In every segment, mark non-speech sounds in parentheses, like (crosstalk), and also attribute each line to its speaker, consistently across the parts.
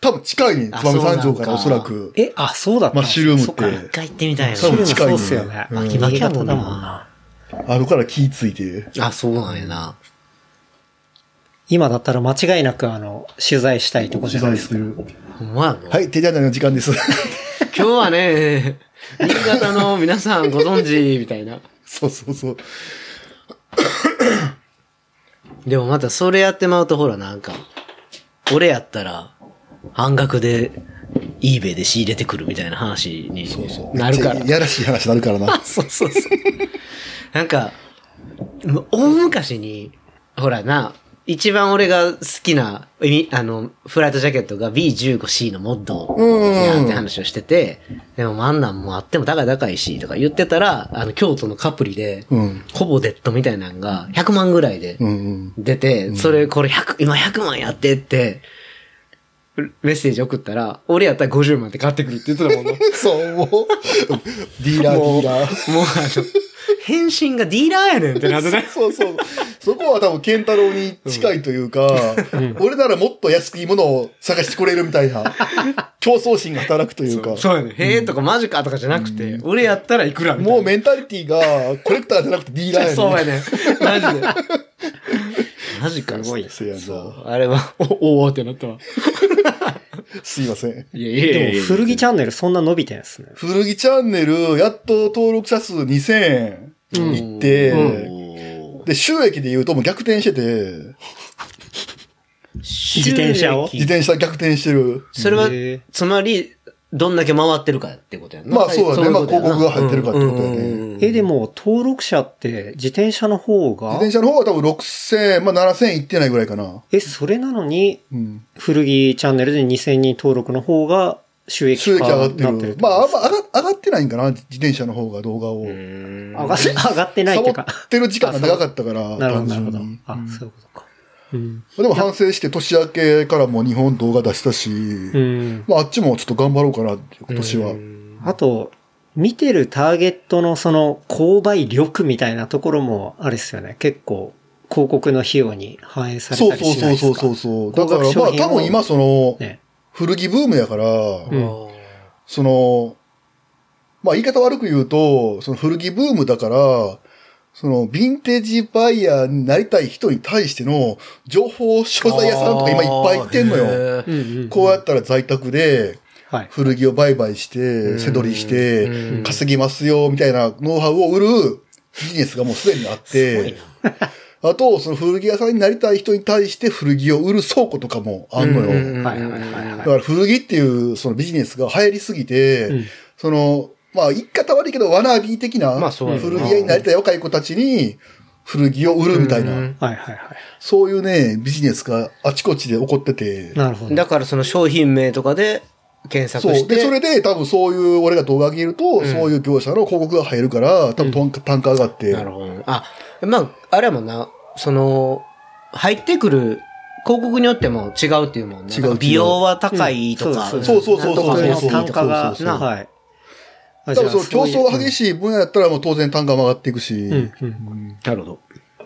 Speaker 1: 多分近いねん、
Speaker 2: あ
Speaker 1: 燕三条から
Speaker 2: そうなんか
Speaker 1: おそらく。
Speaker 3: え、あ、そうだった
Speaker 1: マッシュルームって
Speaker 3: そか
Speaker 2: 一回行ってみたいよ
Speaker 3: マッシュルーム
Speaker 2: な。
Speaker 1: 近い
Speaker 3: そ
Speaker 1: ね
Speaker 3: うっすよね。
Speaker 2: バキバキやもんな
Speaker 3: 新潟だもんな。
Speaker 1: あのから気ついて。
Speaker 2: あ、そうなんやな。
Speaker 3: 今だったら間違いなく、あの、取材したいとこじゃないですか。
Speaker 1: る。
Speaker 2: ほんまやな。
Speaker 1: はい、手じゃないの時間です。 (laughs)
Speaker 2: 今日はね、新潟の皆さんご存知、みたいな。
Speaker 1: そうそうそう。
Speaker 2: でもまたそれやってまうとほらなんか、俺やったら、半額で、eBay で仕入れてくるみたいな話に
Speaker 1: そうそう。
Speaker 2: なるから。
Speaker 1: めっちゃ。やらしい話になるからな
Speaker 2: そうそうそう。なんか、もう大昔に、ほらな、一番俺が好きな、みあの、フライトジャケットが B15C のモッドやんって話をしてて、でもあんなんもうあっても高い高いし、とか言ってたら、あの、京都のカプリで、
Speaker 1: うん
Speaker 2: ほぼデッドみたいなのが100万ぐらいで
Speaker 1: う
Speaker 2: (laughs)
Speaker 1: んうん。
Speaker 2: 出て、それこれ100、今100万やってって、メッセージ送ったら、俺やったら50万って買ってくるって言ってたもんな。
Speaker 1: そう、もう。ディーラー、デ
Speaker 2: も
Speaker 1: ィ
Speaker 2: う、
Speaker 1: ー
Speaker 2: もうあ
Speaker 1: ラー。
Speaker 2: の、 (laughs) 返信がディーラーやねんってなってね。
Speaker 1: (laughs) そうそう。そこは多分、ケンタロウに近いというか、俺ならもっと安くいいものを探してくれるみたいな、競争心が働くというか。
Speaker 2: そうやねん。へえとかマジかとかじゃなくて、俺やったらいくらみたいな。
Speaker 1: もうメンタリティが、コレクターじゃなくてディーラーやね
Speaker 2: (laughs)
Speaker 1: ん。
Speaker 2: そうやねん。マジで。
Speaker 1: (laughs)
Speaker 2: マジか。
Speaker 3: すごい
Speaker 1: そうやな
Speaker 2: そうあれは、おおーってなったわ。
Speaker 1: すいません。
Speaker 2: いやいや
Speaker 3: でも、古着チャンネルそんな伸びてんすね。
Speaker 1: 古着チャンネル、やっと登録者数2000いって、で、収益で言うともう逆転してて、
Speaker 2: 自
Speaker 3: 転車を
Speaker 1: 自転車逆転してる。
Speaker 2: それは
Speaker 3: へえ、
Speaker 2: つまり、どんだけ回ってるかってことやんな。
Speaker 1: まあそうだね。
Speaker 2: い
Speaker 1: ま
Speaker 2: こ
Speaker 1: あ
Speaker 2: とや
Speaker 1: 広
Speaker 2: な
Speaker 1: 告が入ってるかってことや
Speaker 2: うんうんう
Speaker 1: ね。
Speaker 2: んうん
Speaker 3: え、でも、登録者って、自転車の方
Speaker 1: 自
Speaker 3: が
Speaker 1: 転、車の方は多分6000、まあ7000いってないぐらいかな。
Speaker 3: え、それなのに、
Speaker 1: うん。
Speaker 3: 古着チャンネルで2000人登録の方が、収益
Speaker 1: 収益
Speaker 3: 化
Speaker 1: 上がって
Speaker 3: なって
Speaker 1: る
Speaker 3: る。。
Speaker 1: まああんま上が上がってないんかな、自転車の方が動画を。
Speaker 3: 上がっ、上がってないっていう
Speaker 1: サ
Speaker 3: か
Speaker 1: ボ。ってる時間が長かったから、
Speaker 3: なるほ
Speaker 1: 単
Speaker 3: ど、なる
Speaker 1: 純に
Speaker 3: ほど。あ、そういうことか。うん。
Speaker 1: でも反省して年明けからも日本動画出したし、
Speaker 3: うん。
Speaker 1: まああっちもちょっと頑張ろうかなって、今年は。
Speaker 3: あと、見てるターゲットのその購買力みたいなところもあれですよね。結構広告の費用に反映され
Speaker 1: そ
Speaker 3: た
Speaker 1: う
Speaker 3: り
Speaker 1: そう
Speaker 3: しない
Speaker 1: そう
Speaker 3: です
Speaker 1: そ
Speaker 3: か
Speaker 1: うそうそう。だからま
Speaker 3: 高額商
Speaker 1: あ
Speaker 3: 品を
Speaker 1: 多分今その、
Speaker 3: ね。
Speaker 1: 古着ブームやから、
Speaker 3: うん。
Speaker 1: その、まあ言い方悪く言うと、その古着ブームだから、そのヴィンテージバイヤーになりたい人に対しての情報所在屋さんとか今いっぱい行ってんのよ。
Speaker 2: よ。
Speaker 3: うんうん。
Speaker 1: こうやったら在宅で
Speaker 3: はい。
Speaker 1: 古着を売買して、背取りして、稼ぎますよ、みたいなノウハウを売るビジネスがもうすでにあって、あと、その古着屋さんになりたい人に対して古着を売る倉庫とかもあんのよ。
Speaker 3: はいはいはい
Speaker 1: だ
Speaker 3: は
Speaker 1: か
Speaker 3: い。
Speaker 1: ら古着っていうそのビジネスが流行りすぎて、
Speaker 3: うん
Speaker 1: その、まあ言い方悪いけど、ワナービー的な
Speaker 2: まあそうやな
Speaker 1: 古着屋になりたい若い子たちに古着を売るみたいな、
Speaker 2: うん
Speaker 3: はいはいはい。
Speaker 1: そういうね、ビジネスがあちこちで起こってて、
Speaker 3: なるほど。
Speaker 2: だからその商品名とかで検索
Speaker 1: そ
Speaker 2: し
Speaker 1: う。
Speaker 2: て。
Speaker 1: で、それで多分そういう、俺が動画上げると、そういう業者の広告が入るから、多分単価単価上がって、
Speaker 2: なるほど。あ、まあ、あれもな、その、入ってくる広告によっても違うっていうもんね。
Speaker 1: 違う
Speaker 2: なんか美容は高いとか。
Speaker 3: うん
Speaker 1: そうそうそうそ
Speaker 2: なん
Speaker 1: う
Speaker 2: とか
Speaker 3: そ
Speaker 2: 安
Speaker 3: れ
Speaker 2: い
Speaker 3: の単
Speaker 2: と
Speaker 3: 価
Speaker 2: か。
Speaker 3: が、
Speaker 2: そうそうそう
Speaker 3: はい。あ
Speaker 1: 多分その競争が激
Speaker 3: し
Speaker 1: しい分野だったら、もう当然単価も上がっていくし、
Speaker 3: うんうん
Speaker 2: なるほど。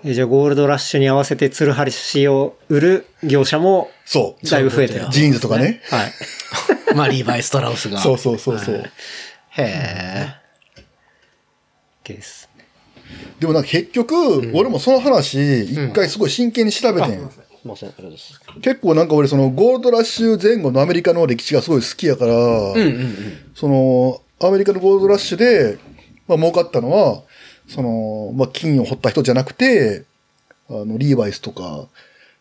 Speaker 3: えじゃあゴールドラッシュに合わせてツルハリシを売る業者も
Speaker 1: そう。
Speaker 3: だいぶ増えてる。
Speaker 1: ジーンズとかね。
Speaker 3: はい。
Speaker 2: まあ、リーバイ・ストラウスが。
Speaker 1: そうそうそうそう。
Speaker 2: へえ。
Speaker 3: OK です。
Speaker 1: でもなんか結局、俺もその話、一回すごい真剣に調べてん。
Speaker 2: すいません、あれです。
Speaker 1: 結構なんか俺そのゴールドラッシュ前後のアメリカの歴史がすごい好きやから、そのアメリカのゴールドラッシュで、まあ、儲かったのは、その、まあ、金を掘った人じゃなくて、あの、リーバイスとか、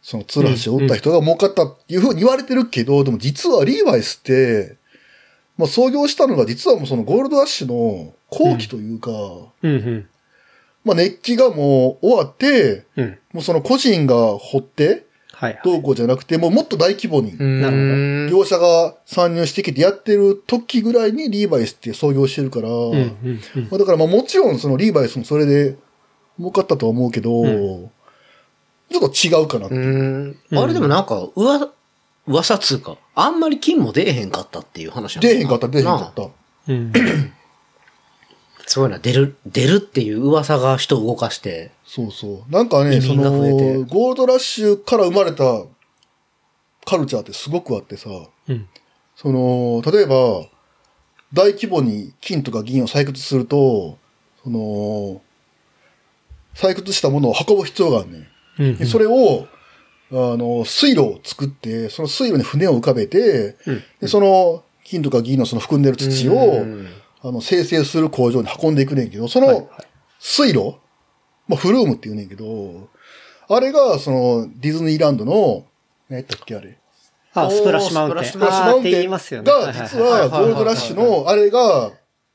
Speaker 1: そのツルハシを売った人が儲かったっていうふうに言われてるけど、でも実はリーバイスって、まあ、創業したのが実はもうそのゴールドラッシュの後期というか、
Speaker 3: うんうん。
Speaker 1: まあ、熱気がもう終わって、
Speaker 3: うん。
Speaker 1: もうその個人が掘って、
Speaker 3: はいはい。
Speaker 1: どうこうじゃなくて、もうもっと大規模に、
Speaker 2: うん
Speaker 3: なる
Speaker 1: 業者が参入してきてやってる時ぐらいにリーバイスって創業してるから、
Speaker 3: うんうんうん
Speaker 1: まあ、だからまあもちろんそのリーバイスもそれで儲かったとは思うけど、
Speaker 3: ん
Speaker 1: ちょっと違うかな。
Speaker 2: うん。あれでもなんか、うわ、噂つうか、あんまり金も出えへんかったっていう話なん
Speaker 1: 出
Speaker 2: だ
Speaker 1: えへんかった、出えへんかっ。
Speaker 2: なあ
Speaker 1: た。
Speaker 3: うん。
Speaker 2: そういうのは出る、出るっていう噂が人を動かして。
Speaker 1: そうそう。なんかね、
Speaker 2: 移
Speaker 1: そ
Speaker 2: 民が
Speaker 1: の、
Speaker 2: 増えて
Speaker 1: ゴールドラッシュから生まれたカルチャーってすごくあってさ、
Speaker 3: うん。
Speaker 1: その、例えば、大規模に金とか銀を採掘すると、その、採掘したものを運ぶ必要があるねん。
Speaker 3: うん
Speaker 1: でそれを、あの、水路を作って、その水路に船を浮かべて、
Speaker 3: うん
Speaker 1: でその金とか銀のその含んでる土を、
Speaker 2: うん
Speaker 1: あの、生成する工場に運んでいくねんけど、その水路、まあ、フルームって言うねんけど、あれが、その、ディズニーランドの、何やったっけあれ。
Speaker 3: あ、スプラッシュマウンテン。
Speaker 2: スプ
Speaker 1: ラッシュマウンテン
Speaker 3: あーって言いますよね。
Speaker 1: が、実
Speaker 2: は
Speaker 1: はいゴ
Speaker 2: はいは
Speaker 1: ー
Speaker 2: い
Speaker 1: ルドラッシュの、あれが、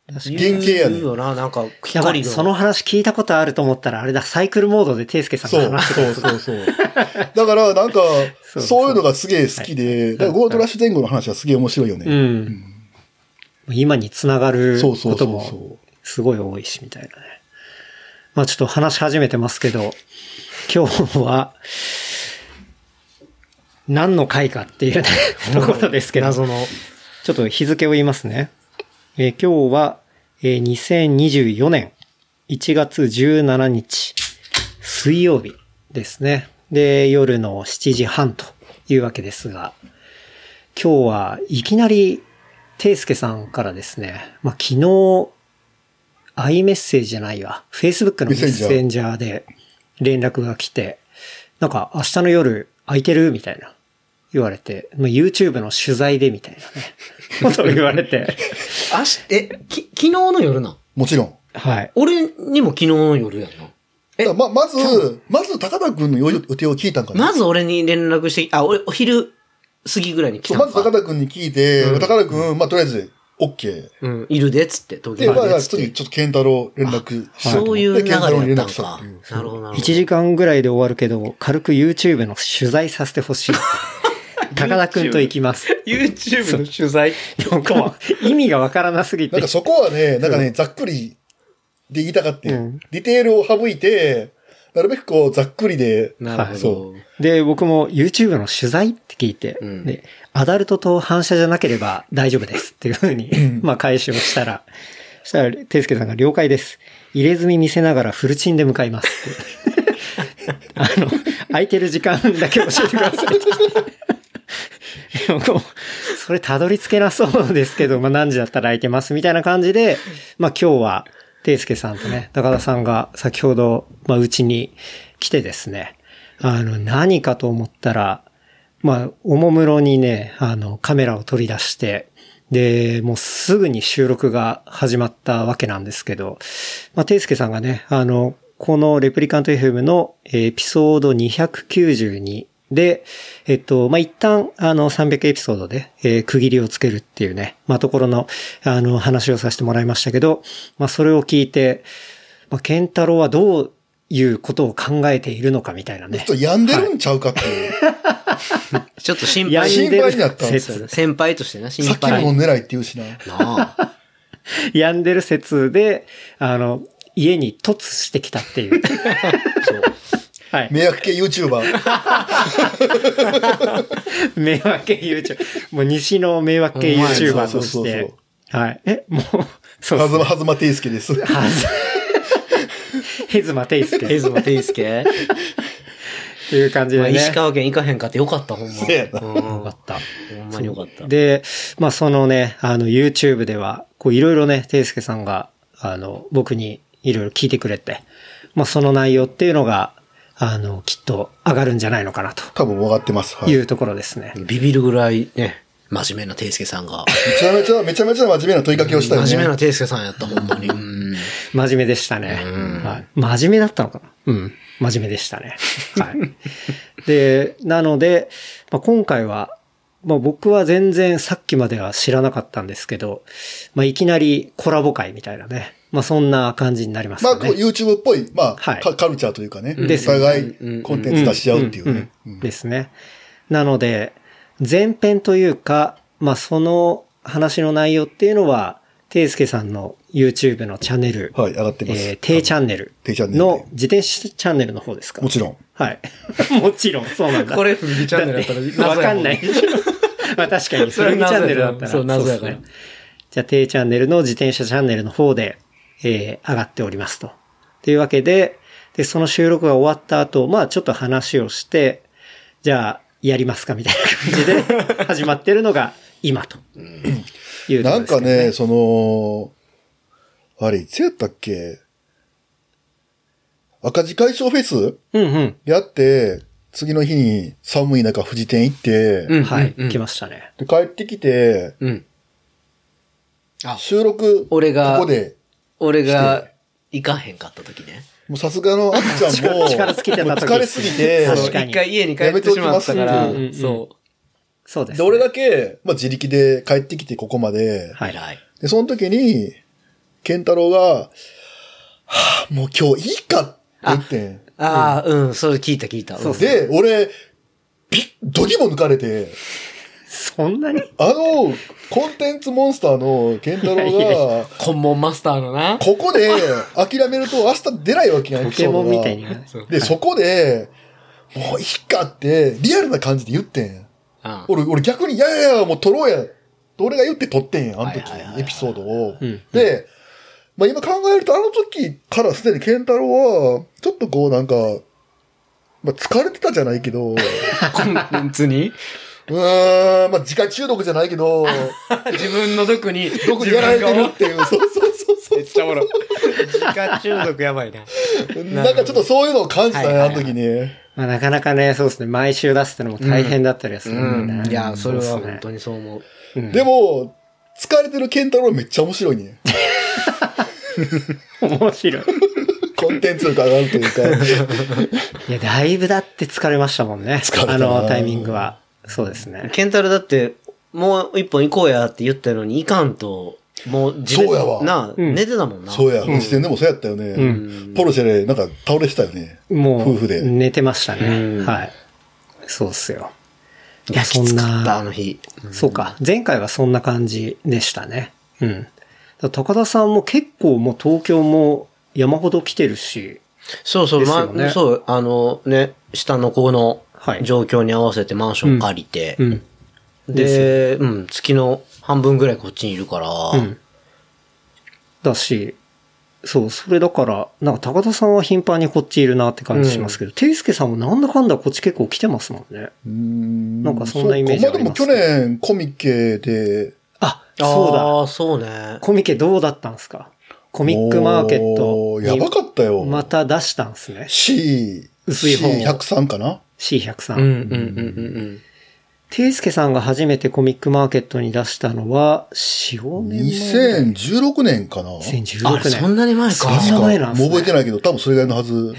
Speaker 1: 原型やね
Speaker 2: 言
Speaker 1: ん
Speaker 2: う。よな、なんか、一
Speaker 3: やば
Speaker 2: 人
Speaker 3: い、
Speaker 2: の。
Speaker 3: その話聞いたことあると思ったら、あれだ、サイクルモードでテイスケさん
Speaker 1: そ
Speaker 3: が
Speaker 1: う、
Speaker 3: 話して
Speaker 1: そうそうそう。だから、なんか、
Speaker 3: そう
Speaker 1: そういうのがすげえ好きで、だからゴールドラッシュ前後の話はすげえ面白いよね。
Speaker 3: た。うん。今につながる
Speaker 1: そうそ
Speaker 3: こ
Speaker 1: うそ
Speaker 3: と
Speaker 1: うそう
Speaker 3: もすごい多いし、みたいなね。まあちょっと話し始めてますけど、今日は、何の回かっ
Speaker 1: (laughs)
Speaker 3: ていうねところですけど。
Speaker 2: 謎の。
Speaker 3: ちょっと日付を言いますね。えー今日は、えー2024年1月17日、水曜日ですね。で、夜の7時半というわけですが、今日はいきなり、ていすけさんからですね、まあ、昨日、iMessage じゃないわ、Facebook のメッセンジャーで連絡が来て、なんか明日の夜空いてるみたいな言われて、まあ、YouTube の取材でみたいなね、ことを言われて、
Speaker 2: あし、え、き、昨日の夜なん。
Speaker 1: もちろん。
Speaker 3: はい。
Speaker 2: 俺にも昨日の夜やんな。え
Speaker 1: だからま、まず、まず高田君の予定を聞いたんかな。
Speaker 2: まず俺に連絡して、あ、俺、お昼過ぎぐらいに来
Speaker 1: そ
Speaker 2: たの
Speaker 1: うま
Speaker 2: か
Speaker 1: ず高田君に聞いて、
Speaker 2: うん
Speaker 1: 高田君、まあ、とりあえず、OK。
Speaker 2: うん、いるで、つって、東
Speaker 1: で、
Speaker 2: 京
Speaker 1: ま
Speaker 2: まで
Speaker 1: あ、
Speaker 2: っつっ
Speaker 1: 次、
Speaker 2: て。
Speaker 1: ちょっと健太郎連絡しよと思
Speaker 2: そう
Speaker 1: って
Speaker 2: いう流れ
Speaker 1: 健
Speaker 2: だ
Speaker 1: 太郎に
Speaker 2: った
Speaker 1: 連
Speaker 2: ん
Speaker 1: 絡したっ
Speaker 2: か
Speaker 1: ていう。
Speaker 2: なるほど、なるほ
Speaker 3: 1
Speaker 2: ど。
Speaker 3: 時間ぐらいで終わるけど、軽く YouTube の取材させてほ
Speaker 2: (laughs)
Speaker 3: しい。高田くんと行きます。
Speaker 2: YouTube の取材。
Speaker 3: もう意味がわからなすぎ
Speaker 1: なん
Speaker 3: て
Speaker 1: か。そこはね、なんかね、ざっくりで言いたかって、
Speaker 3: うん
Speaker 1: ディテールを省いて、なるべくこう、ざっくりで、
Speaker 2: なる
Speaker 1: そ
Speaker 2: ほど。
Speaker 3: で、僕も YouTube の取材って聞いて、
Speaker 2: うん
Speaker 3: で、アダルトと反射じゃなければ大丈夫ですっていうふうに、 (laughs) まあ返しをしたら、そしたら、ていすけさんが了解です。入れ墨見せながらフルチンで向かいます
Speaker 2: (laughs)
Speaker 3: って。あの、空いてる時間だけ教えてくださいって。でもこう (laughs) それたどり着けなそうですけど、まあ何時だったら空いてますみたいな感じで、まあ今日は、ていすけさんとね、高田さんが先ほど、まあうちに来てですね、あの、何かと思ったら、まあ、おもむろにね、あの、カメラを取り出して、で、もうすぐに収録が始まったわけなんですけど、まあ、ていすけさんがね、あの、このレプリカント FM のえーエピソード292で、えっと、まあ、一旦、あの、300エピソードで、えー区切りをつけるっていうね、まあ、ところの、あの、話をさせてもらいましたけど、まあ、それを聞いて、まあ、ケンタロウはどういうことを考えているのかみたいなね
Speaker 1: ちょっ。と病んでるんちゃうかっていう。
Speaker 2: ちょっと心
Speaker 3: や
Speaker 2: 配
Speaker 1: ん
Speaker 2: し
Speaker 3: んで
Speaker 1: 心
Speaker 3: る
Speaker 1: 配になったんです
Speaker 3: 説
Speaker 2: 先輩としてな、心
Speaker 1: さっきの
Speaker 2: 配。
Speaker 1: も
Speaker 2: なん
Speaker 1: 狙いって言うしな。
Speaker 2: (laughs) あ。
Speaker 3: 病んでる説で、あの、家に突してきたっていう。はい。
Speaker 1: 迷惑
Speaker 2: (laughs)
Speaker 1: 系 YouTuber。
Speaker 3: 迷惑系 YouTube。もう西の迷惑系
Speaker 2: お前
Speaker 3: YouTuber と
Speaker 1: そ
Speaker 3: し
Speaker 1: うそうそう
Speaker 3: て。はい。え、もう、そう
Speaker 1: は
Speaker 3: です
Speaker 1: ず
Speaker 3: ね
Speaker 1: ま、はずまていすけです。
Speaker 3: はずヘズマテイスケ
Speaker 2: エズマテイスケ。
Speaker 3: っていう感じで
Speaker 2: まあ
Speaker 3: ね。
Speaker 2: 石川県行かへんかってよかった、ほんま。
Speaker 1: せやな
Speaker 2: うんほ
Speaker 3: よかった。
Speaker 2: んまによかった。
Speaker 3: で、まあそのね、あの YouTube では、こういろいろね、ていすけさんが、あの、僕にいろいろ聞いてくれて、まあその内容っていうのが、あの、きっと上がるんじゃないのかなと
Speaker 1: 多分分かってます。はいい、
Speaker 3: うところですね。
Speaker 2: ビビるぐらいね、真面目なテイスケさんが。
Speaker 1: めちゃめちゃ、めちゃめちゃ真面目な問いかけをしたよね。
Speaker 2: 真面目なテイスケさんやった、ほんまに。うん
Speaker 3: 真面目でしたね。はい、真面目だったのかなうん。真面目でし
Speaker 1: (laughs)
Speaker 3: たね。はい。で、なので、まあ、今回は、まあ、僕は全然さっきまでは知らなかったんですけど、まあ、いきなりコラボ会みたいなね、まあそんな感じになります
Speaker 1: まあ、
Speaker 3: か
Speaker 1: こう
Speaker 3: ね。
Speaker 1: YouTube っぽい、まあ、
Speaker 3: はい
Speaker 1: カカルチャーというかね。お
Speaker 3: ですよね
Speaker 1: 互いコンテンツ出し合うっていうね。
Speaker 3: んんんですね。なので、前編というか、まあその話の内容っていうのは、ていすけさんの YouTube のチャンネル、
Speaker 1: はい、上がって
Speaker 3: え
Speaker 1: ます。
Speaker 3: ー、ていチャンネル
Speaker 1: ていチャンネル
Speaker 3: の自転車チャンネルの方ですか
Speaker 1: もちろん。
Speaker 3: はい。
Speaker 1: (laughs)
Speaker 3: もちろん、そうなん
Speaker 2: (laughs)
Speaker 3: だ。
Speaker 2: これフジチャンネルだったら謎やもん
Speaker 3: わかんない。 (laughs) まあ確かに、
Speaker 2: そ
Speaker 3: そ
Speaker 2: れ
Speaker 3: れチャンネルだっ
Speaker 2: 謎やか
Speaker 3: たら。
Speaker 2: らそう謎や
Speaker 3: っす
Speaker 2: から
Speaker 3: ね。じゃあ、低チャンネルの自転車チャンネルの方で、えー、上がっておりますと。というわけで、で、その収録が終わった後、まあちょっと話をして、じゃあ、やりますかみたいな感
Speaker 2: (laughs)
Speaker 3: じで始まってるのが今というと
Speaker 1: な
Speaker 3: ころ
Speaker 1: ん
Speaker 3: です
Speaker 1: か
Speaker 3: けど
Speaker 1: ね、その、あれ、いつやったっけ赤字解消フェス
Speaker 3: うん
Speaker 1: やって、次の日に寒い中富士店行って、
Speaker 2: う
Speaker 3: うんん。はい、
Speaker 2: うん
Speaker 3: 来ましたね。
Speaker 1: で帰ってきて、
Speaker 2: うん。あ
Speaker 1: 収録、
Speaker 2: 俺が
Speaker 1: ここで、
Speaker 2: 俺が行かへんかった時ね。
Speaker 1: もうさす
Speaker 3: (laughs)
Speaker 1: がのあっちゃんも、もう
Speaker 3: 力尽きてた時
Speaker 1: 疲れすぎて、
Speaker 3: 確かに
Speaker 2: 一回家に帰ってしまったか
Speaker 3: や
Speaker 2: ら
Speaker 3: めておきま、す
Speaker 2: そ
Speaker 3: そうです、
Speaker 1: で、俺だけ、まあ、自力で帰ってきてここまで、
Speaker 2: う。
Speaker 3: はい。
Speaker 2: 偉い。
Speaker 1: で、その時に、健太郎が、はあ、もう今日いいかって言ってん。
Speaker 2: ああ、うん、それ聞いた聞いた。
Speaker 3: そう
Speaker 2: で
Speaker 1: で、俺、ピッ、ドギも抜かれて、
Speaker 3: そんなに
Speaker 1: あの、コンテンツモンスターの健太郎
Speaker 3: いやいや
Speaker 1: が、
Speaker 2: コンモンマスターのな。
Speaker 1: ここで諦めると明日出ないわけやん、
Speaker 3: ポ
Speaker 1: エピソ
Speaker 3: ケ
Speaker 1: ード
Speaker 3: モ
Speaker 1: が
Speaker 3: ンみたいに言わない。
Speaker 1: で、そこで、もういいかって、リアルな感じで言ってん。
Speaker 2: (laughs) うん
Speaker 1: 俺、俺逆に、いやいやいや、もう撮ろうや。俺が言って撮ってんやん、あの
Speaker 2: はい
Speaker 1: 時
Speaker 2: はいはいは、い
Speaker 1: エピソードを
Speaker 3: うん。
Speaker 1: で、まあ今考えると、あの時からすでに健太郎は、ちょっとこうなんか、まあ疲れてたじゃない
Speaker 2: (laughs)
Speaker 1: けど、う
Speaker 2: コンテンツに
Speaker 1: ーん、まあ時間中毒じゃない
Speaker 2: (laughs)
Speaker 1: けど、
Speaker 2: 自分の毒に、
Speaker 1: よくやられてるっていう、そうそうそうそう。
Speaker 2: めっちゃおもろ。自家中毒やばいな。
Speaker 1: なんかちょっとそういうのを感じたね、
Speaker 2: はいはい
Speaker 1: あ
Speaker 2: はい
Speaker 1: の時に。
Speaker 3: まあ、なかなかね、そうですね。毎週出すってのも大変だったりはするんでね、
Speaker 2: いや、それは本当
Speaker 3: に。
Speaker 2: にそう思う。
Speaker 3: うん
Speaker 1: でも、疲れてる健太郎めっちゃ面白いね。
Speaker 3: 面 (laughs) 白い。
Speaker 1: コンテンツ力上がる
Speaker 2: (laughs)
Speaker 1: というか。
Speaker 3: いや、だいぶだって疲れましたもんね。
Speaker 1: れたな
Speaker 3: あのタイミングは。そうですね。
Speaker 2: ケンタルだって、もう一本行こうやって言ったのに、いかんと、もう自分、
Speaker 1: そうやわ
Speaker 2: なあ、
Speaker 3: ん
Speaker 2: 寝てたもんな。
Speaker 1: そうや、時点でもそうやったよね。ポルシェでなんか倒れてたよね。
Speaker 3: もう、
Speaker 1: 夫婦で
Speaker 3: 寝てましたね。
Speaker 2: うん
Speaker 3: はい。そうっすよ。
Speaker 2: いや、
Speaker 3: そ
Speaker 2: き
Speaker 3: ん
Speaker 2: つ
Speaker 3: な
Speaker 2: かった、あの日。
Speaker 3: そうか。前回はそんな感じでしたね。うん。だから高田さんも結構もう東京も山ほど来てるし、
Speaker 2: そうそう、
Speaker 3: です
Speaker 2: ま
Speaker 3: よね
Speaker 2: そう、あのね、下の子の
Speaker 3: はい
Speaker 2: 状況に合わせてマンション借りて
Speaker 3: う、ん。
Speaker 2: で、うん、月の半分ぐらいこっちにいるから、
Speaker 3: うん。だし、そう、それだから、なんか高田さんは頻繁にこっちいるなって感じしますけど、ていすけさんもなんだかんだこっち結構来てますもんね。
Speaker 1: な
Speaker 3: なんかそんなイメージ
Speaker 1: ま
Speaker 3: あ
Speaker 1: あで
Speaker 3: り
Speaker 1: も
Speaker 3: ます
Speaker 1: 去
Speaker 3: ね
Speaker 1: 年コミケで、
Speaker 3: あ、そうだ。
Speaker 2: ああ、そうね。
Speaker 3: コミケどうだったんですかコミックマーケッ
Speaker 1: お
Speaker 3: ト
Speaker 1: ーやば
Speaker 3: に
Speaker 1: かったよ。
Speaker 3: また出したんですね。
Speaker 1: C、
Speaker 3: 薄い本を
Speaker 1: C103 かな
Speaker 3: C103。
Speaker 2: うん、うん、うん、うんうん。
Speaker 3: ていすけさんが初めてコミックマーケットに出したのは、4、5年前ぐらい。
Speaker 1: ?2016 年かな
Speaker 2: あ
Speaker 3: 2016
Speaker 2: れ、
Speaker 3: 年。
Speaker 2: そんなに前か。
Speaker 3: そんな前なんすね
Speaker 1: もう覚えてないけど、多分それぐらいのはず。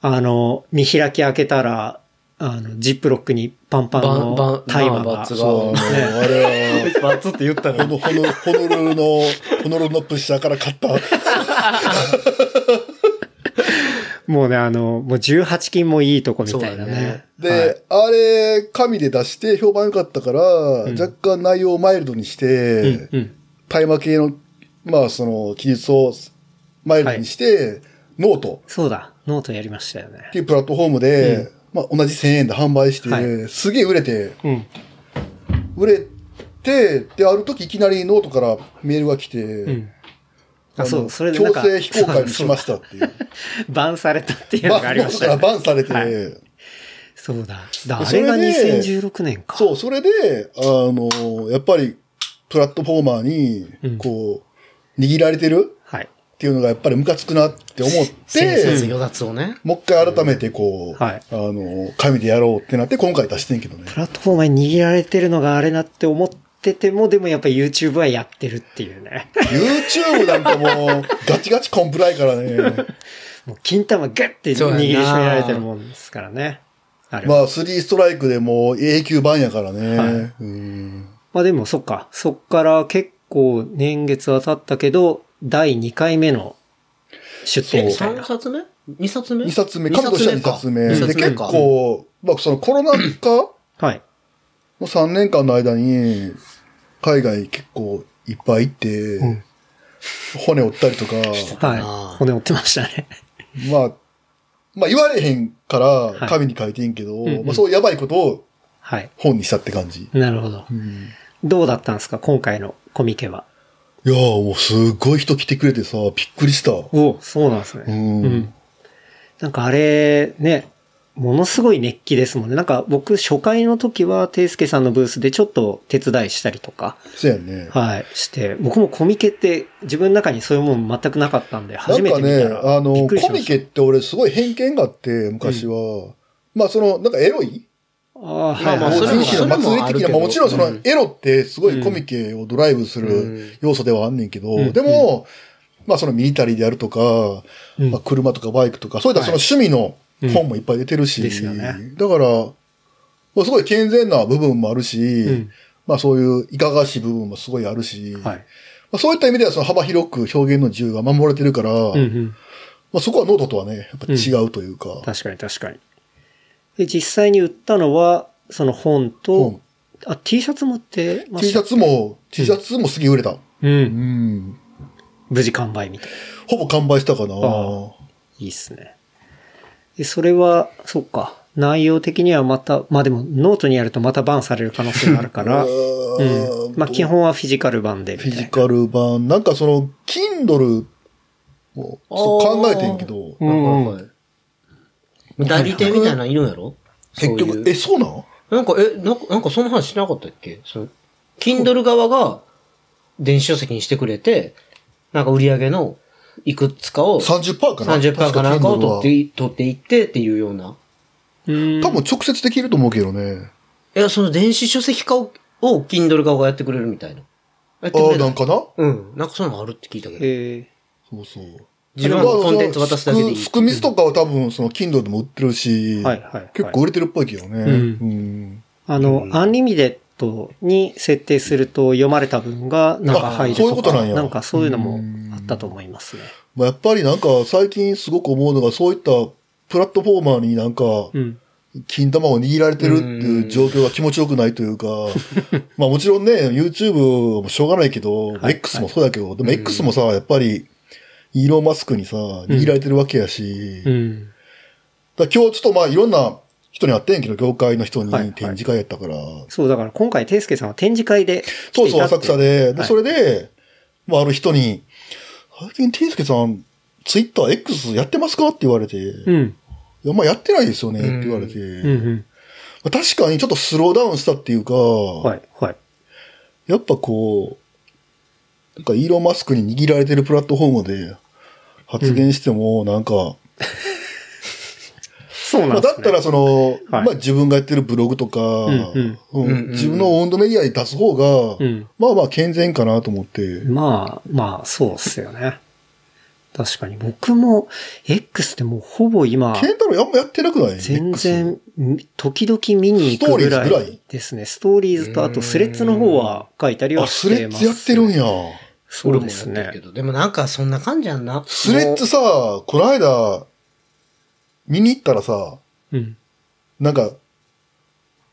Speaker 3: あの、見開き開けたら、あの、ジップロックにパンパン
Speaker 2: バンバ
Speaker 3: の
Speaker 2: ン
Speaker 3: タイマー
Speaker 2: バンバ
Speaker 3: が
Speaker 2: ンツ。が
Speaker 1: そう、あのあれは、
Speaker 2: バツって言った
Speaker 1: ほの、ほの、ホノルルの、ホノルルのプッシャーから買
Speaker 3: (laughs)
Speaker 1: った。
Speaker 3: もうね、あの、もう18金もいいとこみたい
Speaker 2: そ
Speaker 3: な
Speaker 2: うだね
Speaker 3: ね。
Speaker 1: で、あれ、紙で出して評判良かったから、若干内容をマイルドにして、
Speaker 3: うんうん。
Speaker 1: 大麻系の、まあその、記述をマイルドにして、ノート
Speaker 3: そうだ、ノートやりましたよね
Speaker 1: っ。ていうプラットフォームで、まあ同じ1000円で販売して、
Speaker 3: はい
Speaker 1: すげえ売れて、
Speaker 3: うん。
Speaker 1: 売れて、で、ある時いきなりノートからメールが来て、
Speaker 3: ん
Speaker 1: あ
Speaker 3: あ
Speaker 1: の
Speaker 3: そう、それでな
Speaker 1: 強
Speaker 3: んか、
Speaker 1: 制非公開にしま
Speaker 3: (laughs)
Speaker 1: したっていう。
Speaker 3: バンされたっていう
Speaker 1: ま
Speaker 3: の
Speaker 1: あ、
Speaker 3: があ
Speaker 1: ノ
Speaker 3: りま
Speaker 1: ート
Speaker 3: し
Speaker 1: か
Speaker 3: た
Speaker 1: ら
Speaker 3: ね。
Speaker 1: バンされて、
Speaker 3: はいそうだ。だあ
Speaker 1: それ
Speaker 3: れ
Speaker 1: で
Speaker 3: が2016年か。
Speaker 1: そう、それで、あの、やっぱり、プラットフォーマー
Speaker 3: うん
Speaker 1: に、こう、握られてる
Speaker 3: はい。
Speaker 1: っていうのがやっぱりムカつくなって思って、
Speaker 2: センセス余脱をね。
Speaker 1: もう一回改めてこう、
Speaker 3: んはい
Speaker 1: あの、紙でやろうってなって今回出してんけどね
Speaker 3: プ。ラットフォーマーに握られてるのがあれなって思ってても、でもやっぱ YouTube はやってるっていうね。
Speaker 1: YouTube なんかもう、 (laughs) ガチガチコンプライからね。
Speaker 3: もう金玉ガッて握りしめられてるもんですからね。あれは
Speaker 1: まあ、3ストライクでもう永久版やからね。
Speaker 3: はい
Speaker 1: うん
Speaker 3: まあでもそっか、そっから結構年月は経ったけど、第2回目の出店みたい
Speaker 2: 3
Speaker 3: な。
Speaker 2: 冊目 ?2 冊目
Speaker 1: 二冊目、覚悟した二冊目。
Speaker 2: 二
Speaker 1: で、
Speaker 2: 冊目
Speaker 1: 結
Speaker 2: か。
Speaker 1: 構、まあ、そのコロナ禍
Speaker 3: はい。
Speaker 1: の3年間の間に、海外結構いっぱい行って、骨折ったりとか、
Speaker 3: はい。骨折ってましたね。 (laughs)
Speaker 1: まあ、まあ言われへんから
Speaker 3: い
Speaker 1: 紙に書いていいんけど、
Speaker 3: うんうん
Speaker 1: まあそういうやばいことを
Speaker 3: はい。
Speaker 1: 本にしたって感じ。
Speaker 3: なるほど。どうだったんですか今回のコミケは。
Speaker 1: いやーもうすごい人来てくれてさ、びっくりした。う
Speaker 3: おそうなんですね。
Speaker 1: ん。
Speaker 3: うん。なんかあれ、ね、ものすごい熱気ですもんね。なんか僕、初回の時は、ていすけさんのブースでちょっと手伝いしたりとか、
Speaker 1: そうやんね。
Speaker 3: はい、して、僕もコミケって自分の中にそういうもん全くなかったんで、
Speaker 1: な
Speaker 3: 初
Speaker 1: ん
Speaker 3: めて
Speaker 1: か
Speaker 3: 見
Speaker 1: ね、
Speaker 3: たら
Speaker 1: あ
Speaker 3: びっ
Speaker 1: の、
Speaker 3: くりし
Speaker 1: コ
Speaker 3: ま
Speaker 1: ミ
Speaker 3: し
Speaker 1: ケって俺すごい偏見があって、昔は。まあその、なんかエロい
Speaker 3: た。ああー、
Speaker 2: ま
Speaker 3: は
Speaker 2: あま
Speaker 3: い、
Speaker 2: あ
Speaker 3: まあ、
Speaker 1: 同
Speaker 2: それ
Speaker 1: 人
Speaker 2: も
Speaker 1: 誌の祭り
Speaker 2: それもある
Speaker 1: 的
Speaker 2: け
Speaker 1: な、
Speaker 2: ど
Speaker 1: まあもちろんその
Speaker 2: うん
Speaker 1: エロってすごいコミケをドライブす
Speaker 2: うん
Speaker 1: る要素ではあんねんけど、
Speaker 3: うん
Speaker 1: でも、まあそのミリタリーであるとか、
Speaker 3: うん
Speaker 1: まあ車とかバイクとか、そういったその趣味の本もいっぱい出てるし、
Speaker 3: うんですよね
Speaker 1: だから、まあ、すごい健全な部分もあるし、
Speaker 3: うん
Speaker 1: まあそういういかがわしい部分もすごいあるし、
Speaker 3: はい。
Speaker 1: まあ、そういった意味ではその幅広く表現の自由が守られてるから、
Speaker 3: うんうん。
Speaker 1: まあそこはノートとはね、やっぱ違うというか、
Speaker 3: 確かに確かに。で、実際に売ったのは、その本と、あ、T シャツも売ってま
Speaker 1: T
Speaker 3: し
Speaker 1: シ
Speaker 3: た
Speaker 1: ャツも、T シャツもすげえ売れた。
Speaker 3: う。
Speaker 1: うんん
Speaker 3: 無事完売みたいな。
Speaker 1: ほぼ完売したかな。
Speaker 3: あいいっすね。で、それは、そっか。内容的にはまた、まあでも、ノートにやるとまたバンされる可能性があるから、う
Speaker 1: うん
Speaker 3: ん。まあ基本はフィジカル版でみ
Speaker 1: フ
Speaker 3: たい
Speaker 1: ィ
Speaker 3: な。
Speaker 1: ジカル版、なんかその、Kindle をちょっと考えてんけど、
Speaker 3: うん
Speaker 2: はいはい代理店みたいなのいるんやろ
Speaker 1: 結
Speaker 2: そうい
Speaker 1: 局、
Speaker 2: う
Speaker 1: え、そうなん
Speaker 2: なんか、え、なんか、なんかその話しなかったっけその、Kindle 側が電子書籍にしてくれて、なんか売り上げのいくつかを
Speaker 1: ?30% かな
Speaker 2: 30%かなんかを取っ
Speaker 1: い
Speaker 2: てい、取っていってっていうような。
Speaker 3: うん
Speaker 1: 多分直接できると思うけどね。
Speaker 2: いや、その電子書籍化を、を Kindle 側がやってくれるみたいな。やってく
Speaker 1: あ
Speaker 2: れ
Speaker 1: あ、
Speaker 2: る
Speaker 1: なんかな
Speaker 2: うん。なんかそういうのあるって聞いたけど。
Speaker 3: え
Speaker 1: そうそう。
Speaker 2: 自分はもうコンテンツ渡すだけでいい
Speaker 1: スクミスとかは多分、その、Kindle でも売ってるし、
Speaker 3: はいはいはい
Speaker 1: 結構売れてるっぽいけどね。
Speaker 3: う
Speaker 1: うん
Speaker 3: ーあの、アンリミデットに設定すると読まれた分がなんか入る
Speaker 1: あ
Speaker 3: とか。
Speaker 1: そういうことなんや
Speaker 3: かそういうのもあったと思いますね。
Speaker 1: まあ、やっぱりなんか、最近すごく思うのが、そういった、プラットフォーマーになんか、
Speaker 3: うん。
Speaker 1: 金玉を握られてるっていう状況が気持ちよくないと
Speaker 3: (laughs)
Speaker 1: いうか、まあもちろんね、YouTube もしょうがないけど、
Speaker 3: はい
Speaker 1: X もそうだけど、でも X もさ、やっぱり、イーロン・マスクにさ、握られてるわけやし、
Speaker 3: う
Speaker 1: だから
Speaker 3: ん。
Speaker 1: 今日ちょっとまあいろんな人に会ってんけど、業界の人に
Speaker 3: はいはい
Speaker 1: 展示会やったから、
Speaker 3: そう、だから今回、ていすけさんは展示会で
Speaker 1: そう
Speaker 3: 来て
Speaker 1: そ、
Speaker 3: いうたってい
Speaker 1: 浅草で、で
Speaker 3: はい
Speaker 1: それで、まあある人に、最近、ていすけさん、Twitter、X やってますかって言われて、い
Speaker 3: うん。
Speaker 1: や、まあやってないですよね、って言われて、
Speaker 3: うんうん。
Speaker 1: まあ確かにちょっとスローダウンしたっていうか、
Speaker 3: はい、はい。
Speaker 1: やっぱこう、なんかイーロン・マスクに握られてるプラットフォームで発言しても、なんか、
Speaker 3: そう
Speaker 1: ま
Speaker 3: な
Speaker 1: あ
Speaker 3: んで
Speaker 1: だ
Speaker 3: す
Speaker 1: っ
Speaker 3: ね。
Speaker 1: たらその、
Speaker 3: はい
Speaker 1: まあ自分がやってるブログとか、
Speaker 3: ん
Speaker 1: うん
Speaker 2: うんうん
Speaker 1: 自分のオウンドメディアに出す方が、
Speaker 3: うん
Speaker 1: まあまあ健全かなと思って、
Speaker 3: まあ、まあ、そうっすよね。確かに。僕も、X ってもうほぼ今、
Speaker 1: ケンタロウあんまやってなくない
Speaker 3: 全
Speaker 1: X
Speaker 3: 然、み時々見に行くぐ
Speaker 1: ストーリー
Speaker 3: ら
Speaker 1: ズぐらい
Speaker 3: いですね。ストーリーズと、あとスレッズの方は書いたり
Speaker 1: あ、
Speaker 3: は
Speaker 1: ス
Speaker 3: し
Speaker 1: レッ
Speaker 3: てます、
Speaker 1: ズやってるんや。
Speaker 3: そうです
Speaker 2: 俺もやってる
Speaker 3: ね
Speaker 2: け。ど。でもなんかそんな感じやんな。
Speaker 1: スレッズさ、この間、見に行ったらさ、
Speaker 3: うん。
Speaker 1: なんか、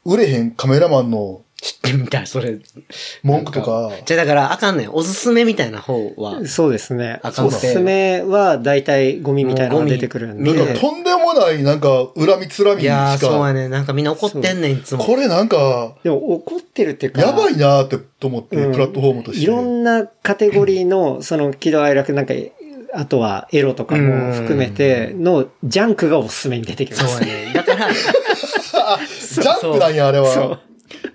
Speaker 1: 売れへんカメラマンの
Speaker 2: 知ってみたい、それ。
Speaker 1: 文句と
Speaker 2: な
Speaker 1: か、
Speaker 2: んじゃあだからあかんねん。おすすめみたいな方は。
Speaker 3: そうですね。
Speaker 2: あそう
Speaker 3: お
Speaker 2: だ
Speaker 3: すすめは、だいたいゴミみたいなのが出てくるん
Speaker 1: なん。
Speaker 3: で
Speaker 1: かとんでもない、なんか、恨みつらみ
Speaker 2: い
Speaker 1: し
Speaker 2: やー、
Speaker 1: か、
Speaker 2: そうやねん。なんかみんな怒ってんねん、いつも。
Speaker 1: これなんか、
Speaker 3: でも怒ってるっていうか、
Speaker 1: やばいなーって、と思って、
Speaker 3: うん
Speaker 1: プラットフォームとして。
Speaker 3: いろんなカテゴリーの、その、喜怒哀楽なんか、あとはエロとかも含めてのジャンクがおすすめに出てきま
Speaker 2: そう
Speaker 3: す
Speaker 2: や
Speaker 3: ね。
Speaker 2: ねん。だから、
Speaker 1: あジャンプなんや、あれ
Speaker 3: そう
Speaker 1: は。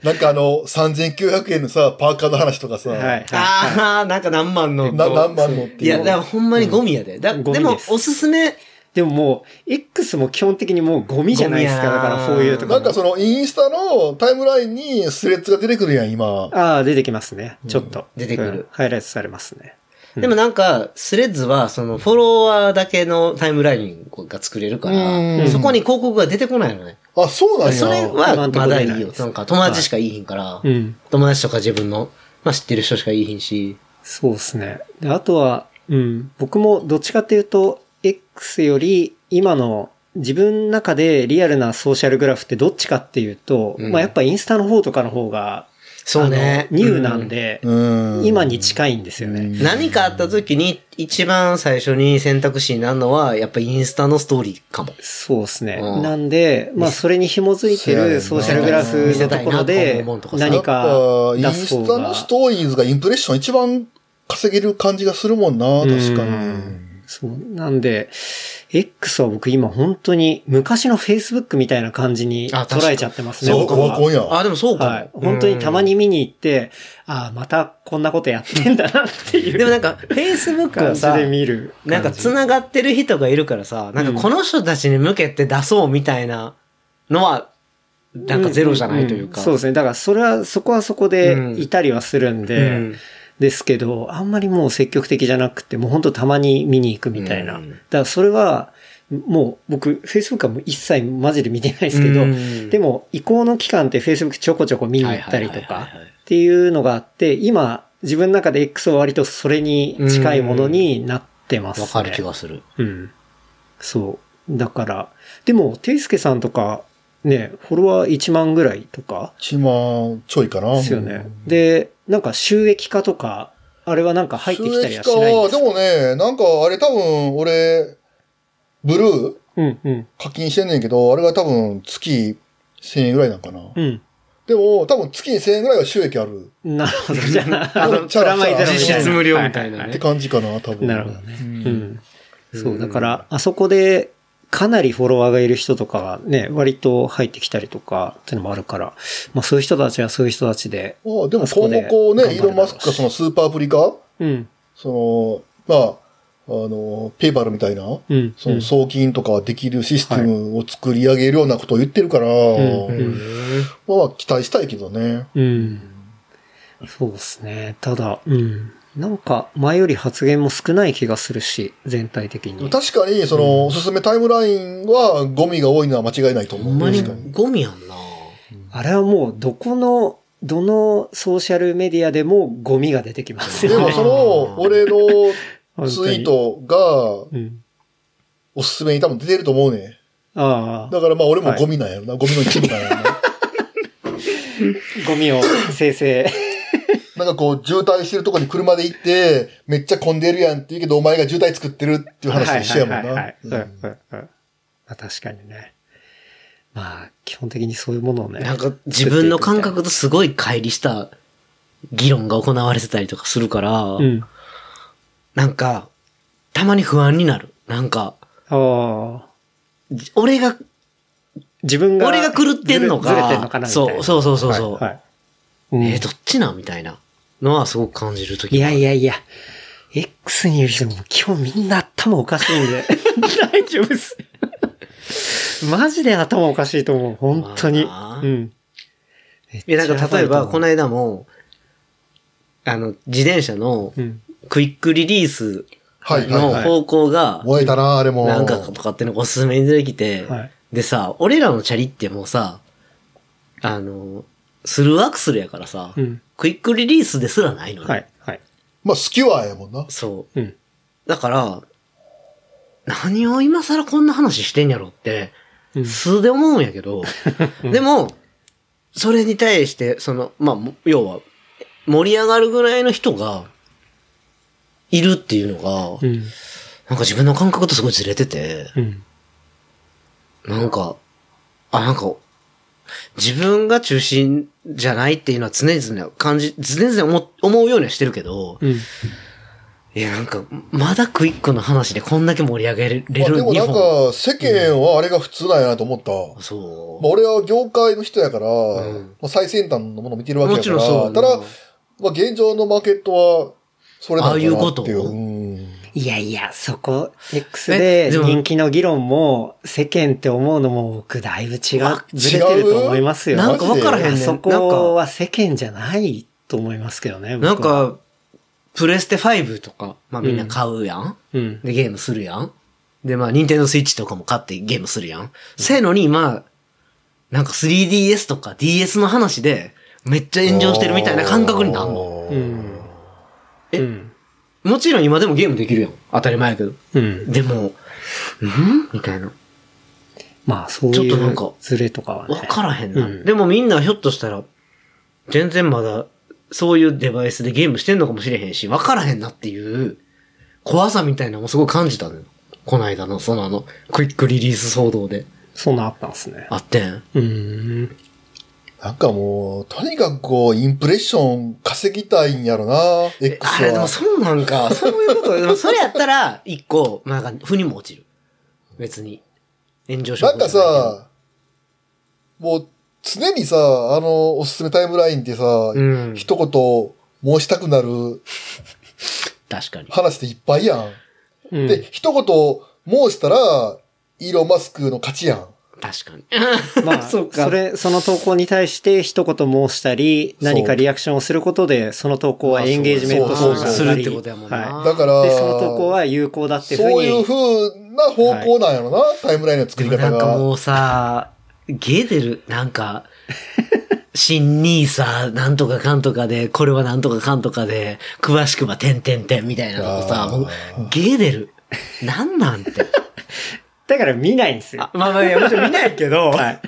Speaker 1: なんかあの、3900円のさ、パーカーの話とかさ、
Speaker 3: はいはい。
Speaker 2: あー、なんか何万の。
Speaker 1: な何万のって
Speaker 2: い
Speaker 1: いう。
Speaker 2: や、だからほんまにゴミやで。だ
Speaker 3: ゴミ
Speaker 2: で
Speaker 3: です
Speaker 2: も、おすすめ、
Speaker 3: でももう、X も基本的にもうゴミじゃないですか。
Speaker 2: ゴミ
Speaker 3: だ
Speaker 2: やー
Speaker 3: からこういうと
Speaker 1: な
Speaker 3: か
Speaker 1: んか
Speaker 3: も。
Speaker 1: その、インスタのタイムラインにスレッズが出てくるやん、今。
Speaker 3: ああ、出てきますね。ちょっと。
Speaker 2: 出てくる
Speaker 3: うんハイライトされますね。
Speaker 2: でもなんか、スレッズは、その、フォロワーだけのタイムラインが作れるか
Speaker 1: う
Speaker 2: ら、
Speaker 1: ん
Speaker 2: そこに広告が出てこないのね。
Speaker 1: あ、そうなんや。
Speaker 2: それ
Speaker 3: 今
Speaker 2: は、
Speaker 3: んとこ
Speaker 2: まだ
Speaker 3: 出ない
Speaker 2: い
Speaker 3: い
Speaker 2: よ
Speaker 3: で。す
Speaker 2: なんか、友達しか言いひんから
Speaker 3: う、ん。
Speaker 2: 友達とか自分の、まあ知ってる人しか言いひんし、
Speaker 3: そうですね。で、あとは、うん。僕もどっちかっていうと、X より今の自分の中でリアルなソーシャルグラフってどっちかっていうと、
Speaker 2: うん
Speaker 3: まあやっぱインスタの方とかの方が、
Speaker 2: そうね
Speaker 3: あ。のニューなんで、
Speaker 1: うん。
Speaker 3: 今に近いんですよね。
Speaker 2: うん。何かあった時に一番最初に選択肢になるのは、やっぱインスタのストーリーかも。
Speaker 3: そうですね。
Speaker 2: うん
Speaker 3: なんで、まあそれに紐づいて
Speaker 1: そうやねん
Speaker 3: る
Speaker 1: な
Speaker 3: ソーシャルグラフのところで
Speaker 2: うん
Speaker 3: 何か
Speaker 1: やっぱ
Speaker 3: 出
Speaker 1: イン
Speaker 3: す
Speaker 1: ス
Speaker 3: 方
Speaker 1: タ
Speaker 3: が
Speaker 1: のストーリーズがインプレッション一番稼げる感じがするもんな、確か
Speaker 3: うん
Speaker 1: に。
Speaker 3: そう。なんで、X は僕今本当に昔の Facebook みたいな感じに
Speaker 2: あ確
Speaker 3: 捉
Speaker 2: か
Speaker 3: えちゃってますね。
Speaker 1: そう
Speaker 3: 僕は
Speaker 1: オワコンや
Speaker 2: あ、でもそうかも。
Speaker 3: はい。本当にたまに見に行って、ああ、またこんなことやってんだなって
Speaker 2: うん。
Speaker 3: い
Speaker 2: でも
Speaker 3: う
Speaker 2: なんか、Facebook
Speaker 3: 感
Speaker 2: を
Speaker 3: じ
Speaker 2: さ、
Speaker 3: で見る感じ。
Speaker 2: なんか繋がってる人がいるからさ、なんかこの人たちに向けて出そうみたいなのは、なんかゼロじゃないというか。
Speaker 3: んんそうですね。だからそれは、そこはそこでいたりはするん
Speaker 2: う
Speaker 3: で、
Speaker 2: ん
Speaker 3: ですけど、あんまりもう積極的じゃなくて、もう本当たまに見に行くみたいな。
Speaker 2: うん
Speaker 3: だからそれは、もう僕、Facebook はもう一切マジで見てないですけど、
Speaker 2: うん
Speaker 3: でも移行の期間って Facebook ちょこちょこ見に行ったりと
Speaker 2: はい
Speaker 3: か
Speaker 2: はいはいはいはい
Speaker 3: っていうのがあって、今自分の中で X は割とそれに近いものになってますね。
Speaker 2: わかる気がする。
Speaker 3: うん。そう。だから、でも、ていすけさんとか、ね、フォロワー1万ぐらいとか
Speaker 1: 1万ちょいかな。
Speaker 3: ですよね。で、なんか収益化とか、あれはなんか入ってきたりは
Speaker 1: 収
Speaker 3: し
Speaker 1: 益
Speaker 3: ない
Speaker 1: 化
Speaker 3: んで
Speaker 1: は
Speaker 3: す
Speaker 1: で
Speaker 3: か
Speaker 1: もね、なんかあれ多分、俺、ブルー
Speaker 3: うんうん。
Speaker 1: 課金してんねんけど、あれが多分月1000円ぐらいなんかな。
Speaker 3: うん。
Speaker 1: でも、多分月に1000円ぐらいは収益ある
Speaker 3: なるほど。 (laughs) じゃ
Speaker 2: (laughs)
Speaker 3: あ、あ
Speaker 1: あ
Speaker 3: の、
Speaker 1: の
Speaker 3: プラマイゼロみたいな。
Speaker 2: 実質無料みたいなね
Speaker 3: は
Speaker 1: って感じかな、多分。
Speaker 3: なるほどね。
Speaker 1: うん
Speaker 3: うん。そうう、
Speaker 2: ん
Speaker 3: だから、あそこで、かなりフォロワーがいる人とかがね、割と入ってきたりとかっていうのもあるから、まあそういう人たちはそういう人たちで、
Speaker 1: まあ、でも
Speaker 3: あそこ
Speaker 1: 今
Speaker 3: で
Speaker 1: 後こう
Speaker 3: 頑張
Speaker 1: ね、
Speaker 3: る
Speaker 1: イ
Speaker 3: だろうし
Speaker 1: ーロン・マスクがそのスーパーアプリ化
Speaker 3: うん、
Speaker 1: その、まあ、あの、ペイパルみたいな、
Speaker 3: うん。
Speaker 1: その
Speaker 3: うん
Speaker 1: 送金とかできるシステムを作り上げるようなことを言ってるから、
Speaker 3: んうん
Speaker 1: まあ期待したいけどね。
Speaker 3: うん。そうですね。ただ、うん。なんか、前より発言も少ない気がするし、全体的に。
Speaker 1: 確かに、その、おすすめタイムラインはゴミが多いのは間違いないと思
Speaker 2: ほ
Speaker 1: う。
Speaker 2: んまに
Speaker 1: 確かに
Speaker 2: ゴミやんな。
Speaker 3: あれはもう、どこの、どのソーシャルメディアでもゴミが出てきます
Speaker 1: で
Speaker 3: よ
Speaker 1: も
Speaker 3: ね。
Speaker 1: その、俺の
Speaker 3: (laughs) 本当
Speaker 1: ツ
Speaker 3: に
Speaker 1: イー。トが
Speaker 3: うん。
Speaker 1: おすすめに多分出てると思うね。
Speaker 3: ああ、
Speaker 1: だからまあ俺もゴミなんやろな。ゴミの一部なんや
Speaker 3: (laughs)
Speaker 1: ろな。
Speaker 3: ゴミを生成。
Speaker 1: なんかこう、渋滞してるとこに車で行って、めっちゃ混んでるやんって言うけど、お前が渋滞作ってるっていう話と一緒やもん
Speaker 3: はいはいはいはい
Speaker 1: な。
Speaker 3: うんうんうんまあ確かにね。まあ、基本的にそういうものをね。
Speaker 2: なんか自分の感覚とすごい乖離した議論が行われてたりとかするから、
Speaker 3: うん。
Speaker 2: なんか、たまに不安になる。なんか、
Speaker 3: ああ。
Speaker 2: じ俺が、
Speaker 3: 自分が。
Speaker 2: 俺が狂ってんのか
Speaker 3: ずれずれてんのかなみたい
Speaker 2: そ
Speaker 3: な
Speaker 2: うそうそうそうそう
Speaker 3: はいはいうん
Speaker 2: えーどっちなみたいなのはすごく感じるとき。
Speaker 3: いやいやいや。X にいる人も今日みんな頭おかしいんで。 (laughs) 大丈夫っす。マジで頭おかしいと思う。本当に。う。
Speaker 2: まあなんいや、なんか例えば、この
Speaker 3: い。
Speaker 2: 間も、あの、自転車の
Speaker 3: うん。
Speaker 2: クイックリリース
Speaker 1: はいはい
Speaker 2: の
Speaker 1: はい。
Speaker 2: 方向が、
Speaker 1: 燃えたな、あれも。
Speaker 2: なんかとかってのがおすすめに出てきて、
Speaker 3: はい
Speaker 2: でさ、俺らのチャリってもうさ、あの、スルーアクスルやからさ、
Speaker 3: うん
Speaker 2: クイックリリースですらないのね。
Speaker 3: はい。はい。
Speaker 1: まあ、スキュアやもんな。
Speaker 2: そう。
Speaker 3: うん。
Speaker 2: だから、何を今更こんな話してんやろって、
Speaker 3: うん
Speaker 2: 素で思うんやけ
Speaker 3: (laughs)
Speaker 2: ど、でも、それに対して、その、まあ、も要は、盛り上がるぐらいの人が、いるっていうのが、
Speaker 3: うん。
Speaker 2: なんか自分の感覚とすごいずれてて、
Speaker 3: うん。
Speaker 2: なんか、あ、なんか、自分が中心じゃないっていうのは常々感じ、常々思思うようにはしてるけど、
Speaker 3: うん。
Speaker 2: いや、なんか、まだクイックの話でこんだけ盛り上げれる
Speaker 1: まあ、でも
Speaker 2: 日
Speaker 1: なん
Speaker 2: 本。
Speaker 1: か、世間はあれが普通なんやなと思った。
Speaker 2: そ
Speaker 1: まあ、俺は業界の人やから、
Speaker 2: ん
Speaker 1: まあ、最先端のものを見てるわ
Speaker 2: う。
Speaker 1: け
Speaker 2: も
Speaker 1: や
Speaker 2: ち
Speaker 1: か
Speaker 2: ろんそう。
Speaker 1: ら、ただ、まあ、現状のマーケットは、それなんだなっていう。
Speaker 2: ああいうことを
Speaker 1: うん
Speaker 3: いやいや、そこ、X
Speaker 2: え
Speaker 3: で
Speaker 2: でも
Speaker 3: 人気の議論も、世間って思うのも僕だいぶ違う
Speaker 2: あ、
Speaker 3: ずれてると思いますよ。
Speaker 2: なんか分からへんね
Speaker 3: あ
Speaker 2: ん。
Speaker 3: そこは世間じゃないと思いますけど
Speaker 2: な
Speaker 3: ね。
Speaker 2: ん
Speaker 3: 僕は、
Speaker 2: か、プレステ5とか、まあみんな買うやん。
Speaker 3: うん。
Speaker 2: で、ゲームするやん。で、まあ、ニンテンドスイッチとかも買ってゲームするやん。せやのに、今、なんか 3DS とか DS の話で、めっちゃ炎上してるみたいな感覚になんの。
Speaker 3: うん。
Speaker 2: え
Speaker 3: うん
Speaker 2: もちろん今でもゲームできるやん。当たり前やけど。
Speaker 3: うん。
Speaker 2: でも、うんみたいな。
Speaker 3: まあ、そう
Speaker 2: ち
Speaker 3: い
Speaker 2: ょっとなん
Speaker 3: う
Speaker 2: か
Speaker 3: ズレとかはね。
Speaker 2: わからへんな。
Speaker 3: うん
Speaker 2: でもみんなひょっとしたら、全然まだ、そういうデバイスでゲームしてんのかもしれへんし、わからへんなっていう、怖さみたいなのもすごい感じたのよ。こないだの、そのあの、クイックリリース騒動で。
Speaker 3: そんなんあったんですね。
Speaker 2: あってん。
Speaker 3: うーん。
Speaker 1: なんかもう、とにかくこう、インプレッション稼ぎたいんやろな、X
Speaker 2: あれ、でも
Speaker 1: は。
Speaker 2: そうなんか、そういうこと。でもそれやったら、一個、まあなんか、負にも落ちる。別に。炎上症
Speaker 1: なんか、さ、もう、常にさ、あの、おすすめタイムラインってさ、
Speaker 2: うん
Speaker 1: 一言申したくなる
Speaker 2: 確かに。
Speaker 1: 話っていっぱいやん。
Speaker 3: うん
Speaker 1: で、一言申したら、イーロン・マスクの勝ちやん。
Speaker 2: 確かに。
Speaker 3: まあ、
Speaker 2: (laughs) そ
Speaker 3: そう
Speaker 2: か
Speaker 3: れ、その投稿に対して一言申したり、何かリアクションをすることで、その投稿はエンゲージメント
Speaker 1: そう
Speaker 3: が上がり
Speaker 2: するってことやもんな。
Speaker 3: は
Speaker 1: だから、
Speaker 3: い。で、その投稿は有効だっていうふうに。
Speaker 1: そういう風な方向なんやろな、タイムラインの作
Speaker 2: で
Speaker 1: り
Speaker 2: も
Speaker 1: 方
Speaker 2: なんか
Speaker 1: が。
Speaker 2: もうさ、ゲーデル、なんか、新ニーサなんとかかんとかで、これはなんとかかんとかで、詳しくは点点点みたいなのをさ、
Speaker 1: あ
Speaker 2: も
Speaker 1: ー
Speaker 2: う、ゲーデル、なんなんて。
Speaker 3: だから見ないんですよ。
Speaker 2: まあまあ、いや、もちろん見ないけど、
Speaker 3: はい。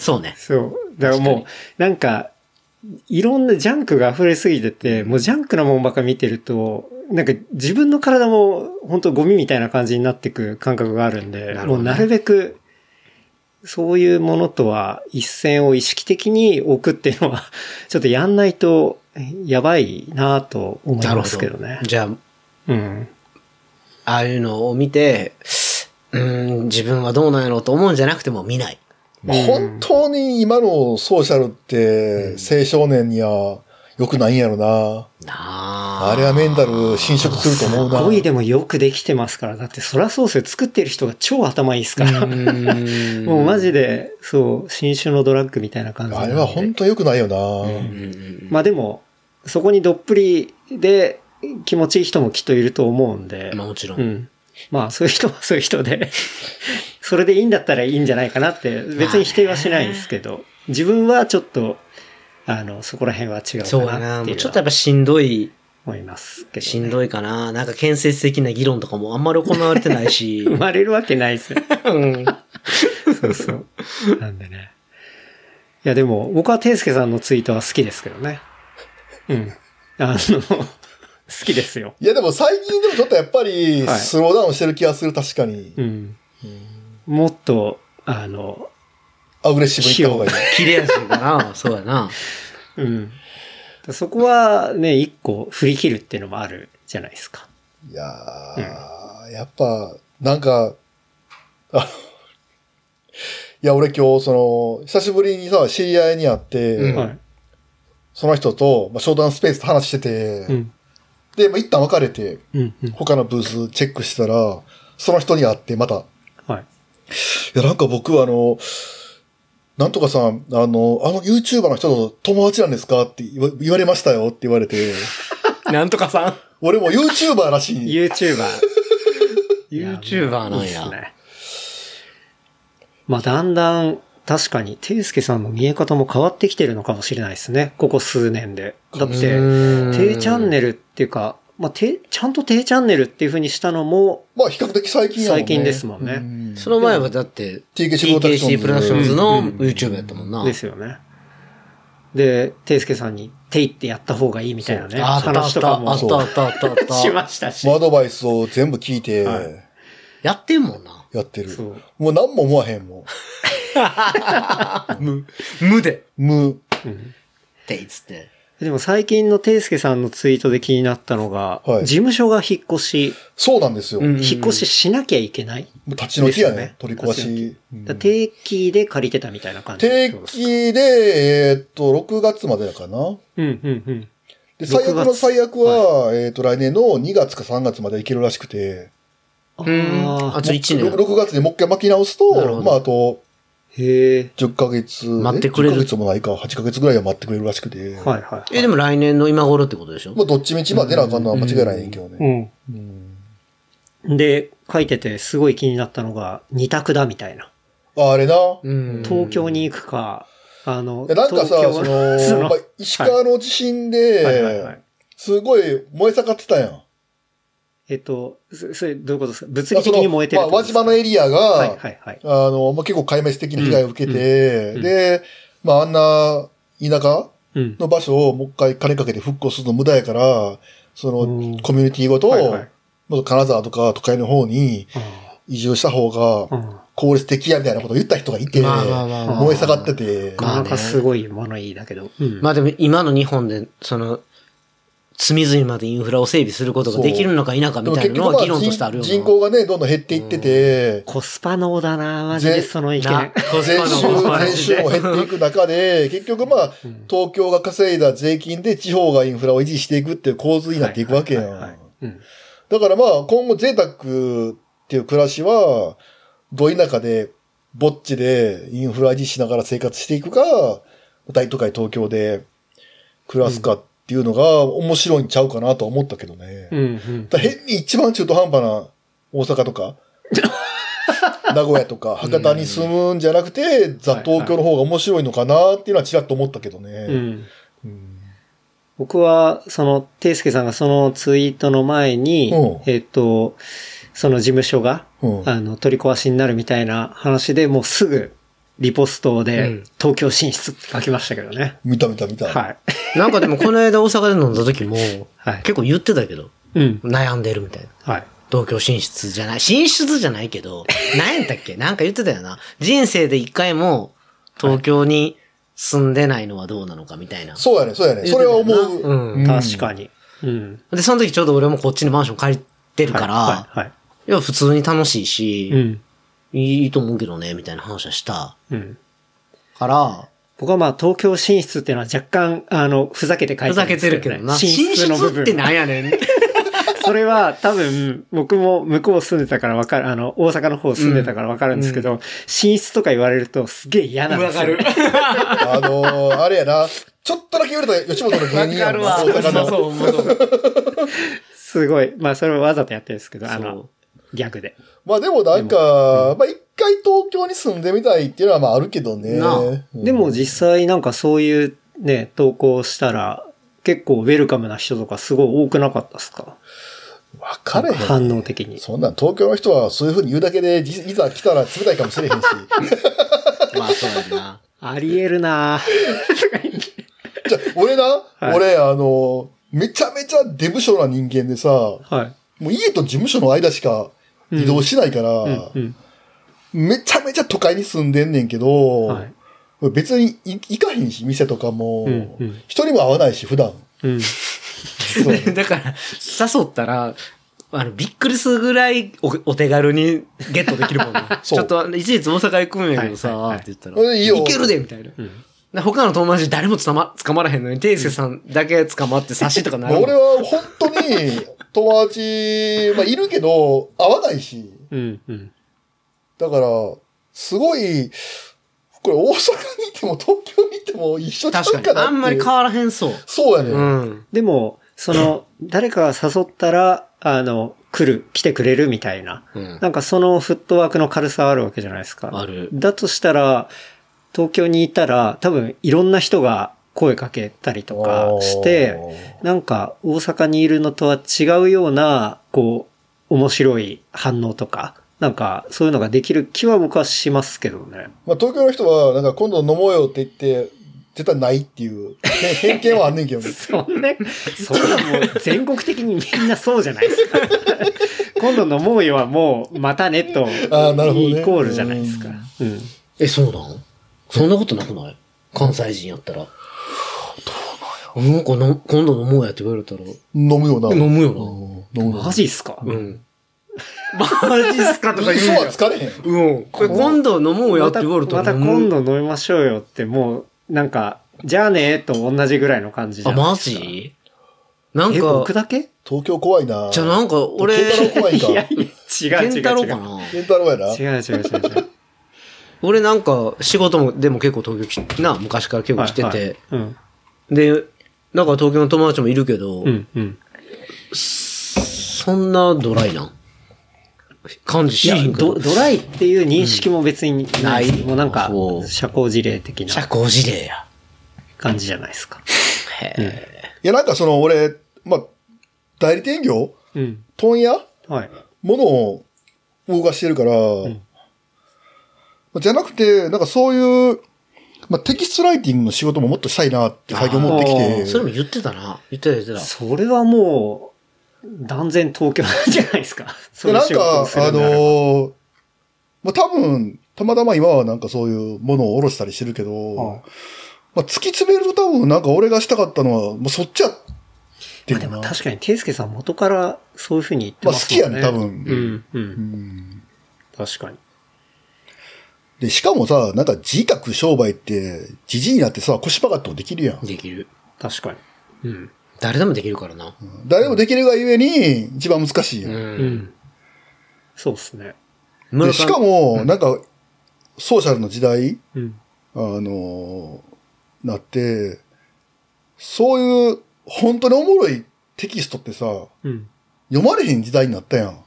Speaker 2: そうね。
Speaker 3: そう。だからもう、なんか、いろんなジャンクが溢れすぎてて、もうジャンクなもんばっか見てると、なんか自分の体も本当ゴミみたいな感じになってく感覚があるん
Speaker 2: な
Speaker 3: で、
Speaker 2: るほどね
Speaker 3: もうなるべく、そういうものとは一線を意識的に置くっていうのは、 (laughs) ちょっとやんないとやばいなぁと思い
Speaker 2: なる
Speaker 3: ま
Speaker 2: ほ
Speaker 3: す
Speaker 2: ど。
Speaker 3: けどね。
Speaker 2: じゃあ、
Speaker 3: うん。
Speaker 2: ああいうのを見て、うーん、自分はどうなんやろうと思うんじゃなくても見ない。
Speaker 1: まあ本当に今のソーシャルって、青少年には良くないんやろな。
Speaker 2: なあ。
Speaker 1: あれはメンタル侵食すると思う
Speaker 3: すごい
Speaker 1: な。
Speaker 3: でもよくできてますから。だってソラソース作ってる人が超頭いいですから。
Speaker 2: うん
Speaker 3: (laughs) もうマジで、そう、新種のドラッグみたいな感じなんで。
Speaker 1: あれは本当良くないよな。
Speaker 2: うん
Speaker 3: まあでも、そこにどっぷりで気持ちいい人もきっといると思うんで。
Speaker 2: まあもちろん
Speaker 3: うん。まあそういう人は (laughs) そういう人で、それでいいんだったらいいんじゃないかなって、別に否定はしないんですけど、自分はちょっと、あの、そこら辺は違う
Speaker 2: そう
Speaker 3: か
Speaker 2: や
Speaker 3: な
Speaker 2: な。
Speaker 3: って
Speaker 2: も
Speaker 3: いうう
Speaker 2: ちょっ
Speaker 3: の
Speaker 2: とやっ
Speaker 3: は
Speaker 2: ぱしんどい
Speaker 3: 思いますけどね、
Speaker 2: しんどいかな。なんか建設的な議論とかもあんまり行われてない (laughs) し。
Speaker 3: 生まれるわけないですよ。
Speaker 2: うん
Speaker 3: そうそう。なんでね。いや、でも、僕は天介さんのツイートは好きですけどね。うん。あの、好きですよ。
Speaker 1: いやでも最近でもちょっとやっぱり
Speaker 3: はい
Speaker 1: スローダウンしてる気がする、確かに
Speaker 3: う。ん。もっと、あの、
Speaker 1: アグレッシブにいった方がいい。
Speaker 2: 切れ味かな。そうやな。
Speaker 3: うん。そこはね、一個振り切るっていうのもあるじゃないですか。
Speaker 1: いやー、やっぱ、なんか、あのいや、俺今日、その、久しぶりにさ、知り合いに会って、
Speaker 2: うん
Speaker 3: はい。
Speaker 1: その人と、まあ、商談スペースと話してて、
Speaker 3: うん。
Speaker 1: で、まあ、一旦別れて、
Speaker 3: うん。うん。
Speaker 1: 他のブースチェックしたら、その人に会って、また、い
Speaker 3: はい。
Speaker 1: や、なんか僕はあの、なんとかさん、あの、あの YouTuber の人と友達なんですかって言わ言われましたよって言われて、
Speaker 2: なんとかさん。
Speaker 1: 俺も YouTuber らしい。
Speaker 3: YouTuber。
Speaker 2: YouTuber なん
Speaker 3: いいっ
Speaker 2: や
Speaker 3: す。ね。まあ、だんだん、確かに、ていすけさんの見え方も変わってきてるのかもしれないですね。ここ数年で。だって、ていチャンネルっていうか、まあ、て、ちゃんとていチャンネルっていう風にしたのも、
Speaker 1: まあ、比較的最近やもんね。
Speaker 3: 最近ですもんね
Speaker 1: うん
Speaker 2: その前はだって、
Speaker 1: TKC プロダクションズ
Speaker 2: TKC プロダクションズの YouTube やったもんな。
Speaker 3: ですよね。で、ていすけさんに、ていってやった方がいいみたいなね、
Speaker 2: あったあっ
Speaker 3: 話と
Speaker 2: た、
Speaker 3: か
Speaker 2: あ
Speaker 3: も
Speaker 2: っ
Speaker 3: した
Speaker 2: あったあったあった
Speaker 3: ましたし。
Speaker 1: もうアドバイスを全部聞いて、
Speaker 3: はい
Speaker 2: やってんもんな。
Speaker 1: やってる。
Speaker 3: そう
Speaker 1: もう何も思わへんもん。
Speaker 2: 無、無で。
Speaker 1: 無。
Speaker 2: って言って。
Speaker 3: でも最近のていすけさんのツイートで気になったのが、
Speaker 1: はい
Speaker 3: 事務所が引っ越し、
Speaker 1: そうなんですよ。
Speaker 2: うん
Speaker 3: 引っ越ししなきゃいけない。
Speaker 1: もう立ち退きやね。
Speaker 3: ですよね
Speaker 1: 取り壊し。うん
Speaker 3: だから定期で借りてたみたいな感じ
Speaker 1: 定期で、えーっと、6月までだかな。
Speaker 3: うんうんうん。
Speaker 1: で、
Speaker 3: 6
Speaker 1: 最悪の最悪は、えーっと、来年の2月か3月まで行けるらしくて、
Speaker 2: う
Speaker 3: あ
Speaker 2: ん。あ
Speaker 3: ー
Speaker 2: と一年。
Speaker 1: 6月でもう一回巻き直す
Speaker 2: なるほ
Speaker 1: と、
Speaker 2: ど
Speaker 1: まあ、あと、
Speaker 3: へえ。
Speaker 1: 10ヶ月。
Speaker 2: 待ってくれる
Speaker 1: え10ヶ月もないか、8ヶ月ぐらいは待ってくれるらしくて。
Speaker 3: はいはい。
Speaker 2: え、でも来年の今頃ってことでしょ
Speaker 1: まあ、どっちみち、まあ、出なあかんのは間違いないんやけどね。
Speaker 3: うん。で、書いててすごい気になったのが、二択だみたいな。
Speaker 1: ああれな。
Speaker 2: うん
Speaker 3: 東京に行くか、あの、
Speaker 1: いやなんかさ、
Speaker 3: 東京
Speaker 1: その、まあ、石川の地震で、
Speaker 3: はいはいはい
Speaker 1: すごい燃え盛ってたやん。
Speaker 3: えっと、そそれどういうことですか物理的に燃えてる
Speaker 1: まあ、
Speaker 3: ってこと
Speaker 1: 輪
Speaker 3: ですか
Speaker 1: 島のエリアが、
Speaker 3: はいはいはい。
Speaker 1: あの、まあ、結構壊滅的な被害を受けて、
Speaker 3: うんうん
Speaker 1: で、まあ、あんな田舎
Speaker 3: うん。
Speaker 1: の場所をもう一回金かけて復興するの無駄やから、その
Speaker 3: うん
Speaker 1: コミュニティごと、
Speaker 3: はいはい
Speaker 1: もっと金沢とか都会の方に
Speaker 3: あ
Speaker 1: 移住した方
Speaker 3: あ
Speaker 1: が
Speaker 3: うん
Speaker 1: 効率的やみたいなことを言った人がいて、
Speaker 2: まあまあまあまあ
Speaker 1: 燃え下がってて、
Speaker 3: なかなかすごい物言いだけど。うん
Speaker 2: まあでも今の日本で、その、隅々までインフラを整備することができるのか否かみ
Speaker 1: でも
Speaker 2: たい
Speaker 1: 結
Speaker 2: なのは
Speaker 1: 局まあ
Speaker 2: 議論としてある
Speaker 1: 人
Speaker 2: よな。
Speaker 1: 人口がね、どんどん減っていってて、
Speaker 3: コスパ能だな、マジで
Speaker 1: ぜ
Speaker 3: その意
Speaker 2: な
Speaker 3: 見。
Speaker 2: コス
Speaker 1: 前
Speaker 2: パの
Speaker 1: 週、前週も減っていく中で、結局まあ、東京が稼いだ税金で地方がインフラを維持していくっていう構図になっていくわけや
Speaker 3: はいはいはい
Speaker 1: ん。
Speaker 3: うん
Speaker 1: だからまあ、今後贅沢っていう暮らしは、ど田舎で、ぼっちでインフラ維持しながら生活していくか、大都会東京で暮らすかっていうのが面白いんちゃうかなとは思ったけどね。
Speaker 3: うんうん。
Speaker 1: だから変に一番中途半端な大阪とか、名古屋とか博多に住むんじゃなくて、ザ・東京の方が面白いのかなっていうのはちらっと思ったけど
Speaker 3: う
Speaker 1: ね。
Speaker 3: ん
Speaker 1: うん
Speaker 3: 僕は、その、ていすけさんがそのツイートの前に
Speaker 1: うん、
Speaker 3: えっと、その事務所が、
Speaker 1: うん
Speaker 3: あの、取り壊しになるみたいな話でもうすぐ、リポスト
Speaker 2: う
Speaker 3: で
Speaker 2: ん、
Speaker 3: 東京進出って書きましたけどね。
Speaker 1: 見た見た見た。
Speaker 3: はい。
Speaker 2: なんかでもこの間大阪で飲んだ時も、
Speaker 3: はい
Speaker 2: 結構言ってたけど、
Speaker 3: うん。
Speaker 2: 悩んでるみたいな。
Speaker 3: はい。
Speaker 2: 東京進出じゃない。進出じゃないけど、何やったっけなんか言ってたよな。人生で一回も東京に住んでないのはどうなのかみたいな。
Speaker 1: そうやね、そうやね。それは思
Speaker 2: 言ってたよな
Speaker 1: う。
Speaker 2: うん
Speaker 1: うん
Speaker 3: 確かに。うん。
Speaker 2: で、その時ちょうど俺もこっちにマンション借りてるから、
Speaker 3: はいはい。はい
Speaker 2: いや、普通に楽しいし、
Speaker 3: うん。
Speaker 2: いいと思うけどね、みたいな話はした。
Speaker 3: うん。
Speaker 2: から、
Speaker 3: 僕はまあ東京進出っていうのは若干、あの、ふざけて書
Speaker 2: ふ
Speaker 3: いてるん
Speaker 2: ざ
Speaker 3: で
Speaker 2: け
Speaker 3: す
Speaker 2: て
Speaker 3: よね
Speaker 2: るけどな。
Speaker 3: 進
Speaker 2: 進
Speaker 3: 出の部
Speaker 2: 出
Speaker 3: 分。
Speaker 2: ってなんやねん。
Speaker 3: それは多分、僕も向こう住んでたからわかる、あの、大阪の方住んでたからわかるんですけど、進出とか言われるとすげえ嫌なんですよ。。
Speaker 1: あのー、あれやな。ちょっとだけ言われたら吉本の芸人やんな。
Speaker 2: そう
Speaker 1: 大阪の。
Speaker 2: そう、ほんまそう。
Speaker 3: すごい。まあそれはわざとやってるんですけど、あ
Speaker 2: そ
Speaker 3: の
Speaker 2: う、
Speaker 3: ギャグで。
Speaker 1: まあでもなんか、まあ一回東京に住んでみたいっていうのはまああるけどね。
Speaker 2: なあ
Speaker 1: うん
Speaker 3: でも実際なんかそういうね、投稿したら、結構ウェルカムな人とかすごい多くなかったですか
Speaker 1: わかれへん。
Speaker 3: 反応的に。
Speaker 1: そんなん東京の人はそういうふうに言うだけで、じいざ来たら冷たいかもしれへんし。
Speaker 2: まあ、そうやな。
Speaker 3: ありえるなぁ
Speaker 1: じゃあ、俺な、
Speaker 3: い
Speaker 1: 俺、あの、めちゃめちゃデブ症な人間でさ、も
Speaker 3: (laughs) はい。
Speaker 1: う家と事務所の間しか移動しないから、
Speaker 3: うんうん。
Speaker 1: めちゃめちゃ都会に住んでんねんけど、
Speaker 3: はい。
Speaker 1: 別にい行かへんし、店とかも、
Speaker 3: うんうん
Speaker 1: 人にも会わないし、普段。
Speaker 3: うん。
Speaker 1: そう。
Speaker 2: だから、誘ったら、あの、びっくりするぐらいおお手軽にゲットできるもん (laughs) ね。
Speaker 1: そう
Speaker 2: ちょっと、いちいち大阪行くんやけどさ、
Speaker 3: はいはいはい
Speaker 2: って言った
Speaker 1: う
Speaker 2: ら、
Speaker 1: んいいよ
Speaker 2: けるで、みたいな。で他の友達誰も捕ま、捕まらへんのに、ていすけさんだけ捕まって差しとかなるもん。
Speaker 1: 俺は本当に友達、まあ、いるけど、会わないし。
Speaker 3: うん。うん。
Speaker 1: だから、すごい、これ大阪にいても東京にいても一緒ちゃうかな
Speaker 2: 確
Speaker 1: って
Speaker 2: か
Speaker 1: いう
Speaker 2: に。あんまり変わらへんそう。
Speaker 1: そうやね、。
Speaker 2: うんん。
Speaker 3: でも、その、誰かが誘ったら、あの、来る、来てくれるみたいな。
Speaker 2: うん
Speaker 3: なんかそのフットワークの軽さはあるわけじゃないですか。
Speaker 2: ある
Speaker 3: だとしたら、東京にいたら、多分いろんな人が声かけたりとかして、なんか大阪にいるのとは違うような、こう、面白い反応とか、なんかそういうのができる気は僕はしますけどね。
Speaker 1: まあ、東京の人は、なんか今度飲もうよって言って、絶対ないっていう、へ (laughs) 偏見はあんねんけどね。
Speaker 3: そんな、そんなもう全国的にみんなそうじゃないですか。今度のもうよはもう、またねと、イ
Speaker 1: あーなるほどね
Speaker 3: コールじゃないですか。うん。
Speaker 2: え、そうなんそんなことなくない関西人やったら。どうなんやなんかの今度飲もうやって言われたら、
Speaker 1: 飲むよな。
Speaker 2: 飲むよ
Speaker 1: な。飲むよ
Speaker 3: マジっすか、
Speaker 2: な。うん。マジっすかと
Speaker 1: な。
Speaker 2: か
Speaker 1: 嘘
Speaker 2: 言う
Speaker 1: は
Speaker 2: やん。
Speaker 1: 疲れへん。
Speaker 2: うん。これ今度飲もうやって
Speaker 3: また
Speaker 2: 言われたら
Speaker 3: また今度飲みましょうよって、もう、なんか、じゃあねと同じぐらいの感じじ
Speaker 2: あ、
Speaker 3: ゃない
Speaker 2: マ
Speaker 3: ですか。
Speaker 2: ジなん
Speaker 3: え、僕
Speaker 2: か、
Speaker 3: だけ
Speaker 1: 東京怖いな。
Speaker 2: じゃあなんか俺、
Speaker 1: 健太郎怖い
Speaker 3: い
Speaker 1: か。
Speaker 3: やいや、違う違う違う。
Speaker 2: 健太郎かな
Speaker 1: 健太郎やな。
Speaker 3: 違う違う違う違う。
Speaker 2: 俺なんか仕事も、でも結構東京来な、昔から結構来て
Speaker 3: はいは
Speaker 2: て
Speaker 3: い。うん。
Speaker 2: で、なんか東京の友達もいるけど
Speaker 3: う、んうん。
Speaker 2: そんなドライな感じ
Speaker 3: い
Speaker 2: し
Speaker 3: や
Speaker 2: へんけど
Speaker 3: ド、ドライっていう認識も別にない。
Speaker 2: うんない
Speaker 3: もうなんか
Speaker 2: そ、う
Speaker 3: 社交辞令的な
Speaker 2: 社交辞令や。
Speaker 3: 感じじゃないですか。
Speaker 2: へえ。
Speaker 1: いや、なんかその、俺、まあ、代理店業
Speaker 3: うん。
Speaker 1: 問屋
Speaker 3: はい。
Speaker 1: ものを動かしてるから、じゃなくて、なんかそういう、まあ、テキストライティングの仕事ももっとしたいなって最近思ってき
Speaker 2: うんそれ
Speaker 1: て、
Speaker 2: も言ってたな。言ってた言ってた。
Speaker 3: それはもう、断然東京なんじゃないですか。そ
Speaker 1: で
Speaker 3: の
Speaker 1: なん
Speaker 3: 仕事を
Speaker 1: か
Speaker 3: す、る
Speaker 1: あ
Speaker 3: ならば
Speaker 1: のーまあ、多分、たまたま今はなんかそういうものを下ろしたりしてるけど、
Speaker 3: はい
Speaker 1: まあ、突き詰めると多分なんか俺がしたかったのは、もうそっちやってい
Speaker 3: まあ
Speaker 1: う
Speaker 3: で
Speaker 1: のか
Speaker 3: も
Speaker 1: な。
Speaker 3: 確かに、ていすけさん元からそういうふうに言ってますもんね。
Speaker 1: まあ好きやね多分
Speaker 3: うん、うん。
Speaker 1: うん
Speaker 3: 確かに。
Speaker 1: で、しかもさ、なんか自覚商売って、じじいになってさ、腰パカッとできるやん。
Speaker 2: できる。
Speaker 3: 確かに。うん。
Speaker 2: 誰でもできるからな。。
Speaker 1: 誰もできるがゆえに、一番難しいやん。
Speaker 3: うんん。そうですね。
Speaker 2: 村
Speaker 1: で
Speaker 2: 上
Speaker 1: しかも、なんか、ソーシャルの時代、
Speaker 3: うん。
Speaker 1: あのーなって、そういう、本当におもろいテキストってさ、
Speaker 3: うん。
Speaker 1: 読まれへん時代になったやん。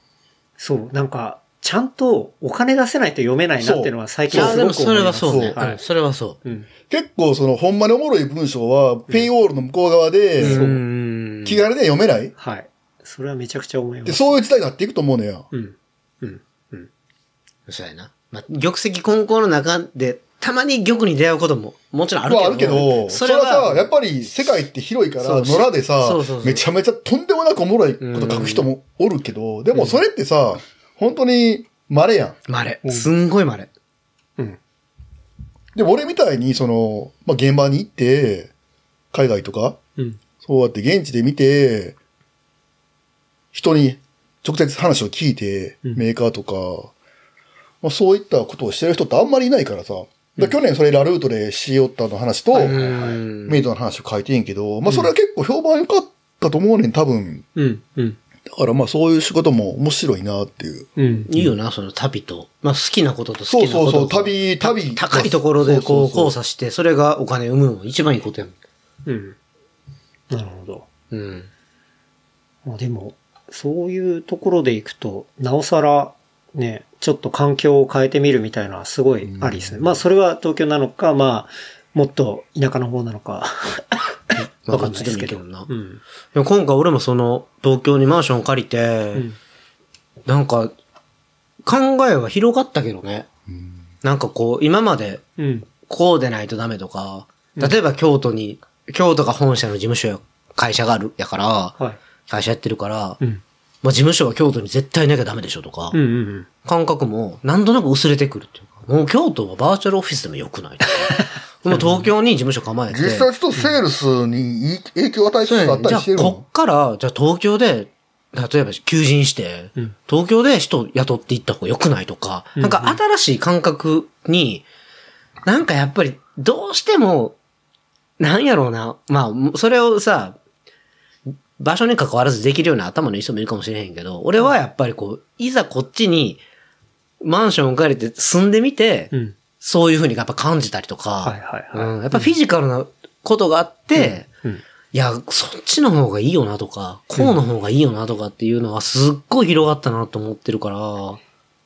Speaker 3: そう、なんか、ちゃんとお金出せないと読めないなっていうのは最
Speaker 2: い
Speaker 3: 近
Speaker 2: や、
Speaker 3: す
Speaker 2: で
Speaker 3: ご
Speaker 2: も
Speaker 3: く
Speaker 2: そ
Speaker 3: 思
Speaker 2: れ
Speaker 3: いま
Speaker 2: は
Speaker 3: す。
Speaker 2: そうね。
Speaker 3: はい
Speaker 2: うんそれはそ
Speaker 3: うん。
Speaker 1: 結構その、ほんまにおもろい文章は、ペイウォールの向こう側で、
Speaker 2: う。
Speaker 1: そう
Speaker 2: うん
Speaker 1: 気軽で読めない
Speaker 3: はい。それはめちゃくちゃ思いま。
Speaker 1: ですそういう時代になっていくと思うのや。
Speaker 3: うん。うん。うん。
Speaker 2: そうやな。まあ、玉石混交の中で、たまに玉に出会うことも、もちろんある
Speaker 1: ま
Speaker 2: け
Speaker 1: あ
Speaker 2: ど。
Speaker 1: あるけど、それはさ、やっぱり世界って広いから、
Speaker 2: そう
Speaker 1: 野良でさ
Speaker 2: そうそうそう、
Speaker 1: めちゃめちゃとんでもなくおもろいこと書く人もおるけど、でもそれってさ、本当に稀やん。
Speaker 2: まれ。すんごいまれ。
Speaker 3: うん。
Speaker 1: で、俺みたいに、その、まあ、現場に行って、海外とか、
Speaker 3: うん。
Speaker 1: そうやって現地で見て、人に直接話を聞いて、
Speaker 3: うん
Speaker 1: メーカーとか、まあ、そういったことをしてる人ってあんまりいないからさ。で去年それラルートで c o タの話と、
Speaker 2: うん
Speaker 1: メイドの話を書いてんけど、まあそれは結構評判良かったと思うねん、多分。
Speaker 3: うん。うん。
Speaker 1: だからまあそういう仕事も面白いなっていう。
Speaker 3: うん。
Speaker 2: いいよな、その旅と。まあ、好きなことと好き
Speaker 1: そう
Speaker 2: なこと
Speaker 1: そうそう、
Speaker 2: と
Speaker 1: 旅、旅。
Speaker 2: 高いところでこう
Speaker 1: そ
Speaker 2: 交
Speaker 1: そ
Speaker 2: 差して、それがお金生むのが一番いいことやもん。
Speaker 3: うん。なるほど。
Speaker 2: うん。
Speaker 3: まあでも、そういうところでいくと、なおさら、ね、ちょっと環境を変えてみるみたいなすごいありですね。まあそれは東京なのか、まあ、もっと田舎の方なのか、
Speaker 2: まあ
Speaker 3: わかんないですけど。
Speaker 2: どっちでもいいけどな
Speaker 3: うん。
Speaker 2: でも今回俺もその、東京にマンション借りて、
Speaker 3: うん。
Speaker 2: なんか、考えは広がったけどね。なんかこう、今まで
Speaker 3: うん。
Speaker 2: こうでないとダメとか、
Speaker 3: うん
Speaker 2: 例えば京都に、京都が本社の事務所や会社がある、やから、
Speaker 3: はい。
Speaker 2: 会社やってるから、
Speaker 3: うん。
Speaker 2: まあ事務所は京都に絶対いなきゃダメでしょとか、
Speaker 3: うんうんうん。
Speaker 2: 感覚もなんとなく薄れてくるっていうか、もう京都はバーチャルオフィスでも良く
Speaker 3: (laughs)
Speaker 2: ないとか。もう東京に事務所構えて。
Speaker 1: 実際ちょっとセールスにいい影響を与えつつあった
Speaker 2: じ
Speaker 1: り
Speaker 2: ゃあ
Speaker 1: してるも
Speaker 2: こ
Speaker 1: ん。
Speaker 2: っから、じゃあ東京で、例えば求人して、
Speaker 3: うん
Speaker 2: 東京で人雇っていった方が良くないとか、
Speaker 3: うん
Speaker 2: なんか新しい感覚に、なんかやっぱりどうしても、なんやろうな、まあ、それをさ、場所に関わらずできるような頭のいい人もいるかもしれへんけど、俺はやっぱりこう、いざこっちに、マンションを借りて住んでみて、
Speaker 3: うん。
Speaker 2: そういうふうにやっぱ感じたりとか、
Speaker 3: はいはいはい
Speaker 2: うんやっぱフィジカルなことがあって、
Speaker 3: うん。
Speaker 2: いや、そっちの方がいいよなとか、こうの方がいいよなとかっていうのはすっごい広がったなと思ってるから、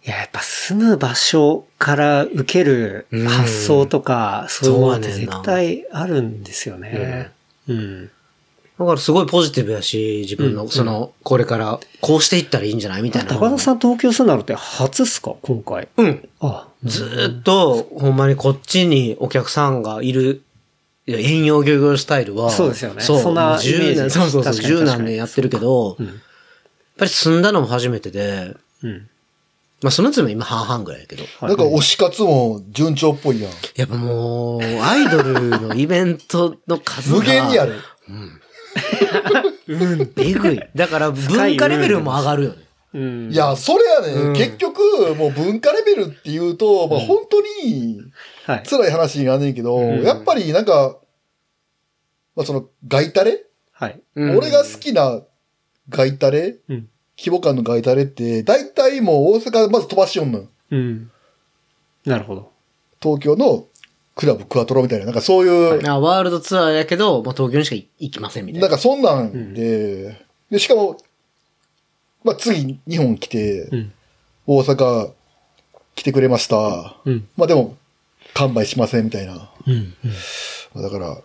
Speaker 3: いや、やっぱ住む場所から受ける
Speaker 2: うん
Speaker 3: 発想とか、そういうものっ
Speaker 2: そ
Speaker 3: て
Speaker 2: うやねんな
Speaker 3: 絶対あるんですよね。うん。
Speaker 2: だからすごいポジティブやし、自分
Speaker 3: う
Speaker 2: の
Speaker 3: ん
Speaker 2: その、これからこうしていったらいいんじゃないみたいな。
Speaker 3: 高田さん東京住んだのって初っすか今回。
Speaker 2: うん。
Speaker 3: あ、
Speaker 2: ずーっと、ほんまにこっちにお客さんがいる、いや遠洋漁業スタイルは、
Speaker 3: そうですよね
Speaker 2: そう、
Speaker 3: そんなイメージ
Speaker 2: 10年、そうそうそう、
Speaker 3: 確かに
Speaker 2: 10何年やってるけど、
Speaker 3: う
Speaker 2: やっ
Speaker 3: ん。
Speaker 2: ぱり住んだのも初めてで、
Speaker 3: うん。
Speaker 2: まあそのつも今半々ぐらいやけど、
Speaker 1: なんか推し活も順調っぽいやん。
Speaker 2: やっぱもう、アイドルのイベントの数が、
Speaker 1: 無限にある。
Speaker 2: えぐい。だから文化レベルも上がるよね。
Speaker 3: うん
Speaker 1: いや、それやね、ん、結局、もう文化レベルっていうと、まあ本当に
Speaker 3: はい。
Speaker 1: 辛い話になんねんけど、
Speaker 3: ん
Speaker 1: やっぱりなんか、まあその、ガイタレ、
Speaker 3: はい。
Speaker 1: 俺が好きなガイタレ
Speaker 3: うん。
Speaker 1: 規模感のガイタレって、大体もう大阪まず飛ばしよんのよ。
Speaker 3: うん。なるほど。
Speaker 1: 東京のクラブクアトロみたいな、なんかそういう、
Speaker 2: あワールドツアーやけど、まあ、東京にしか行きませんみたい
Speaker 1: な
Speaker 2: な。
Speaker 1: んかそんなんで、で、しかも、まあ次日本来て、
Speaker 3: うん。
Speaker 1: 大阪来てくれました。
Speaker 3: うん。
Speaker 1: まあでも、完売しませんみたいな。
Speaker 3: うん。
Speaker 1: だから、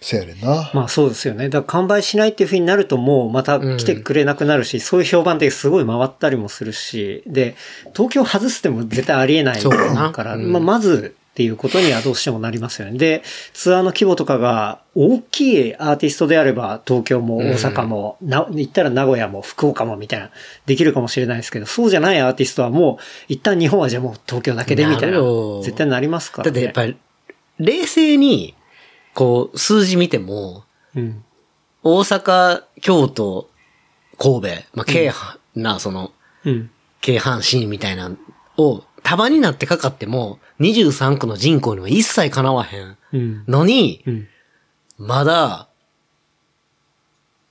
Speaker 1: せやねんな。
Speaker 3: まあそうですよね。だから完売しないっていうふうになるともうまた来てくれなくなるし、そういう評判ですごい回ったりもするし、で、東京外すっても絶対ありえない
Speaker 2: そうだな
Speaker 3: から、
Speaker 2: うん
Speaker 3: まあまずっていうことにはどうしてもなりますよね。で、ツアーの規模とかが大きいアーティストであれば東京も大阪も、な、行ったら名古屋も福岡もみたいな、できるかもしれないですけど、そうじゃないアーティストはもう一旦日本はじゃあもう東京だけでみたい
Speaker 2: な
Speaker 3: な
Speaker 2: るよ、
Speaker 3: 絶対なりますから
Speaker 2: だっ
Speaker 3: ね。
Speaker 2: てやっぱり、冷静に、こう、数字見ても、
Speaker 3: うん。
Speaker 2: 大阪、京都、神戸、まあ、京阪な、その、
Speaker 3: うん。
Speaker 2: 京阪神みたいなのを、束になってかかっても、23区の人口には一切かなわへん
Speaker 3: うん。
Speaker 2: のに、
Speaker 3: うん。
Speaker 2: まだ、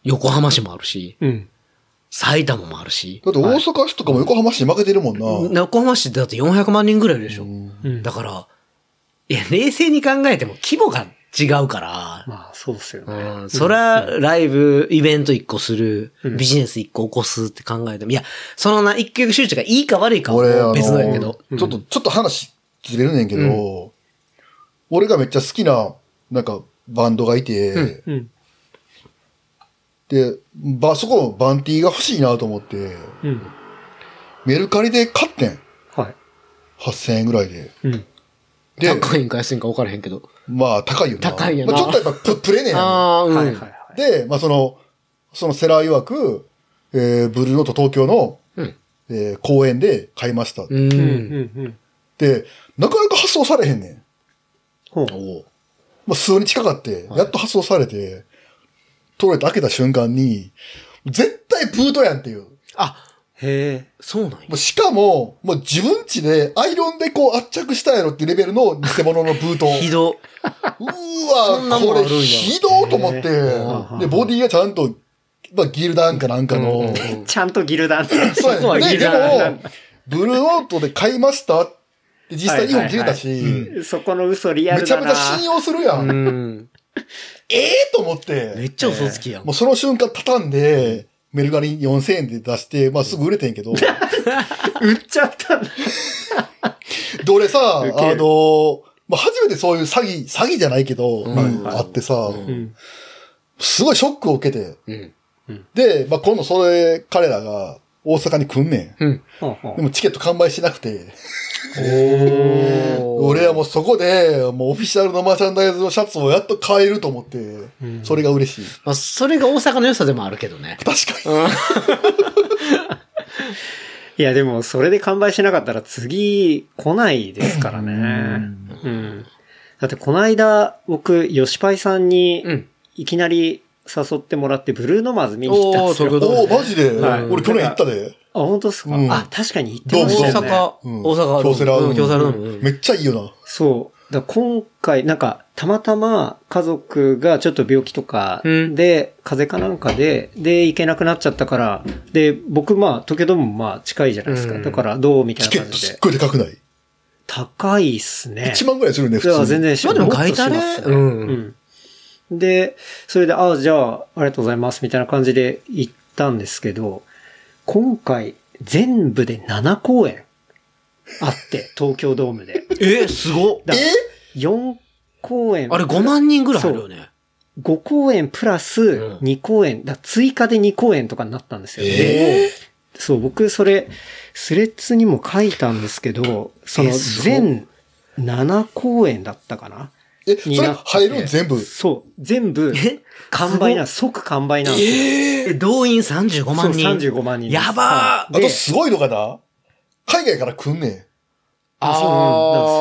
Speaker 2: 横浜市もあるし、
Speaker 3: うん。
Speaker 2: 埼玉もあるし、
Speaker 1: だって大阪市とかも横浜市に負けてるもんな。
Speaker 2: 横浜市ってだって400万人ぐらいいるでしょ。
Speaker 3: うん
Speaker 2: だから、いや、冷静に考えても規模が違うから、
Speaker 3: まあ、そうですよね。
Speaker 2: うん、そら、ライブ、イベント一個する、
Speaker 3: うん
Speaker 2: ビジネス一個起こすって考えても、いや、そのな、一曲集中がいいか悪いかは
Speaker 1: 俺、あ
Speaker 2: も
Speaker 1: の、
Speaker 2: う別のやけど。
Speaker 1: ちょっと、ちょっと話ずれるねんけど、俺がめっちゃ好きな、なんか、バンドがいて、
Speaker 3: うん。
Speaker 1: で、ば、そこのバンティーが欲しいなと思って、
Speaker 3: うん。
Speaker 1: メルカリで買ってん。
Speaker 3: はい。
Speaker 1: 8000円ぐらいで。
Speaker 3: うん。
Speaker 1: で、
Speaker 2: 高いんか安いんか分からへんけど。
Speaker 1: まあ高いよな。
Speaker 2: 高いよな
Speaker 1: まあ、ちょっとやっぱププレネや
Speaker 2: ああ、うん。
Speaker 3: はいはいはい。
Speaker 1: ねんで、まあその、そのセラー曰く、えー、ブルーノート東京の、
Speaker 2: うん
Speaker 1: えー公園で買いました。
Speaker 2: うん。
Speaker 3: うんうんうん。
Speaker 1: で、なかなか発送されへんねん。
Speaker 3: ほう。
Speaker 2: おう
Speaker 1: まあ、数日かかって、やっと発送されて、取れて開けた瞬間に、絶対ブートやんっていう。
Speaker 2: あ、
Speaker 3: へ
Speaker 2: そうなんや
Speaker 1: も。うしかも、もう自分家でアイロンでこう圧着したやろっていうレベルの偽物のブー
Speaker 2: (laughs)
Speaker 1: ト。
Speaker 2: ひど。
Speaker 1: う
Speaker 2: そんな
Speaker 1: ーわ、
Speaker 2: も
Speaker 1: こ
Speaker 2: んあるん
Speaker 1: れ
Speaker 2: や
Speaker 1: ひどーと思って、
Speaker 3: ー
Speaker 1: で、ボディがちゃんと、まあ、ギルダンかなんかの、
Speaker 3: え。ちゃんとギルダン。 (laughs)
Speaker 1: そう
Speaker 2: そこは
Speaker 1: やね
Speaker 2: ギ
Speaker 1: で。
Speaker 2: ル
Speaker 1: で
Speaker 2: ダ
Speaker 1: も、ブルーノートで買いましたって実際2本切れたし、
Speaker 3: はいはいはい
Speaker 1: め
Speaker 3: そこの嘘リアル
Speaker 1: ちゃ
Speaker 3: だ
Speaker 1: め
Speaker 3: な。
Speaker 1: ちゃ信用するやん。
Speaker 2: うん。
Speaker 1: ええと思っ、
Speaker 2: めってちゃ嘘つきやん
Speaker 1: も。うその瞬間畳んで、メルカリ4000円で出して、まあすぐ売れてんけど、
Speaker 3: 売っちゃったんだ。
Speaker 1: で、俺さ、あ
Speaker 3: ウケる
Speaker 1: の、まあ初めてそういう詐欺、詐欺じゃないけど、
Speaker 2: ん
Speaker 1: あってさ、
Speaker 3: うん。
Speaker 1: すごいショックを受けて、
Speaker 2: うん。
Speaker 1: で、まあ、今度それ、彼らが大阪に来んね
Speaker 2: うん。
Speaker 3: ほうほ
Speaker 1: ん。で
Speaker 3: う。
Speaker 1: もチケット完売しなくて、
Speaker 2: お
Speaker 1: 俺はもうそこで、もうオフィシャルのマーチャンダイズのシャツをやっと買えると思って、それが嬉しい。
Speaker 2: まあ、それが大阪の良さでもあるけどね。
Speaker 1: 確かに。
Speaker 3: いや、でも、それで完売しなかったら次来ないですからね。うん。だって、この間、僕、ヨシパイさんに
Speaker 2: うん、
Speaker 3: いきなり誘ってもらって、ブルーノマーズ見に来たんです
Speaker 2: おーそういうこ
Speaker 3: よ。
Speaker 2: と
Speaker 1: おおマジで、
Speaker 3: はい
Speaker 1: 俺去年行ったで。
Speaker 3: あ、本当ですか、
Speaker 1: うん
Speaker 3: あ、確かに行って
Speaker 2: 大
Speaker 3: ましたよ
Speaker 2: 阪、
Speaker 3: ね。
Speaker 2: 大
Speaker 1: うん
Speaker 2: 阪、
Speaker 1: 京セラ
Speaker 2: うん京セラドームうん
Speaker 1: めっちゃいいよな。
Speaker 3: そう。だから今回、なんか、たまたま家族がちょっと病気とか
Speaker 2: うん
Speaker 3: で、風邪かなんかで、で、行けなくなっちゃったから、で、僕、まあ、東京ドームもまあ、近いじゃないですか。
Speaker 2: うん
Speaker 3: だから、どうみた
Speaker 1: チ
Speaker 3: い
Speaker 1: ケ
Speaker 3: な
Speaker 1: ッ
Speaker 3: 感
Speaker 1: ト
Speaker 3: じ
Speaker 1: すっ
Speaker 3: で。
Speaker 1: ごいでかくない
Speaker 3: 高いっすね。
Speaker 1: ?1 万ぐらいするね、
Speaker 3: い
Speaker 1: 普通
Speaker 3: や、
Speaker 1: に。
Speaker 3: 全然し
Speaker 2: まあでも
Speaker 3: っとしますね
Speaker 2: 書いたねうん
Speaker 3: うん。で、それで、ああ、じゃあ、ありがとうございます、みたいな感じで行ったんですけど、今回、全部で7公演あって、東京ドームで。
Speaker 2: え、すごっ
Speaker 3: だ4公演。
Speaker 2: あれ5万人ぐらいあるよね。
Speaker 3: 5公演プラス
Speaker 2: うん
Speaker 3: 2公演、だ追加で2公演とかになったんですよ。
Speaker 1: え
Speaker 3: そう、僕それ、スレッズにも書いたんですけど、その
Speaker 2: えそう
Speaker 3: 全7公演だったかな
Speaker 1: ええ、それ入るん全部。
Speaker 3: そう、全部
Speaker 2: え、
Speaker 3: 完売なん、即完売なんですよ。
Speaker 2: え動員35
Speaker 3: そう
Speaker 2: 万人。
Speaker 3: 35万人です。
Speaker 2: やばー
Speaker 3: ー
Speaker 1: あとすごいのかな海外から来んねん。
Speaker 3: そううんだからそ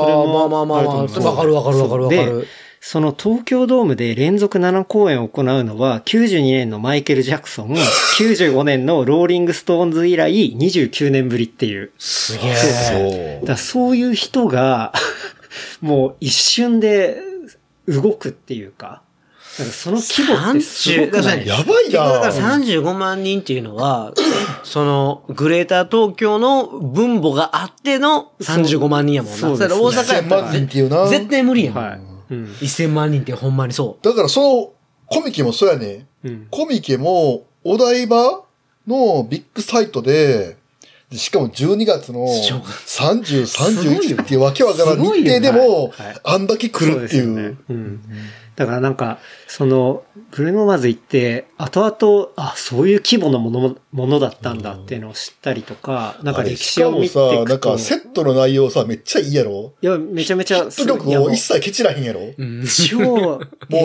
Speaker 3: れも
Speaker 2: まあまあまあまあ、
Speaker 3: あ
Speaker 2: わ
Speaker 3: ると思う
Speaker 2: かるわかるわかるわか
Speaker 3: そう
Speaker 2: る
Speaker 3: で。その東京ドームで連続7公演を行うのは、92年のマイケル・ジャクソン、95年のローリング・ストーンズ以来29年ぶりっていう。
Speaker 2: すげえ。
Speaker 3: だからそういう人が、 (laughs) もう一瞬で動くっていうか、なんかその規模ってすごくない
Speaker 2: 30
Speaker 1: やばい
Speaker 2: だから
Speaker 1: な
Speaker 2: 35万人っていうのは、その、グレーター東京の分母があっての35万人やもんな。
Speaker 3: そ
Speaker 2: そうれ大阪やっ
Speaker 1: 1000
Speaker 2: たら
Speaker 1: 万人っていうな。
Speaker 2: 絶対無理やもん。
Speaker 3: はい。うん。
Speaker 2: 1000万人ってほんまにそ
Speaker 1: だからその、コミケもそうやね。
Speaker 3: うん。
Speaker 1: コミケも、お台場のビッグサイトで、でしかも12月の
Speaker 2: そう
Speaker 1: 30、
Speaker 2: すごいよ
Speaker 1: 31っていうわけわからん
Speaker 2: すごい
Speaker 1: 日
Speaker 2: よ
Speaker 1: 程でも
Speaker 3: はいはい、
Speaker 1: あんだけ来るってい
Speaker 3: そう
Speaker 1: う
Speaker 3: ですよね。うん。だからなんか、その、ブルーノマーズ行って、後々、あ、そういう規模のもの、ものだったんだっていうのを知ったりとか、なんか歴史を見てい
Speaker 1: あれしかも
Speaker 3: く
Speaker 1: さ、なん
Speaker 3: と
Speaker 1: か、セットの内容さ、めっちゃいいやろ
Speaker 3: いや、めちゃめちゃ、
Speaker 1: ヒット曲
Speaker 3: いやも
Speaker 1: を
Speaker 3: う
Speaker 1: 一切ケチらへんやろ
Speaker 2: うん
Speaker 3: 超、
Speaker 1: も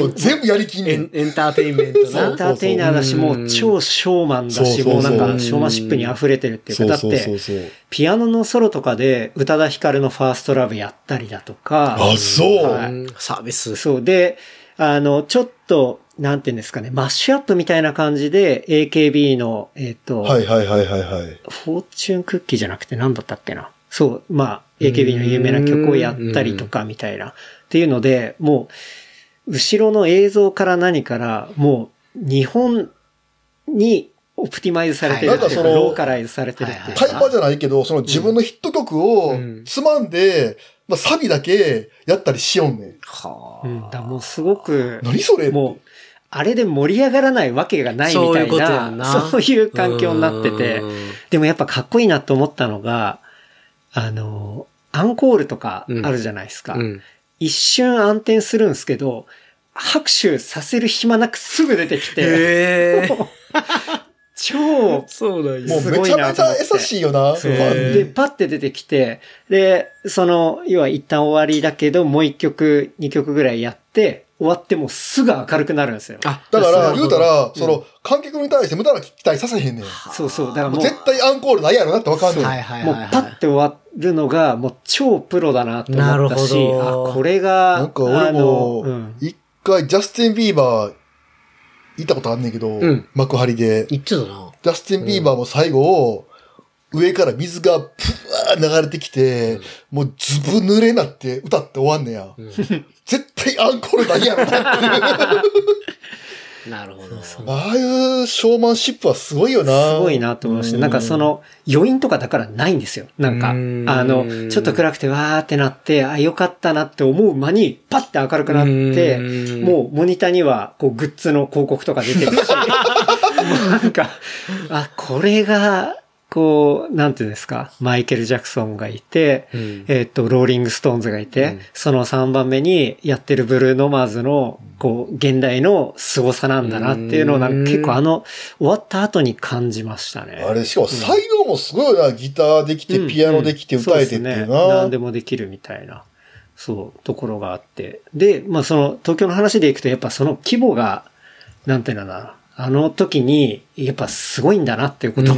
Speaker 1: う全部やりきん
Speaker 2: エ
Speaker 1: ね
Speaker 2: ン
Speaker 1: ん。
Speaker 2: エンターテインメント
Speaker 3: エン
Speaker 2: な。
Speaker 3: ターテイナーだし、
Speaker 2: うん
Speaker 3: もう超ショーマンだし、
Speaker 1: そう
Speaker 3: も
Speaker 1: そうそ
Speaker 3: うな
Speaker 1: うん
Speaker 3: かショーマンシップに溢れてるっていうか、だって、
Speaker 1: そう。
Speaker 3: ピアノのソロとかで宇多田ヒカルのファーストラブやったりだとか、
Speaker 1: あ、そう。
Speaker 3: は
Speaker 2: うんサービス。
Speaker 3: そうで、あの、ちょっと、なんていうんですかね、マッシュアップみたいな感じで、AKB の、えっ、と、
Speaker 1: はいはいはいはいはい。
Speaker 3: フォーチュンクッキーじゃなくて何だったっけな。そう、まあ、AKB の有名な曲をやったりとかみたいな。っていうので、もう、後ろの映像から何から、もう、日本にオプティマイズされてるっていうか、
Speaker 1: はいなんかその
Speaker 3: ローカライズされてるっていうか。
Speaker 2: はい
Speaker 1: タイパじゃないけど、その自分のヒット曲を
Speaker 2: うん
Speaker 1: つまんで、まあ、サビだけやったりしよんねん。
Speaker 2: は
Speaker 3: うん、だからもうすごく、
Speaker 1: 何それ
Speaker 3: もう、あれで盛り上がらないわけがないみ
Speaker 2: そう
Speaker 3: たいな、
Speaker 2: いうことやんな
Speaker 3: そういう環境になってて、でもやっぱかっこいいなと思ったのが、あの、アンコールとかあるじゃないですか。
Speaker 2: うん。
Speaker 3: 一瞬暗転するんですけど、拍手させる暇なくすぐ出てきて、
Speaker 2: へえ。
Speaker 3: (laughs) 超、
Speaker 2: そうだよ
Speaker 1: もう
Speaker 3: す
Speaker 1: め
Speaker 3: ご
Speaker 1: ちゃ
Speaker 3: いな
Speaker 1: めち
Speaker 3: と思
Speaker 1: ゃ
Speaker 3: って
Speaker 1: 優しいよな、フ
Speaker 2: そう
Speaker 1: ァンに。
Speaker 3: で、パッて出てきて、で、その、要は一旦終わりだけど、もう一曲、二曲ぐらいやって、終わってもうすぐ明るくなるんですよ。
Speaker 2: あ、
Speaker 1: だから、
Speaker 2: そう
Speaker 1: 言うたら、その、観客に対して無駄な期待させへんねん。
Speaker 3: そうそう、だから
Speaker 1: も
Speaker 3: も
Speaker 1: う
Speaker 3: う、
Speaker 1: 絶対アンコールないやろなってわかんねん。
Speaker 2: はいはいはいはい。
Speaker 3: もうパッて終わるのが、もう超プロだなと思ったし
Speaker 2: なる、ほど
Speaker 3: あ、これが、
Speaker 1: なんか俺も
Speaker 3: あのうん、
Speaker 1: 一回、ジャスティン・ビーバー、行ったことあんねんけど
Speaker 2: ん、
Speaker 1: 幕張で。
Speaker 2: 言ってたな。
Speaker 1: ジャスティン・ビーバーも最後、上から水がプワー流れてきて、もうずぶ濡れなって歌って終わんねや。絶対アンコール (laughs) ないやろなっていう。
Speaker 2: なるほど。
Speaker 1: ああいうショーマンシップはすごいよな。
Speaker 3: すごいなと思いまして、なんかその余韻とかだからないんですよ。なんか、あ
Speaker 2: うん
Speaker 3: の、ちょっと暗くてわーってなって、あ、よかったなって思う間に、パッて明るくなって
Speaker 2: うん、
Speaker 3: もうモニターには、こう、グッズの広告とか出てるし、なんか、あ、これが、こう、なんていうんですか、マイケル・ジャクソンがいて、
Speaker 2: うん
Speaker 3: えっ、と、ローリング・ストーンズがいて、その3番目にやってるブルーノマーズの、こう、現代の凄さなんだなっていうのを、なんか結構あの、終わった後に感じましたね。
Speaker 1: あれ、しかも才能もすごいよな。ギターでき
Speaker 3: う
Speaker 1: て、
Speaker 3: ん
Speaker 1: ピアノできて、
Speaker 3: うんそ
Speaker 1: 歌
Speaker 3: う
Speaker 1: え
Speaker 3: で
Speaker 1: て
Speaker 3: す
Speaker 1: ってい
Speaker 3: ね。
Speaker 1: うな。
Speaker 3: 何でもできるみたいな、そう、ところがあって。で、まあその、東京の話でいくと、やっぱその規模が、なんていうのかな、あの時に、やっぱすごいんだなっていうことを、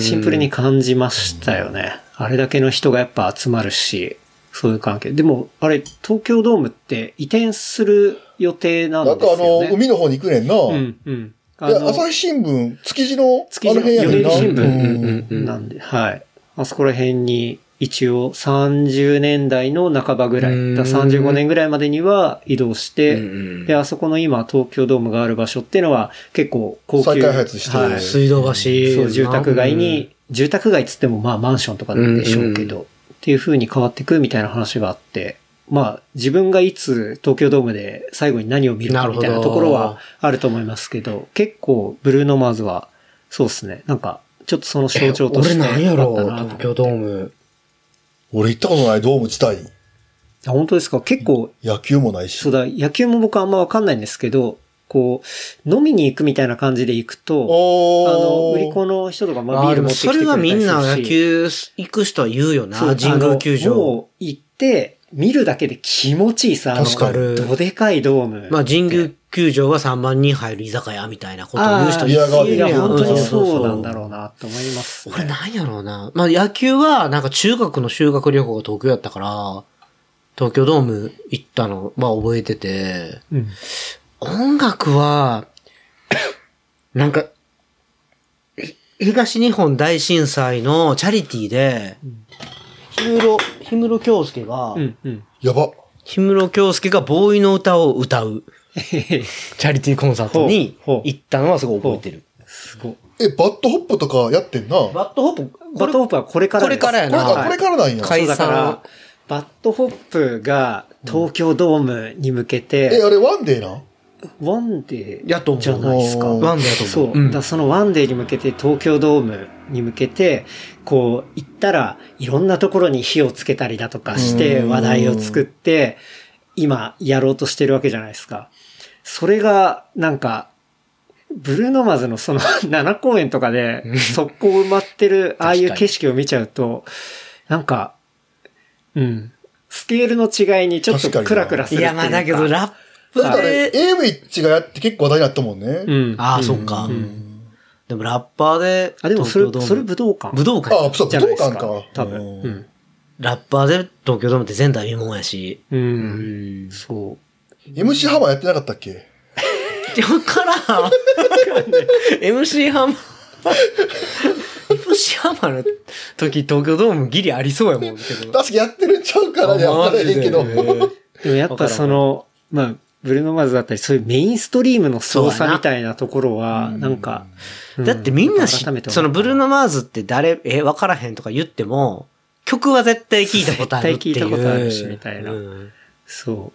Speaker 3: シンプルに感じましたよね。あれだけの人がやっぱ集まるし、そういう関係。でも、あれ、東京ドームって移転する予定なん
Speaker 1: なん
Speaker 3: で
Speaker 1: か
Speaker 3: す
Speaker 1: あ
Speaker 3: よね。
Speaker 1: の、海の方に行くねんな。
Speaker 3: うん、うん。あ
Speaker 1: で
Speaker 3: の
Speaker 1: 朝日新聞、築地の、
Speaker 3: 築地
Speaker 1: あの
Speaker 3: の
Speaker 1: 辺やねんな。
Speaker 3: 読売新聞
Speaker 1: うん
Speaker 2: うんうん
Speaker 3: なんで、はい。あそこら辺に、一応30年代の半ばぐら
Speaker 2: うん
Speaker 3: い、だから35年ぐらいまでには移動して、
Speaker 2: うんうん
Speaker 3: で、あそこの今東京ドームがある場所っていうのは結構高級。
Speaker 1: 再開発してる
Speaker 3: はい
Speaker 2: 水道橋。
Speaker 3: そう、住宅街に、住宅街っつってもまあマンションとかでしょうけど、っていう風に変わってくみたいな話があって、まあ自分がいつ東京ドームで最後に何を見る
Speaker 2: な
Speaker 3: か
Speaker 2: る
Speaker 3: み
Speaker 2: ほど
Speaker 3: たいなところはあると思いますけど、結構ブルーノマーズは、そうですね、なんかちょっとその象徴として
Speaker 2: 俺なんや
Speaker 3: あった
Speaker 2: ろ
Speaker 3: なと
Speaker 2: 東京ドーム。
Speaker 1: 俺行ったことない、ドーム自体。
Speaker 3: あ本当ですか結構、
Speaker 1: 野球もないし
Speaker 3: そう。だ、野球も僕あんまわかんないんですけど、こう、飲みに行くみたいな感じで行くと、あの、
Speaker 1: お
Speaker 3: 売り子の人とかまあビール持ってきて
Speaker 2: そ
Speaker 3: くれた
Speaker 2: れ
Speaker 3: りするし
Speaker 2: はみんな野球行く人は言うよな。
Speaker 3: そう
Speaker 2: 神宮球
Speaker 3: あの
Speaker 2: 場。
Speaker 3: もう行って、見るだけで気持ちいいさ、あの
Speaker 1: 確か
Speaker 2: に
Speaker 3: どでかいドーム。
Speaker 2: まあ神宮球場が3万人入る居酒屋みたいなことを言う人
Speaker 3: あー
Speaker 2: いる
Speaker 1: い
Speaker 3: い
Speaker 1: や
Speaker 3: や、本当にそうなんだ
Speaker 2: う。
Speaker 3: ろうな、と思いますね。
Speaker 2: 俺なんやろうな。まあ野球はなんか中学の修学旅行が東京やったから、東京ドーム行ったのは覚えてて、
Speaker 3: うん
Speaker 2: 音楽は、 (coughs) なんか、ひ東日本大震災のチャリティーで、氷室、氷室京介が、
Speaker 3: うん、うん。
Speaker 1: やば。
Speaker 2: 氷室京介がボーイの歌を歌
Speaker 3: (laughs)
Speaker 2: う、チャリティーコンサートに
Speaker 3: ほうほう
Speaker 2: 行ったのはすごい覚えてる。
Speaker 3: すごい。
Speaker 1: え、バッドホップとかやってんな。こ
Speaker 2: バットホップ、
Speaker 3: バットホップはこれからです
Speaker 2: これからや
Speaker 1: れ
Speaker 2: な
Speaker 1: か、これからなんや。
Speaker 2: 解
Speaker 3: だから
Speaker 2: 散。、
Speaker 3: バットホップが東京ドームに向けて、
Speaker 1: え、あれワンデーな
Speaker 3: ワンデー
Speaker 2: やと思う
Speaker 3: じゃないですか。
Speaker 1: おー
Speaker 2: ワンダーと
Speaker 3: そう。
Speaker 2: 思う。うん
Speaker 3: だからそのワンデーに向けて、東京ドームに向けて、こう、行ったらいろんなところに火をつけたりだとかして、
Speaker 1: うん
Speaker 3: 話題を作って、今やろうとしてるわけじゃないですか。それが、なんか、ブルーノマーズのその (laughs) 7公演とかで、速攻埋まってる、ああいう景色を見ちゃうと、なんか、うん、スケールの違いにちょっと
Speaker 1: 確かにな
Speaker 3: クラクラす
Speaker 2: い
Speaker 3: るっ
Speaker 2: や、
Speaker 3: ていうか。
Speaker 2: まあだけど、ラップ
Speaker 1: だから、エ
Speaker 2: で、
Speaker 1: ーブイッチがやって結構話題になったもんね。
Speaker 3: うん。
Speaker 2: ああ、そっか。でもラッパーで、
Speaker 3: あ、でもそれ
Speaker 2: 東京、ドーム
Speaker 3: それ武道館
Speaker 2: 武道
Speaker 1: あ
Speaker 2: 館
Speaker 1: あ、そう、
Speaker 3: じ
Speaker 1: 武
Speaker 3: ゃな
Speaker 1: 道
Speaker 3: いです
Speaker 1: 館
Speaker 3: か
Speaker 1: か。。
Speaker 3: 多分。
Speaker 1: う
Speaker 3: うんん。
Speaker 2: ラッパーで東京ドームって前代未聞やし。
Speaker 3: う。
Speaker 2: うんん。
Speaker 3: そう。
Speaker 1: MC ハマーやってなかったっけ
Speaker 2: でわからん。MC (laughs) ハンマ (laughs) ー。MC ハンマーの時、東京ドームギリありそうやもんけ
Speaker 1: (laughs)
Speaker 2: ど。
Speaker 1: 確かやってるんちゃうからね、や
Speaker 2: あ
Speaker 1: っ
Speaker 2: マ
Speaker 1: たら
Speaker 2: ジ
Speaker 1: いい
Speaker 2: で
Speaker 1: けど。
Speaker 3: でもやっぱその、まあ、ブルーノマーズだったり、そういうメインストリームの操
Speaker 2: そうや
Speaker 3: 作
Speaker 2: な
Speaker 3: みたいなところは、なんか、う
Speaker 2: だってみんなし
Speaker 3: 改めて思う
Speaker 2: そのブルーノマーズって誰、え、わからへんとか言っても、曲は絶対聞いたことあるっていう。
Speaker 3: 絶対聞いたことあるしみたいな
Speaker 2: うん
Speaker 3: そ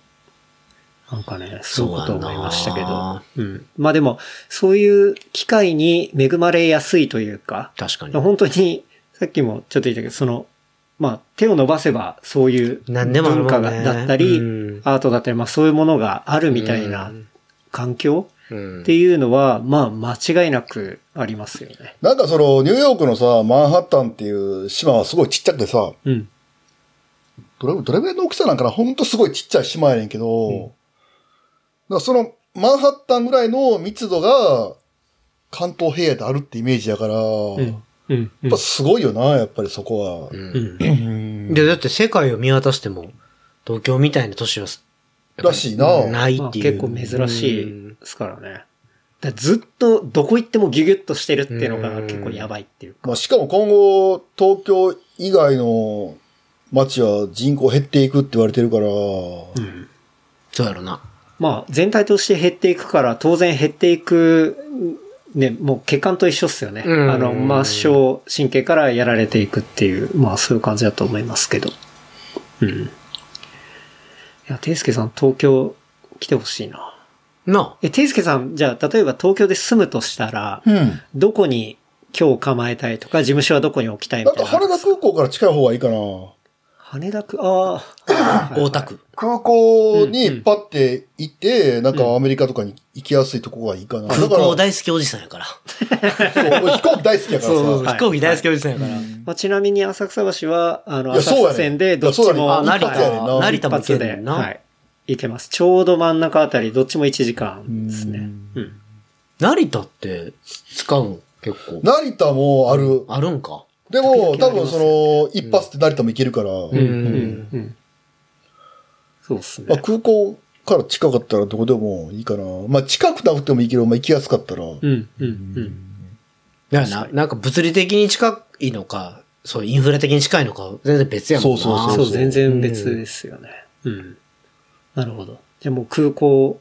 Speaker 3: う。なんかね、そういうこと
Speaker 2: そうや
Speaker 3: を
Speaker 2: んな
Speaker 3: 思いましたけど。うん。まあでも、そういう機会に恵まれやすいというか、
Speaker 2: 確かに。
Speaker 3: 本当に、さっきもちょっと言ったけど、その、まあ、手を伸ばせば、そういう
Speaker 2: 何でもあるもん
Speaker 3: 文
Speaker 2: ね
Speaker 3: 化がだったり、
Speaker 2: うん
Speaker 3: アートだったり、まあそういうものがあるみたいな
Speaker 2: うん
Speaker 3: 環境
Speaker 2: うん
Speaker 3: っていうのは、まあ間違いなくありますよね。
Speaker 1: なんかその、ニューヨークのさ、マンハッタンっていう島はすごいちっちゃくてさ、
Speaker 3: うん。
Speaker 1: どれ、どれぐらいの大きさなんかなほんとすごいちっちゃい島やねんけど、だからその、マンハッタンぐらいの密度が、関東平野であるってイメージやから、
Speaker 3: うん。
Speaker 1: やっ
Speaker 3: うん。うん
Speaker 1: ぱすごいよな、やっぱりそこは。
Speaker 3: うん。
Speaker 1: うん
Speaker 2: で、だって世界を見渡しても、東京みたいな都市は
Speaker 1: らしいな。
Speaker 2: ない
Speaker 3: まあ
Speaker 2: っていう。
Speaker 3: 結構珍しいですからね。だからずっとどこ行ってもギュギュッとしてるっていうのが結構やばいっていうか。
Speaker 1: まあ、しかも今後、東京以外の街は人口減っていくって言われてるから、
Speaker 3: うん。
Speaker 2: そうやろな。
Speaker 3: まあ全体として減っていくから、当然減っていく、ね、もう血管と一緒っすよね。
Speaker 2: うん
Speaker 3: あの、末梢神経からやられていくっていう、まあそういう感じだと思いますけど。うん。いや、ていすけさん東京来てほしいな。
Speaker 2: な
Speaker 3: え、ていすけさん、じゃあ例えば東京で住むとしたら、
Speaker 1: うん。
Speaker 3: どこに今日構えたいとか、事務所はどこに置きたいみ
Speaker 1: な
Speaker 3: た
Speaker 1: ん
Speaker 3: いな
Speaker 1: か。羽田空港から近い方がいいかな。
Speaker 3: 羽田区、ああ。
Speaker 2: あ、大田区。
Speaker 1: 空港
Speaker 3: うんう
Speaker 1: に
Speaker 3: ん
Speaker 1: パッて行って、なんかアメリカとかに行きやすいとこがいいかな。
Speaker 2: 空
Speaker 1: だから、そ
Speaker 2: 港
Speaker 1: う
Speaker 2: 大好きおじさんやから。
Speaker 1: 俺飛行機大好きやから
Speaker 2: そうそうそう、
Speaker 1: さ。
Speaker 3: はい
Speaker 2: 飛行機大好きおじさんやから。
Speaker 3: まあ、ちなみに浅草橋は、あの、
Speaker 1: いや
Speaker 3: 浅
Speaker 1: そうや
Speaker 3: 草
Speaker 1: ね
Speaker 3: 線でどっち
Speaker 1: いやそう
Speaker 3: も、
Speaker 1: や
Speaker 2: あ、
Speaker 1: ね
Speaker 2: 成田
Speaker 1: そうや
Speaker 2: も、
Speaker 1: な
Speaker 2: 成田
Speaker 3: 一
Speaker 2: も行け
Speaker 3: 発
Speaker 2: んね
Speaker 3: で、
Speaker 2: ん
Speaker 3: は
Speaker 2: な。
Speaker 3: い。行けます。ちょうど真ん中あたり、どっちも1時間ですね。うん。
Speaker 2: 成田って使うん結構。
Speaker 1: 成田もある。
Speaker 2: あるんか。
Speaker 1: でも、
Speaker 3: 時
Speaker 1: 多
Speaker 3: 々ありま
Speaker 1: 分
Speaker 3: す
Speaker 1: そ
Speaker 3: よ
Speaker 1: の、一発って成田も行けるから、
Speaker 2: ん
Speaker 3: うん。うん。そうです
Speaker 1: まあ、
Speaker 3: ね。
Speaker 1: 空港から近かったらどこでもいいかな。まあ、近くなくてもいいけど、まあ、行きやすかったら。
Speaker 3: うん、うん、うん。
Speaker 2: だからな、なんか物理的に近いのか、そう、インフラ的に近いのか、全然別やもんな。
Speaker 1: そうそう
Speaker 3: そ、
Speaker 1: そう
Speaker 3: 全然別ですよね。うん。なるほど。じゃあもう空港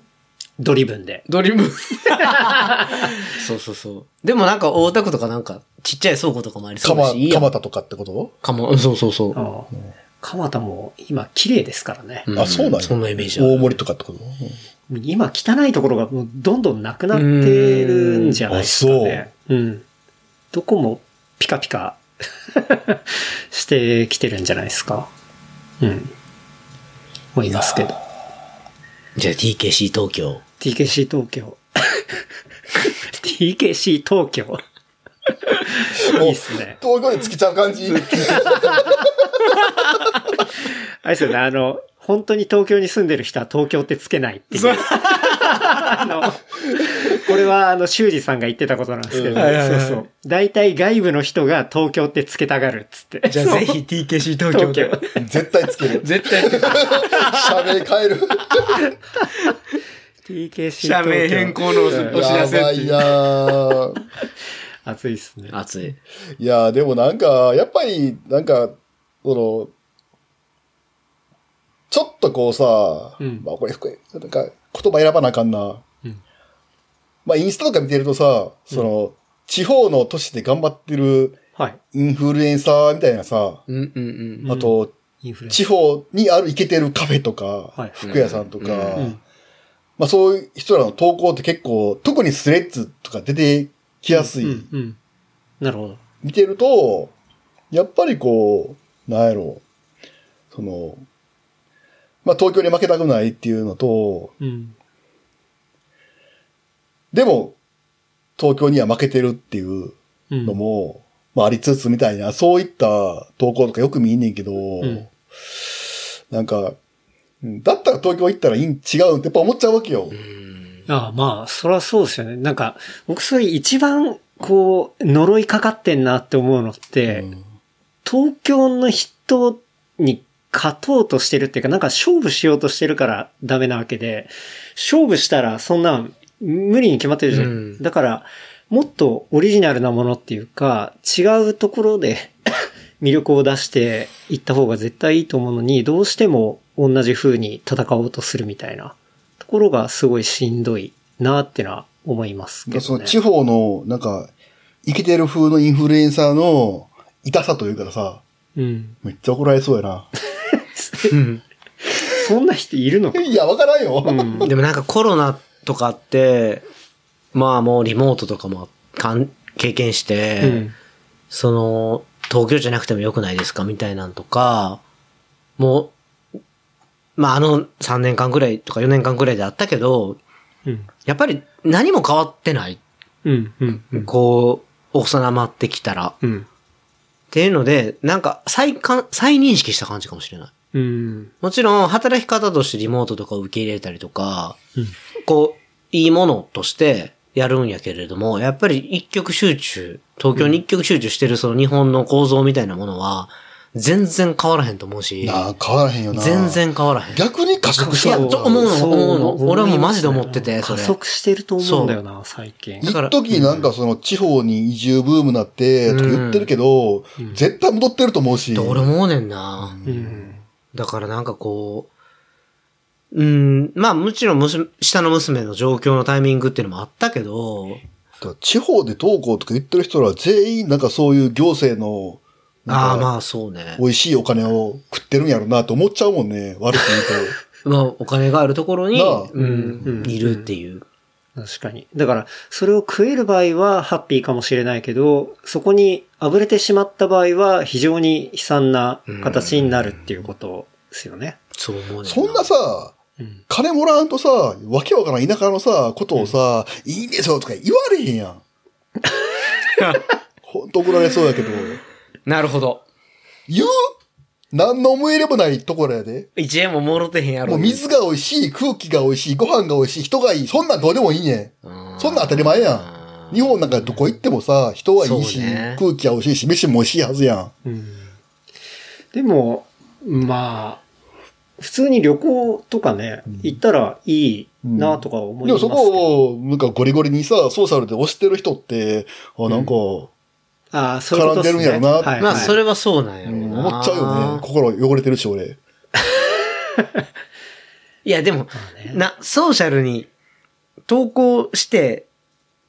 Speaker 3: ドリブンで。
Speaker 2: ドリブン。 (laughs) そうそうそう。でもなんか大田区とかなんか、ちっちゃい倉庫とかもありそ
Speaker 1: か
Speaker 2: うだ
Speaker 1: ま、
Speaker 2: し、いいや
Speaker 1: か
Speaker 2: ん
Speaker 1: またとかってこと
Speaker 2: かも、そうそうそう。
Speaker 3: ああ。蒲田も今綺麗ですからね。
Speaker 2: ん
Speaker 1: あそうなんや
Speaker 2: そんなイメージある
Speaker 1: 大森とかっ
Speaker 2: (laughs)
Speaker 1: てこと
Speaker 3: 今汚いところがもうどんどんなくなってるんじゃないですかね。うん。どこもピカピカ (laughs) してきてるんじゃないですか。うん。思いますけど。
Speaker 2: じゃあ TKC 東京。
Speaker 3: TKC 東 (laughs) 京。TKC 東京。いいっすね。
Speaker 1: 東京に尽きちゃう
Speaker 2: (laughs)
Speaker 1: 感じ。
Speaker 3: あれですよね、あの、本当に東京に住んでる人は東京ってつけないっていう。あの、これはあの、修二さんが言ってたことなんですけど、
Speaker 1: うんはい
Speaker 2: はい
Speaker 3: そ
Speaker 2: は
Speaker 3: う
Speaker 2: い
Speaker 3: そう。大体外部の人が東京ってつけたがるっつって。
Speaker 2: じゃあぜひ TKC 東京
Speaker 3: 東
Speaker 2: で
Speaker 3: 京。。
Speaker 1: 絶対つ
Speaker 2: (laughs)
Speaker 1: ける。
Speaker 2: 絶対、
Speaker 1: 喋り変える。
Speaker 3: TKC 東京。
Speaker 2: 社名変更のお知
Speaker 1: や
Speaker 2: らせ
Speaker 1: ば
Speaker 2: って
Speaker 1: い
Speaker 2: い
Speaker 1: な
Speaker 2: う。
Speaker 1: ぁ
Speaker 3: 熱いっすね。
Speaker 2: 熱い。
Speaker 1: いやでもなんか、やっぱり、なんか、その、ちょっとこうさ、
Speaker 3: うん
Speaker 1: まあこれ、これなんか、言葉選ばなあかんな。
Speaker 3: うん
Speaker 1: まあインスタとか見てるとさ、その、地方の都市で頑張ってる
Speaker 3: はい。
Speaker 1: インフルエンサーみたいなさ、
Speaker 2: うんうんうん。
Speaker 1: あと、
Speaker 3: インフルエン
Speaker 1: 地
Speaker 3: サ
Speaker 1: 方にあるイケてるカフェとか、
Speaker 3: はい
Speaker 1: 服屋さんとか、
Speaker 2: うん
Speaker 3: うん
Speaker 1: まあそういう人らの投稿って結構、特にスレッズとか出てきやすい。
Speaker 3: ー。うん、うん。なるほど。
Speaker 1: 見てると、やっぱりこう、なんやろう、その、まあ東京に負けたくないっていうのと、
Speaker 3: うん。
Speaker 1: でも、東京には負けてるっていう
Speaker 3: うん。
Speaker 1: のも、まあありつつみたいな、そういった投稿とかよく見んねんけど、
Speaker 3: ん
Speaker 1: なんか、うんだったら東京行ったらいいん違うってやっぱ思っちゃうわけよ。
Speaker 3: ああまあ、そりゃそうですよね。なんか、僕そういう一番、こう、呪いかかってんなって思うのって、東京の人に勝とうとしてるっていうか、なんか勝負しようとしてるからダメなわけで、勝負したらそんな無理に決まってるじゃん。
Speaker 2: うん
Speaker 3: だから、もっとオリジナルなものっていうか、違うところで (coughs) 魅力を出していった方が絶対いいと思うのに、どうしても同じ風に戦おうとするみたいなところがすごいしんどいなってのは思いますけ
Speaker 1: そ
Speaker 3: ど
Speaker 1: の
Speaker 3: ね。
Speaker 1: 地方の、なんか、生きてる風のインフルエンサーの痛さというかさ、
Speaker 3: うん。
Speaker 1: めっちゃ怒られそうや
Speaker 3: (laughs)
Speaker 1: な。
Speaker 2: うん
Speaker 3: そんな人いるのか。
Speaker 1: いや、わからんよ。
Speaker 3: うん。
Speaker 2: でもなんかコロナとかって、まあもうリモートとかもかん経験して、
Speaker 3: うん
Speaker 2: その、東京じゃなくても良くないですかみたいなんとか、もう、まああの3年間くらいとか4年間くらいであったけど、
Speaker 3: うん。
Speaker 2: やっぱり何も変わってない。
Speaker 3: うん。うん。うん。
Speaker 2: こう、幼まってきたら。っ
Speaker 3: うん。
Speaker 2: ていうので、なんか再か再認識した感じかもしれない。
Speaker 3: うん。
Speaker 2: もちろん、働き方としてリモートとかを受け入れたりとか、
Speaker 3: うん
Speaker 2: こう、いいものとしてやるんやけれども、やっぱり一極集中、東京に一極集中してるその日本の構造みたいなものは、全然変わらへんと思うし、
Speaker 1: なあ、変わらへんよな。
Speaker 2: 全。然変わらへん。
Speaker 1: 逆に加速し
Speaker 2: い
Speaker 1: た
Speaker 2: や
Speaker 1: 方
Speaker 2: と
Speaker 1: が
Speaker 2: 思うの
Speaker 3: そう
Speaker 2: 思うの
Speaker 3: 思い
Speaker 2: 俺はもう
Speaker 3: ま
Speaker 2: マ
Speaker 3: す
Speaker 2: ジで思っててそれ
Speaker 3: 加速してると思うんだよな、最近。
Speaker 2: だから
Speaker 1: 一時なんかその地方に移住ブームなって、とか言ってるけど、絶対戻ってると思うし。
Speaker 2: 俺思うねんな。
Speaker 3: うん。
Speaker 2: だからなんかこう、うん、まあもちろん娘、下の娘の状況のタイミングっていうのもあったけど、
Speaker 1: 地方で投稿とか言ってる人らは全員なんかそういう行政の、
Speaker 2: あ
Speaker 1: な
Speaker 2: あ
Speaker 1: んか
Speaker 2: まあそうね。
Speaker 1: 美味しいお金を食ってるんやろうなと思っちゃうもんね。悪く
Speaker 2: まあ、お金があるところに、
Speaker 1: なあ
Speaker 2: うん
Speaker 3: うん
Speaker 2: いるっていう。
Speaker 3: 確かに。だから、それを食える場合はハッピーかもしれないけど、そこにあぶれてしまった場合は非常に悲惨な形になるっていうことですよね。
Speaker 2: そう思うね (laughs)
Speaker 1: 言うと。そんなさ、
Speaker 3: うん。
Speaker 1: 金もらわんとさ、わけわからん田舎のさ、ことをさ、いいんですよとか言われへ
Speaker 2: (laughs)
Speaker 1: んやん。ほんと怒られそうやけど。
Speaker 2: なるほど。
Speaker 1: 言う何の思い入れもないところやで。
Speaker 2: 一円ももろてへんやろ。
Speaker 1: もう水が美味しい、空気が美味しい、ご飯が美味しい、人がいい、そんなんどうでもいいね
Speaker 2: うん
Speaker 1: ん。そんなん当たり前やん。日本なんかどこ行ってもさ、人はいいし、
Speaker 2: そうね
Speaker 1: 空気は美味しいし、飯も美味しいはずやん。
Speaker 3: うんでも、まあ、普通に旅行とかね、行ったらいいなとか思い
Speaker 1: で
Speaker 3: ま
Speaker 1: も
Speaker 3: すけ
Speaker 1: そ
Speaker 3: ど。
Speaker 1: こを、なんかゴリゴリにさ、ソーシャルで押してる人って、あ、なんか、
Speaker 3: ああ、そういうことです
Speaker 1: 絡
Speaker 3: ね。
Speaker 1: んでるんやろな
Speaker 3: はい
Speaker 2: まあ、
Speaker 3: はい
Speaker 2: それはそうなんやろうな。
Speaker 1: 思っちゃうよね。心汚れてるし、俺。
Speaker 2: いや、でも
Speaker 3: あね、
Speaker 2: な、ソーシャルに投稿して、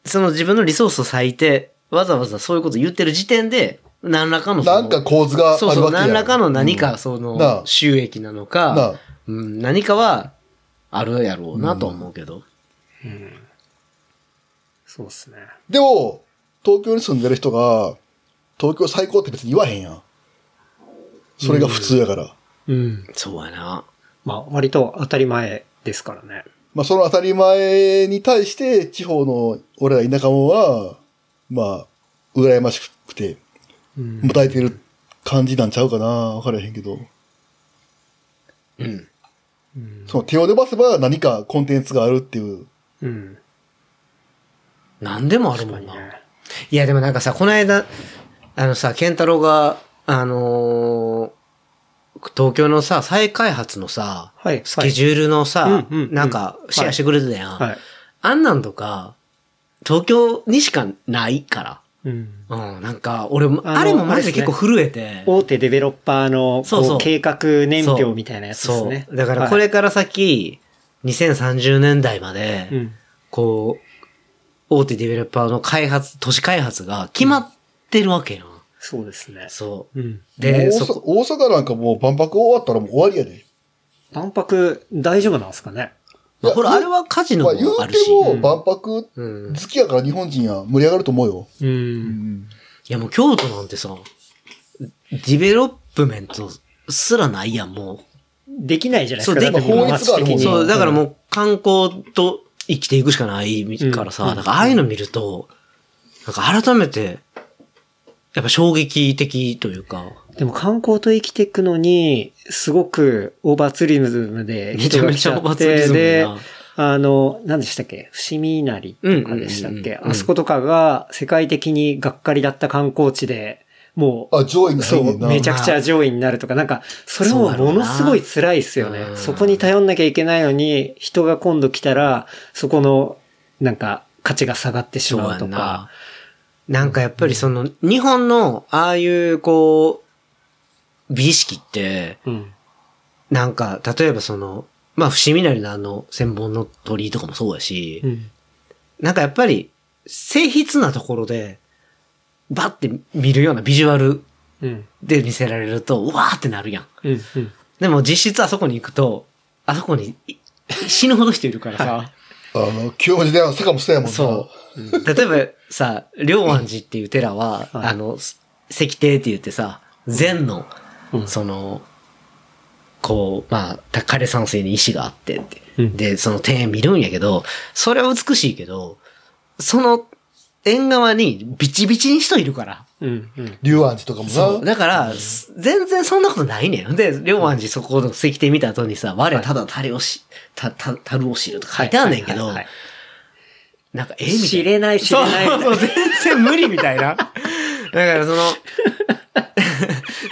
Speaker 2: その自分のリソースを割いて、わざわざそういうこと言ってる時点で、何らかのその
Speaker 1: なんか構図があるわけ
Speaker 2: そうそ
Speaker 1: や
Speaker 2: う、何らかの何
Speaker 1: うん
Speaker 2: か、そ
Speaker 1: なあ
Speaker 2: の、収益なの
Speaker 1: な
Speaker 2: か
Speaker 1: あ、
Speaker 2: うん何かは、あるやろうなと思うけど。
Speaker 3: そうですね。
Speaker 1: でも、東京に住んでる人が、東京最高って別に言わへんやん。それが普通やから。
Speaker 3: うん。
Speaker 2: そうやな。
Speaker 3: まあ、割と当たり前ですからね。
Speaker 1: まあ、その当たり前に対して、地方の俺ら田舎者は、まあ、羨ましくて、
Speaker 3: うん。
Speaker 1: もたえてる感じなんちゃうかな。わからへんけど。
Speaker 2: うん。
Speaker 1: その手を伸ばせば何かコンテンツがあるっていう。
Speaker 3: うん。
Speaker 2: 何でもある
Speaker 3: 確
Speaker 2: も
Speaker 3: か
Speaker 2: ん
Speaker 3: に
Speaker 2: な。
Speaker 3: ね。
Speaker 2: いや、でもなんかさ、この間、あのさ、健太郎が、あのー東京のさ、再開発のさ、
Speaker 3: はい
Speaker 2: スケジュールのさ、
Speaker 3: うんうんうん
Speaker 2: なんか、シェアしてくれてたやん。
Speaker 3: はい。
Speaker 2: あんなんとか、東京にしかないか
Speaker 3: うん。
Speaker 2: ら。うん、なんか、俺も、
Speaker 3: あの
Speaker 2: あれもマジで
Speaker 3: あれです
Speaker 2: 結
Speaker 3: ね
Speaker 2: 構震えて。
Speaker 3: 大手デベロッパーのこう
Speaker 2: そうそう
Speaker 3: 計画年表みたいなやつですね。
Speaker 2: そうだからこ
Speaker 3: は
Speaker 2: れ
Speaker 3: い、
Speaker 2: から先、2030年代まで、
Speaker 3: うん。
Speaker 2: こう、大手デベロッパーの開発、都市開発が決まってるわけよ。
Speaker 3: そうですね。
Speaker 2: そうう。
Speaker 3: ん。
Speaker 2: で、
Speaker 1: もう
Speaker 2: そ
Speaker 1: 大阪
Speaker 2: こ、
Speaker 1: 大阪なんかもう万博終わったらもう終わりやで。
Speaker 3: 万博大丈夫なんですかね
Speaker 2: まあほら、あれはカジノ
Speaker 1: ま
Speaker 2: も
Speaker 1: あ、言う
Speaker 2: ある
Speaker 1: て
Speaker 2: し。
Speaker 1: も万博好
Speaker 2: うん。い
Speaker 1: きやから日本人は盛り上がると思うよ。
Speaker 3: うん。
Speaker 2: や、もう京都なんてさ、ディベロップメントすらないやん、もう。
Speaker 3: できないじゃないですか。
Speaker 2: そう
Speaker 3: だって
Speaker 1: できない
Speaker 3: ま
Speaker 1: 法
Speaker 3: あ
Speaker 1: 律があるもん
Speaker 3: 町的に
Speaker 2: そう、だからもう観光と生きていくしかないからさ、なんかああいうの見ると、なんか改めて、やっぱ衝撃的というか、
Speaker 3: でも観光と生きていくのに、すごくオーバーツーリズムで
Speaker 2: めち
Speaker 3: 人
Speaker 2: ゃ
Speaker 3: が
Speaker 2: め
Speaker 3: 来
Speaker 2: ち
Speaker 3: ちゃ
Speaker 2: ゃ
Speaker 3: っ
Speaker 2: オー
Speaker 3: て、
Speaker 2: バーツーリズム
Speaker 3: で
Speaker 2: だ、な。
Speaker 3: あの、何でしたっけ伏見稲荷とかでしたっ
Speaker 2: うんうん
Speaker 3: け
Speaker 2: うんうん
Speaker 3: あそことかが世界的にがっかりだった観光地で、もう、
Speaker 1: あ、上位に
Speaker 3: そ
Speaker 1: 入んね
Speaker 3: うん
Speaker 1: な。
Speaker 3: めちゃくちゃ上位になるとか、なんか、それもものすごい辛いっすよ
Speaker 2: そうだろう
Speaker 3: ね。
Speaker 2: な
Speaker 3: そこに頼んなきゃいけないのに、人が今度来たら、そこの、なんか、価値が下がってしまうとか。。
Speaker 2: なんかやっぱりその、日本のああいうこう、美意識って、
Speaker 3: うん。
Speaker 2: なんか、例えばその、まあ、伏見なりのあの、千本の鳥居とかもそうやし、
Speaker 3: うん。
Speaker 2: なんかやっぱり、静筆なところで、バッて見るようなビジュアル
Speaker 3: うん。
Speaker 2: で見せられると、うわーってなるやん。
Speaker 3: うん。うん。
Speaker 2: でも実質あそこに行くと、あそこにい死ぬほど人いるからさ、
Speaker 1: あの、清盛で坂もしたやもんな。
Speaker 2: (laughs) そう。例えばさ、両安寺っていう寺は、
Speaker 3: はい
Speaker 2: あの、す石庭って言ってさ、禅の、
Speaker 3: うん
Speaker 2: その、こう、まあ、た枯山水に石があってって、
Speaker 3: うん
Speaker 2: で、その庭園見るんやけど、それは美しいけど、その縁側にビチビチに人いるから。
Speaker 3: うん。うん。
Speaker 1: 龍安寺とかも
Speaker 2: そう。
Speaker 1: な。
Speaker 2: だから、す全然そんなことないねん。で、両安寺そこの石庭見た後にさ、我ただ樽をし、た、た、樽を知るとか書いてあんねんけど、
Speaker 3: はいはいはい
Speaker 2: なんか、ええみたいな。
Speaker 3: 知れない、知れない。
Speaker 2: そうそうそう全然無理みたいな。だからその、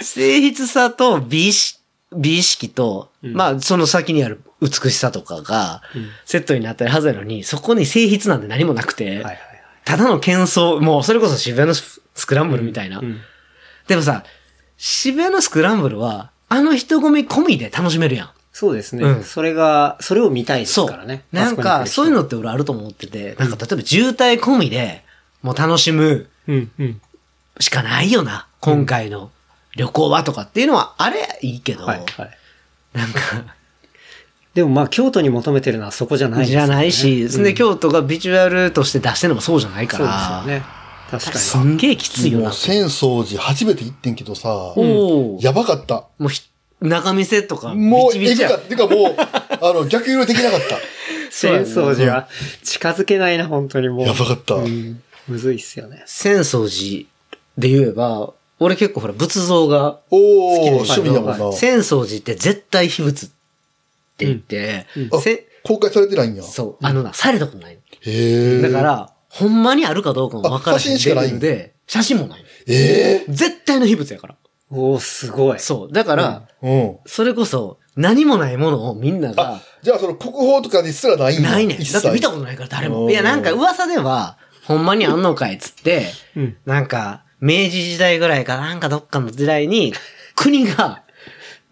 Speaker 2: 性質さと美意識、美意識と、まあその先にある美しさとかが
Speaker 3: うん
Speaker 2: セットになってるはずなのに、そこに性質なんて何もなくて、
Speaker 3: はいはい
Speaker 2: ただの喧騒、もうそれこそ渋谷のススクランブルみたいな。
Speaker 3: はい。うん。
Speaker 2: でもさ、渋谷のスクランブルは、あの人混み込みで楽しめるやん。
Speaker 3: そうです
Speaker 2: う
Speaker 3: ね。
Speaker 2: ん
Speaker 3: それが、それを見たいです
Speaker 2: そう。
Speaker 3: からね。
Speaker 2: なんか、そういうのって俺あると思ってて、なんか例えば渋滞込みで、もう楽しむ、
Speaker 3: の。うん。うん。
Speaker 2: しかないよな。今回の旅行はとかっていうのは、あれいいけど、
Speaker 3: はい。はい。
Speaker 2: なんか、
Speaker 3: でもまあ、京都に求めてるのはそこじゃないです
Speaker 2: じ
Speaker 3: から
Speaker 2: ゃ
Speaker 3: ね
Speaker 2: ないし、そんで京都がビジュアルとして出してるのもそうじゃないか
Speaker 3: そうで
Speaker 2: ら、
Speaker 3: すよね。確かに。
Speaker 2: すんげえきついよ
Speaker 1: も
Speaker 2: な
Speaker 1: う、。浅草寺初めて行ってんけどさ、
Speaker 2: おお、
Speaker 1: やばかった。
Speaker 2: もうひ、中見せとか、ビ
Speaker 1: もう、
Speaker 2: チ
Speaker 1: え
Speaker 2: ビチ
Speaker 1: ぐ
Speaker 2: や
Speaker 1: か。っていうかもう、あの、逆色できなかった。
Speaker 3: 浅草寺は近づけないな、本当にも
Speaker 1: (laughs)
Speaker 3: う。
Speaker 1: やばかった。
Speaker 3: うんむずいっすよね。
Speaker 2: 浅草寺で言えば、俺結構ほら、仏像が、
Speaker 1: おお
Speaker 2: 好きで
Speaker 1: 趣味やもんな。
Speaker 2: 浅草寺って絶対秘仏って言って、
Speaker 1: あ
Speaker 2: せ
Speaker 1: 公開されてないんや。
Speaker 2: そう、あのな、されたことないの。
Speaker 1: へえ。
Speaker 2: だか、ら、ほんまにあるかどうかもわからへん
Speaker 1: あ写真しかない
Speaker 2: レベルで、写真もない。
Speaker 1: ええ
Speaker 2: 絶対の秘仏やから。
Speaker 3: おおすごい。
Speaker 2: そう。だから、
Speaker 1: うん。
Speaker 2: それこそ、何もないものをみんな
Speaker 1: あ
Speaker 2: が、、
Speaker 1: じゃあその国宝とかにすらないんや。
Speaker 2: ないねん。
Speaker 1: 一切
Speaker 2: だって見たことないから誰
Speaker 1: お
Speaker 2: も。
Speaker 1: ー
Speaker 2: いや、なんか噂では、ほんまにあんのかいっつって、
Speaker 3: うん。
Speaker 2: なんか、明治時代ぐらいかなんかどっかの時代に、国が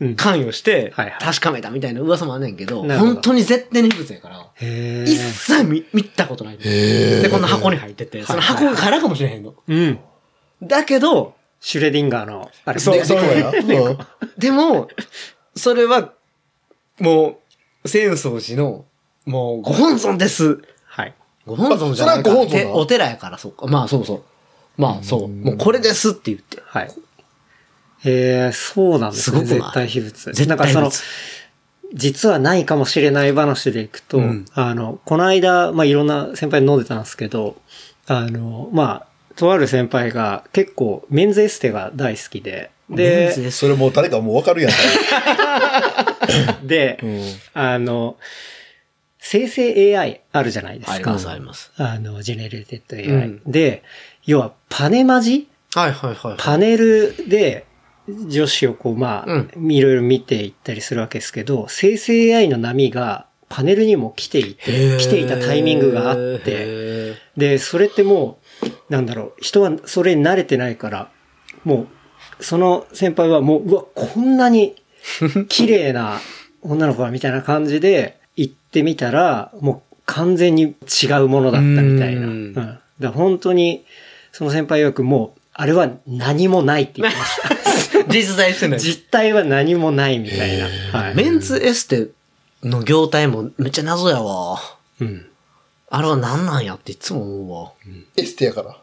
Speaker 3: うん。
Speaker 2: 関与して
Speaker 3: はいはい、
Speaker 2: 確かめたみたいな噂もあんねんけど、
Speaker 3: なるほど
Speaker 2: 本当に絶対の秘仏やから、
Speaker 3: へ
Speaker 2: 一
Speaker 3: え。
Speaker 2: 切見見たことない。
Speaker 1: へえ。
Speaker 2: で、こんな箱に入ってて、その箱が空かもしれへんの。
Speaker 3: うん。
Speaker 2: だけど、
Speaker 3: シュレディンガーの、あれ、
Speaker 2: そう
Speaker 1: でそうやな。うん
Speaker 2: でも、それは、もう、浅草寺の、もう、ご本尊です。
Speaker 3: はい。
Speaker 2: ご本尊じゃないか
Speaker 1: あそれは
Speaker 2: ら。
Speaker 1: ご本尊な
Speaker 2: て
Speaker 1: の
Speaker 2: お寺やから、そうか。まあ、そうそう。まあ、そう。もう、これですって言って。
Speaker 3: はい。へえ、そうなんです
Speaker 2: す
Speaker 3: ね。
Speaker 2: ごくない
Speaker 3: 絶対秘仏。
Speaker 2: 絶対秘仏
Speaker 3: なんかその、実はないかもしれない話でいくと、
Speaker 2: うん
Speaker 3: あの、この間、まあ、いろんな先輩に飲んでたんですけど、あの、まあ、とある先輩が結構メンズエステが大好きで、
Speaker 2: メン
Speaker 3: で
Speaker 2: ズ、エス
Speaker 1: それもう誰かもうわかるやん。
Speaker 3: で、
Speaker 1: うん
Speaker 3: あの、生成 AI あるじゃないで
Speaker 2: あ
Speaker 3: す
Speaker 2: り
Speaker 3: か。
Speaker 2: ます、あります。
Speaker 3: あの、ジェネレテッド AI。
Speaker 2: うん
Speaker 3: で、要はパネマジ
Speaker 2: はい、はい、はい。
Speaker 3: パネルで女子をこう、まあ、
Speaker 2: う
Speaker 3: いろいろ見ていったりするわけですけど、生成 AI の波がパネルにも来ていて、来ていたタイミングがあって、
Speaker 2: て。
Speaker 3: で、それってもう、なんだろう、人はそれに慣れてないから、もう、その先輩はもう、うわ、こんなに綺麗な女の子がみたいな感じで行ってみたら、もう完全に違うものだったみたいな。
Speaker 2: う
Speaker 3: うんん。だから本当に、その先輩よくもう、あれは何もないって言ってました。
Speaker 2: 実在してない。
Speaker 3: 実態は何もないみたいな。はい。
Speaker 2: メンズエステの業態もめっちゃ謎やわ。
Speaker 3: うん。
Speaker 2: あれは何なんやっていつも思うわ。
Speaker 1: エステやから。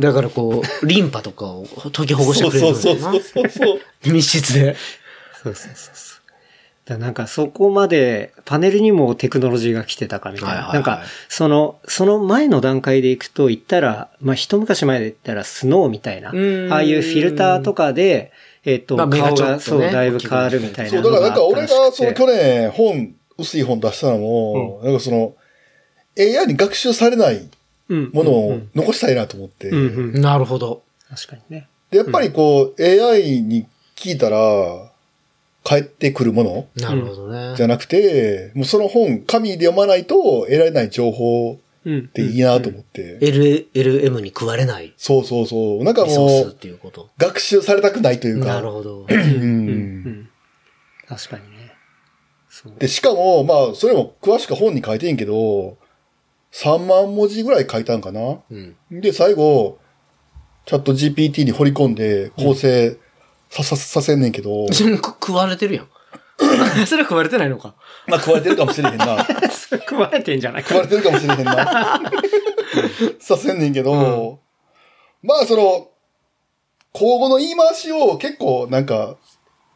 Speaker 2: だからこう、リンパとかを解きほぐしてくれるんだよな。
Speaker 1: そうそうそうそう。
Speaker 2: 密室で。
Speaker 3: そうそうそうそう。だからなんかそこまでパネルにもテクノロジーが来てたかみたい
Speaker 2: は
Speaker 3: な。
Speaker 2: いはいはい
Speaker 3: なんかその、その前の段階で行くと言ったら、まあ一昔前で言ったらスノーみたいな、あ
Speaker 2: ーん
Speaker 3: あいうフィルターとかで、えっ、と、
Speaker 2: まあ目が
Speaker 3: 顔
Speaker 2: ちょっと
Speaker 3: が、
Speaker 2: ね
Speaker 3: そう、だいぶ変わるみたい
Speaker 1: そ
Speaker 3: な
Speaker 1: う、だ
Speaker 3: の
Speaker 1: から
Speaker 3: があ
Speaker 1: な
Speaker 3: っ
Speaker 1: ん
Speaker 3: た
Speaker 1: か俺
Speaker 3: らしくて。
Speaker 1: がその去年本、薄い本出したのも、なんかその、AI に学習されない
Speaker 3: うん
Speaker 1: もの
Speaker 3: う
Speaker 1: を
Speaker 3: ん
Speaker 1: 残したいなと思って。
Speaker 3: うんうん。
Speaker 2: なるほど。
Speaker 3: 確かにね。
Speaker 1: で、やっぱりこう、AI に聞いたら、帰ってくるもの
Speaker 2: なるほどね。
Speaker 1: じゃなくて、もうその本、紙で読まないと得られない情報
Speaker 3: うん。
Speaker 1: っていいなと思って。
Speaker 2: L、LM に食われない
Speaker 1: そうそうそう。なんか
Speaker 2: リソー
Speaker 1: も
Speaker 2: スっ
Speaker 1: う、
Speaker 2: ていうこと。
Speaker 1: 学習されたくないというか。
Speaker 2: なるほど。
Speaker 1: う。
Speaker 3: うんん。確かにね。
Speaker 2: (laughs)
Speaker 3: そう。
Speaker 1: で、しかも、まあ、それも詳しく本に書いてんけど、3万文字ぐらい書いたんかな。
Speaker 2: うん。
Speaker 1: で、最後、チャット GPT に掘り込んで構成さささせんねんけど、
Speaker 2: それく食われてるやん。 (laughs) それは食われてないのか。
Speaker 1: (laughs) まあ食われてるかもしれへんな。
Speaker 3: それ食われてんじゃな
Speaker 1: (laughs)
Speaker 3: い
Speaker 1: 食われてるかもしれへんな。させんねんけど、まあその、口語の言い回しを結構なんか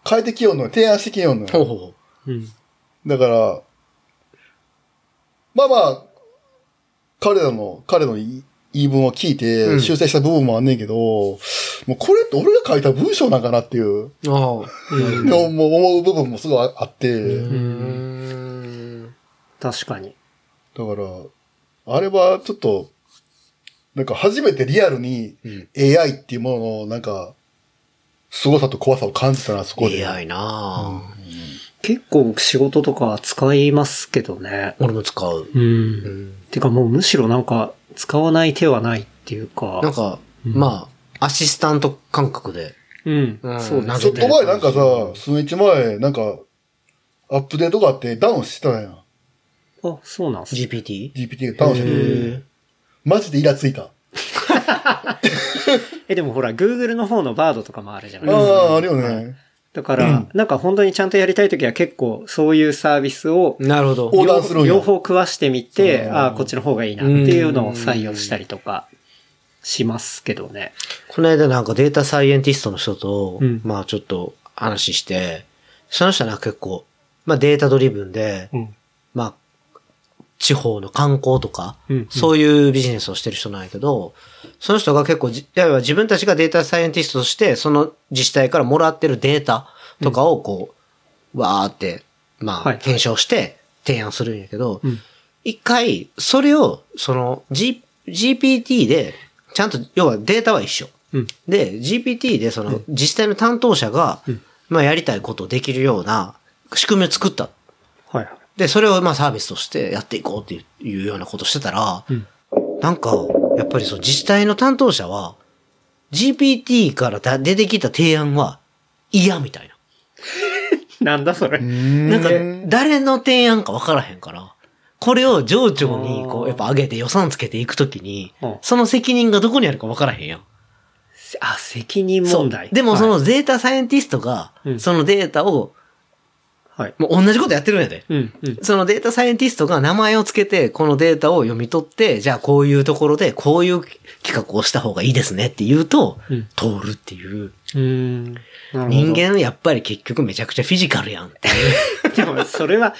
Speaker 1: 変えてきよんのよ。提案してきよんの
Speaker 2: ほう
Speaker 1: よ。
Speaker 2: ほうほ
Speaker 3: うん。
Speaker 1: だから、まあまあ、彼らの、彼の言い言い分を聞いうて
Speaker 2: ん
Speaker 1: 修正した部分もあんねんけど、もうこれって俺が書いた文章なんかなっていう。
Speaker 2: う。ああ。
Speaker 3: うん
Speaker 1: でももう思う部分もすごいあって、
Speaker 2: う
Speaker 1: だ
Speaker 2: ーん。
Speaker 3: 確かに。
Speaker 1: から、あれはちょっと、なんか初めてリアルに
Speaker 2: うん
Speaker 1: AI っていうもののなんか、凄さと怖さを感じたな、そこで。
Speaker 2: AI なあ、
Speaker 3: 結構僕仕事とか使いますけどね。
Speaker 2: 俺も使う。
Speaker 3: うん。
Speaker 2: うん。
Speaker 3: てかもうむしろなんか使わない手はないっていうか。
Speaker 2: なんか、まあ、アシスタント感覚で。
Speaker 3: うん。
Speaker 2: うん
Speaker 3: そうで
Speaker 2: な
Speaker 3: す。
Speaker 1: ちょっと前なんかさ、数日前、なんか、アップデートがあってダウンしてたやん。
Speaker 3: あ、そうなんすね。
Speaker 2: GPT?
Speaker 1: GPT がダウンしてて。マジでイラついた。
Speaker 3: え、でもほら、Google の方の Bard とかもあるじゃない
Speaker 1: あ
Speaker 3: ですか。
Speaker 1: あ、あるよね。
Speaker 3: だから、なんか本当にちゃんとやりたいときは結構そういうサービスを
Speaker 2: なるほど。
Speaker 1: お横断するんや
Speaker 3: 両方食わしてみて、ああ、こっちの方がいいなっていうの
Speaker 2: う
Speaker 3: を
Speaker 2: ん
Speaker 3: 採用したりとかしますけどね。
Speaker 2: この間なんかデータサイエンティストの人と、
Speaker 3: うん
Speaker 2: まあちょっと話して、その人はなんか結構、まあデータドリブンで、
Speaker 3: うん。
Speaker 2: まあ、地方の観光とか、
Speaker 3: うん
Speaker 2: そういうビジネスをしてる人なんやけど、その人が結構じ、いわゆる自分たちがデータサイエンティストとして、その自治体からもらってるデータとかをこう、わーって、ま
Speaker 3: は
Speaker 2: あ
Speaker 3: い、
Speaker 2: 検証して提案するんやけど
Speaker 3: うん、
Speaker 2: 一、回、それを、その、G、GPT で、ちゃんと、要はデータは一緒。
Speaker 3: うん。
Speaker 2: で、GPT でその自治体の担当者が、まあやりたいことをできるような仕組みを作った。
Speaker 3: はいはい。
Speaker 2: で、それをまあサービスとしてやっていこうっていういうようなことしてたら、
Speaker 3: ん
Speaker 2: なんか、やっぱりその自治体の担当者は、GPT からだ出てきた提案は嫌みたいな。
Speaker 3: なんだそれ。
Speaker 2: なんか、誰の提案か分からへんから、これを情緒にこ
Speaker 3: あー
Speaker 2: う、やっぱ上げて予算つけていくときに
Speaker 3: うん、
Speaker 2: その責任がどこにあるか分からへんやん。
Speaker 3: あ、責任
Speaker 2: そう
Speaker 3: 問題。
Speaker 2: でもそ
Speaker 3: はい、
Speaker 2: のデータサイエンティストが
Speaker 3: う、ん
Speaker 2: そのデータを、
Speaker 3: はい。
Speaker 2: もう同じことやってるんやで。
Speaker 3: うん、うん。
Speaker 2: そのデータサイエンティストが名前をつけて、このデータを読み取って、じゃあこういうところでこういう企画をした方がいいですねって言うと、
Speaker 3: うん
Speaker 2: 通るっていう。
Speaker 3: うん。
Speaker 2: 人間やっぱり結局めちゃくちゃフィジカルやんっていう。
Speaker 3: 間。でもそれは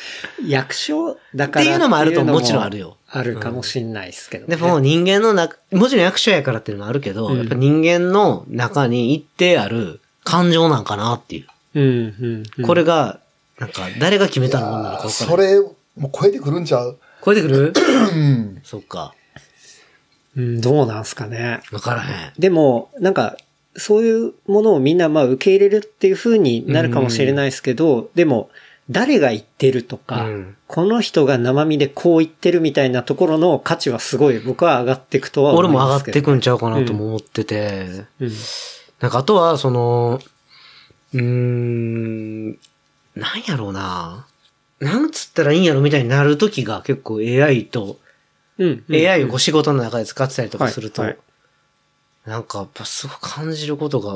Speaker 3: 役所だから。
Speaker 2: っていうのもあるともちろんあるよ
Speaker 3: あるかもしんないですけど、ね
Speaker 2: でも人間の中、もちろん役所やからっていうのはあるけど、
Speaker 3: うん
Speaker 2: やっぱ人間の中に一定ある感情なんかなっていう。
Speaker 3: うん、うん、うん。
Speaker 2: これが、なんか誰が決めたものなのか分から
Speaker 1: そ
Speaker 2: ない。
Speaker 1: れ、もう超えてくるんちゃう
Speaker 2: 超えてくる
Speaker 1: うん。
Speaker 2: そっか。
Speaker 3: うん、どうなんすかね。
Speaker 2: 分からへん。
Speaker 3: でも、なんか、そういうものをみんなまあ受け入れるっていう風になるかもしれないですけど、でも、誰が言ってるとか、
Speaker 2: うん
Speaker 3: この人が生身でこう言ってるみたいなところの価値はすごい僕は上がっていくとは思
Speaker 2: 俺
Speaker 3: い
Speaker 2: も上が
Speaker 3: ま
Speaker 2: っ
Speaker 3: すけ
Speaker 2: て
Speaker 3: ど。
Speaker 2: くんちゃうかなとも思ってて。
Speaker 3: 上がってく。
Speaker 2: なんかあとは、その、うーん、なんやろうな。なんつったらいいんやろみたいになる時が結構 AI と、
Speaker 3: うん。うん。うん
Speaker 2: AI をご仕事の中で使ってたりとかすると、
Speaker 3: はいはい
Speaker 2: なんかやっぱすごく感じることが、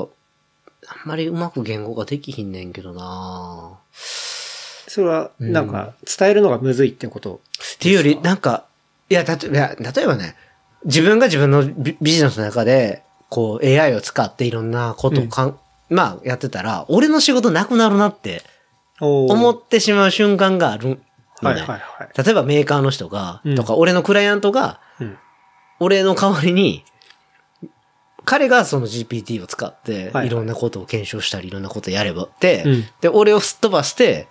Speaker 2: あんまりうまく言語ができひんねんけどな
Speaker 3: それは、なんか、伝えるのがむずいってこと。
Speaker 2: っていうより、なんか、いや、たといや例えばね、自分が自分のビビジネスの中で、こう AI を使っていろんなことをかん、まあやってたら、俺の仕事なくなるなって思
Speaker 3: 思
Speaker 2: ってしまう瞬間があるのね。
Speaker 3: はいはいはい。
Speaker 2: 例えばメーカーの人が、
Speaker 3: うん
Speaker 2: とか俺のクライアントが、
Speaker 3: うん
Speaker 2: 俺の代わりに、彼がその GPT を使って
Speaker 3: いは、い
Speaker 2: いろんなことを検証したり、いろんなことやればって、
Speaker 3: うん
Speaker 2: で、俺をすっ飛ばして、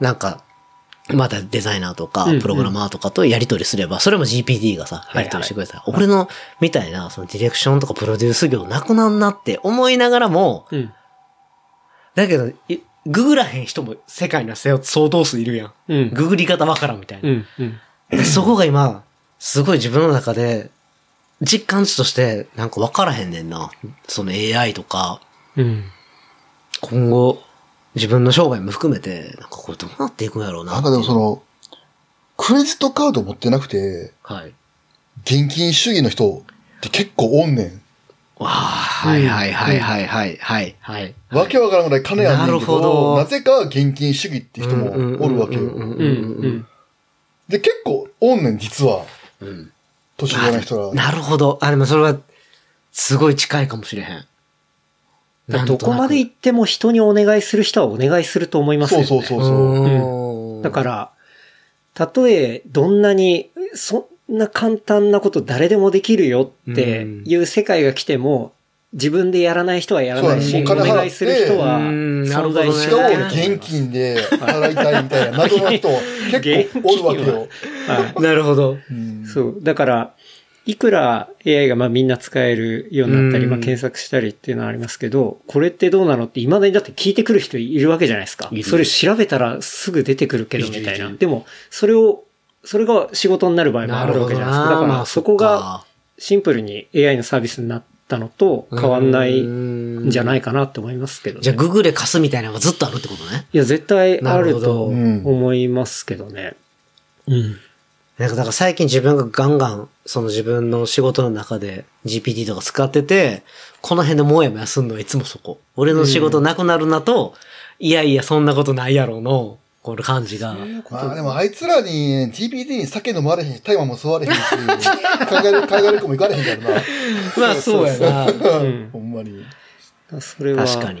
Speaker 2: なんか、またデザイナーとか
Speaker 3: うんう、ん
Speaker 2: プログラマーとかとやり取りすれば、それも GPT がさ、
Speaker 3: い
Speaker 2: や
Speaker 3: はい
Speaker 2: り取りしてくれたら、俺のみたいな、そのディレクションとかプロデュース業なくなんなって思いながらも、
Speaker 3: うん。
Speaker 2: だけど、いググらへん人も世界には相当数いるやん。
Speaker 3: うん
Speaker 2: ググり方わからんみたいな
Speaker 3: う。ん。うん。
Speaker 2: でそこが今、すごい自分の中で、実感値として、なんか分からへんねんな。その AI とか、
Speaker 3: うん。
Speaker 2: 今後、自分の生涯も含めて、なんかこれどうなっていくんやろうな
Speaker 1: な
Speaker 2: っ
Speaker 1: ん
Speaker 2: てい
Speaker 1: か
Speaker 2: う。
Speaker 1: でもその、クレジットカード持ってなくて、
Speaker 2: はい。わ
Speaker 1: 現金主義の人って結構おんねん。
Speaker 2: あ、はいはいはいはいはいはい。はい。
Speaker 1: わけわからんぐらい金あんねんけ
Speaker 2: なるほど
Speaker 1: ど、なぜか現金主義って人もおるわけ
Speaker 2: うん
Speaker 1: よ。
Speaker 2: う
Speaker 3: うん
Speaker 2: うん
Speaker 3: ん。
Speaker 1: で、結構おんねん、実は。
Speaker 2: うんうん。
Speaker 1: 年上の人ら。
Speaker 2: なるほど。あ、でもそれは、すごい近いかもしれへん。
Speaker 3: うん。どこまで
Speaker 2: い
Speaker 3: 行っても人にお願いする人はお願いすると思いますよ
Speaker 1: そう
Speaker 3: ね。
Speaker 1: そうそううそう。
Speaker 2: ーん
Speaker 3: だから、たとえどんなに、そんな簡単なこと誰でもできるよっていう世界が来ても、自分でやらない人はやらないし、
Speaker 1: そう
Speaker 3: お
Speaker 1: だねお金払って
Speaker 3: 願いする人は
Speaker 2: うんなるほど
Speaker 3: 存
Speaker 2: ね
Speaker 3: 在
Speaker 1: し
Speaker 3: し
Speaker 1: かも
Speaker 3: ない。
Speaker 1: 俺現金で働いたいみたいな謎の人結構おるわけよ。
Speaker 3: はい
Speaker 2: なるほど。
Speaker 1: うん
Speaker 3: そう。だから、いくら AI がまあみんな使えるようになったり、
Speaker 2: うん
Speaker 3: まあ検索したりっていうのはありますけど、これってどうなのって未だにだって聞いてくる人いるわけじゃないですか
Speaker 2: いる。
Speaker 3: それ調べたらすぐ出てくるけどみた
Speaker 2: い
Speaker 3: い
Speaker 2: るい
Speaker 3: な。
Speaker 2: る
Speaker 3: でも、それを、それが仕事になる場合もあるわけじゃないですか。だか
Speaker 2: ま
Speaker 3: ら
Speaker 2: あ
Speaker 3: そこがシンプルに AI のサービスになったのと変わんないん
Speaker 2: ん。
Speaker 3: じゃないいかなと思いますけどね、
Speaker 2: じゃあ、ググレ貸すみたいなのがずっとあるってことね。
Speaker 3: いや、絶対あ
Speaker 1: な
Speaker 3: ると
Speaker 1: るほど
Speaker 3: 思いますけどね。うん。
Speaker 2: なんか、だから最近自分がガンガン、その自分の仕事の中で GPT とか使ってて、この辺でもやもやすんのはいつもそこ。俺の仕事なくなるなと、いやいや、そんなことないやろうの、この感じが。
Speaker 1: まあでもあいつらに GPT に酒飲まれへんし、大麻も吸われへんし、
Speaker 2: (laughs)
Speaker 1: 海外海外旅行も行かれへんからな。
Speaker 2: まあ、そうやな。
Speaker 3: ん
Speaker 1: ほんまに。
Speaker 3: それは、
Speaker 2: 確かに。
Speaker 3: だか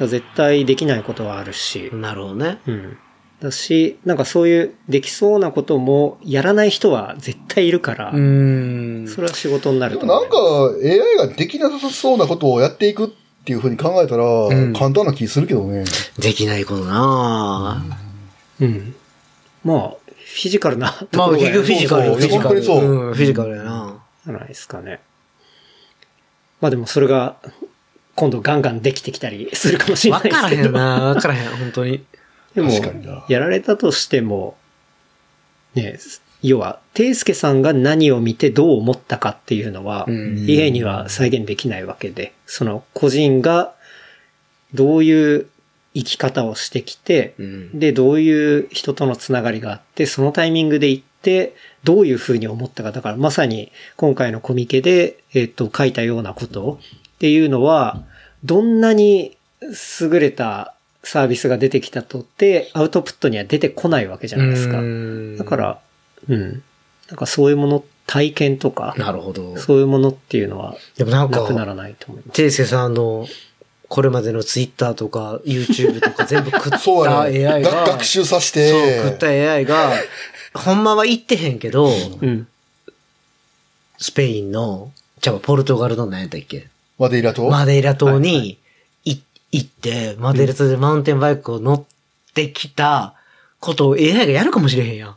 Speaker 3: ら絶対できないことはあるし、
Speaker 2: なるほどね。
Speaker 3: うん。だし、なんかそういうできそうなこともやらない人は絶対いるから、
Speaker 2: ん
Speaker 3: それは仕事にな
Speaker 1: で
Speaker 3: ると
Speaker 1: も
Speaker 3: 思う
Speaker 1: なんか AI ができなさそうなことをやっていくっていうふうに考えたら、
Speaker 2: ん
Speaker 1: 簡単な気するけどね。
Speaker 2: できないことなぁ
Speaker 3: うん。まあ、フィジカルなと
Speaker 2: まあ、
Speaker 3: ころ
Speaker 2: 結
Speaker 3: が
Speaker 2: 局フィジカルよ、フ
Speaker 1: そう
Speaker 2: ィ
Speaker 1: そ
Speaker 2: ジカ
Speaker 1: う
Speaker 2: ル。、
Speaker 1: 本当にそうん
Speaker 2: フィジカルやな
Speaker 3: じゃないですかね。まあでもそれが、今度ガンガンできてきたりするかもしれな
Speaker 2: わ
Speaker 3: いで
Speaker 2: から
Speaker 3: すけ
Speaker 2: へん
Speaker 3: ど。
Speaker 2: なわからへん、本当に。
Speaker 3: でも
Speaker 1: 確かにな、
Speaker 3: やられたとしても、ね、要は、ていすけさんが何を見てどう思ったかっていうのは、
Speaker 2: うん
Speaker 1: ん
Speaker 3: AI には再現できないわけで、その個人がどういう生き方をしてきて、
Speaker 2: うん。
Speaker 3: で、どういう人とのつながりがあって、そのタイミングで行って、どういうふうに思ったか。だからまさに今回のコミケで、えっと、書いたようなことっていうのは、どんなに優れたサービスが出てきたとって、アウトプットには出てこないわけじゃないですか。だか、ら、うん。なんかそういうもの、体験とか、
Speaker 2: なるほど。
Speaker 3: そういうものっていうのは、
Speaker 2: でもなん
Speaker 3: なくな
Speaker 2: か、
Speaker 3: らないと思います。
Speaker 2: ていすけさんの、これまでのツイッターとか、YouTube
Speaker 3: (laughs)
Speaker 2: とか全部食っ
Speaker 1: そう
Speaker 2: た
Speaker 1: やね。
Speaker 2: AI
Speaker 1: が
Speaker 2: が、
Speaker 1: 学習させ
Speaker 2: そう、
Speaker 1: て。
Speaker 2: 食った AI が、ほんまは言ってへんけど、
Speaker 3: うん。
Speaker 2: スペインの、じゃあポルトガルの何やったっけ
Speaker 1: マデイラと。
Speaker 2: マデイラ島にい行って、マデイラ島でマウンテンバイクを乗ってきたことを AI がやるかもしれへんやん。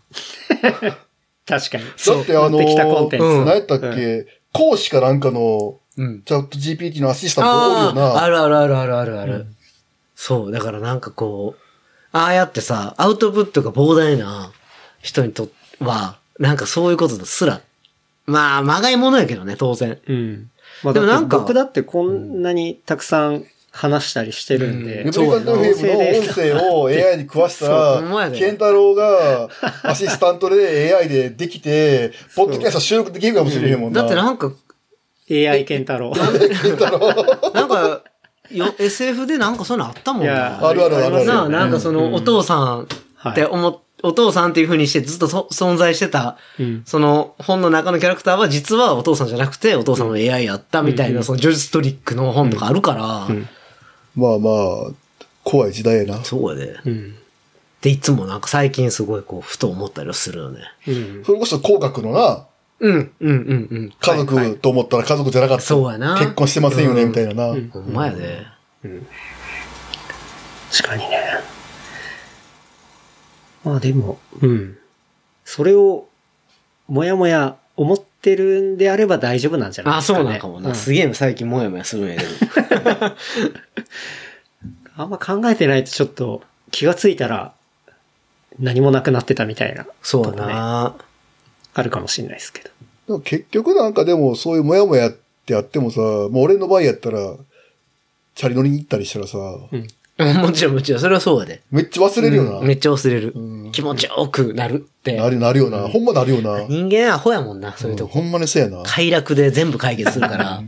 Speaker 3: 確かに。
Speaker 1: だってあの
Speaker 3: できたコンテンツ。
Speaker 2: うん
Speaker 1: 何やったっけ講師かなんかの、
Speaker 2: うん。
Speaker 1: チャット GPT のアシスタントおる
Speaker 2: あ
Speaker 1: よ
Speaker 2: あ、あ
Speaker 1: な。
Speaker 2: るあるあるあるあるある。そう、だからなんかこう、ああやってさ、アウトプットが膨大な人にとっては、なんかそういうことすら、まあ、まがいものやけどね、当然。
Speaker 3: うん。まあ、
Speaker 2: で
Speaker 3: で
Speaker 2: もな
Speaker 3: もなんん
Speaker 2: か
Speaker 3: か、僕だってこんなにたくさん話したりしてるん
Speaker 2: う
Speaker 1: レ
Speaker 3: で、
Speaker 2: ん
Speaker 1: プリカント FM の音声を AI に食わした
Speaker 2: そうほんまや
Speaker 1: ら、
Speaker 2: ね
Speaker 1: ケンタロウ
Speaker 2: (laughs)
Speaker 1: がアシスタントで AI でできて、ポッドキャスト収録できるかもしれへんもんな。
Speaker 2: だってなんか、
Speaker 3: AI 健太郎。
Speaker 2: なんか、
Speaker 3: (laughs)
Speaker 2: よ SF でなんかそういうのあったもん
Speaker 3: い
Speaker 2: な。
Speaker 3: や、
Speaker 1: あるあるあるある
Speaker 2: なあ、
Speaker 3: な
Speaker 2: なんんかその、お父さんって思っ、お父さんっていう風にしてずっとそ存在してた、
Speaker 3: うん。
Speaker 2: その本の中のキャラクターは実はお父さんじゃなくてお父さんの AI やったみたいな、
Speaker 3: うん
Speaker 2: そのジョージ・ストリックの本とかあるから、
Speaker 3: うん
Speaker 1: まあまあ、怖い時代やな。そ
Speaker 2: そうやで。
Speaker 3: うん。
Speaker 2: で、いつもなんか最近すごいこう、ふと思ったりはするよね。
Speaker 3: うん。
Speaker 1: れこそ口角のな、
Speaker 2: うん、うん、うん、うん。
Speaker 1: 家族と思ったら家族じゃなかった。
Speaker 2: そうやな
Speaker 1: 結婚してませんよね、みたいなな。
Speaker 3: ん
Speaker 2: ほんまやで。
Speaker 3: 確かにね。まあでも、うん。それを、もやもや思ってるんであれば大丈夫なんじゃない
Speaker 2: あ、
Speaker 3: ですか
Speaker 2: そ
Speaker 3: ね。
Speaker 2: うなんかも
Speaker 3: う
Speaker 2: な。すげえ最近もやもやするんやけど。
Speaker 3: あんま考えてないとちょっと気がついたら何もなくなってたみたいな。
Speaker 2: そうや
Speaker 3: とかね。
Speaker 2: な。
Speaker 3: あるかもしれないですけど。
Speaker 1: でも結局なんかでもそういうモヤモヤってあってもさ、もう俺の場合やったら、チャリ乗りに行ったりしたらさ、
Speaker 3: うん。
Speaker 2: もちろん、もちろん、それはそうやで。
Speaker 1: めっちゃ忘れるよな。
Speaker 2: うんめっちゃ忘れる
Speaker 1: う。ん
Speaker 2: 気持ちよくなるって。
Speaker 1: なるなるよな。ほんまなるよな。
Speaker 2: 人間アホやもんな、そういうと
Speaker 1: うん
Speaker 2: こ。
Speaker 1: ほんまにそうやな。
Speaker 2: 快楽で全部解決する
Speaker 1: (laughs)
Speaker 2: から、
Speaker 1: か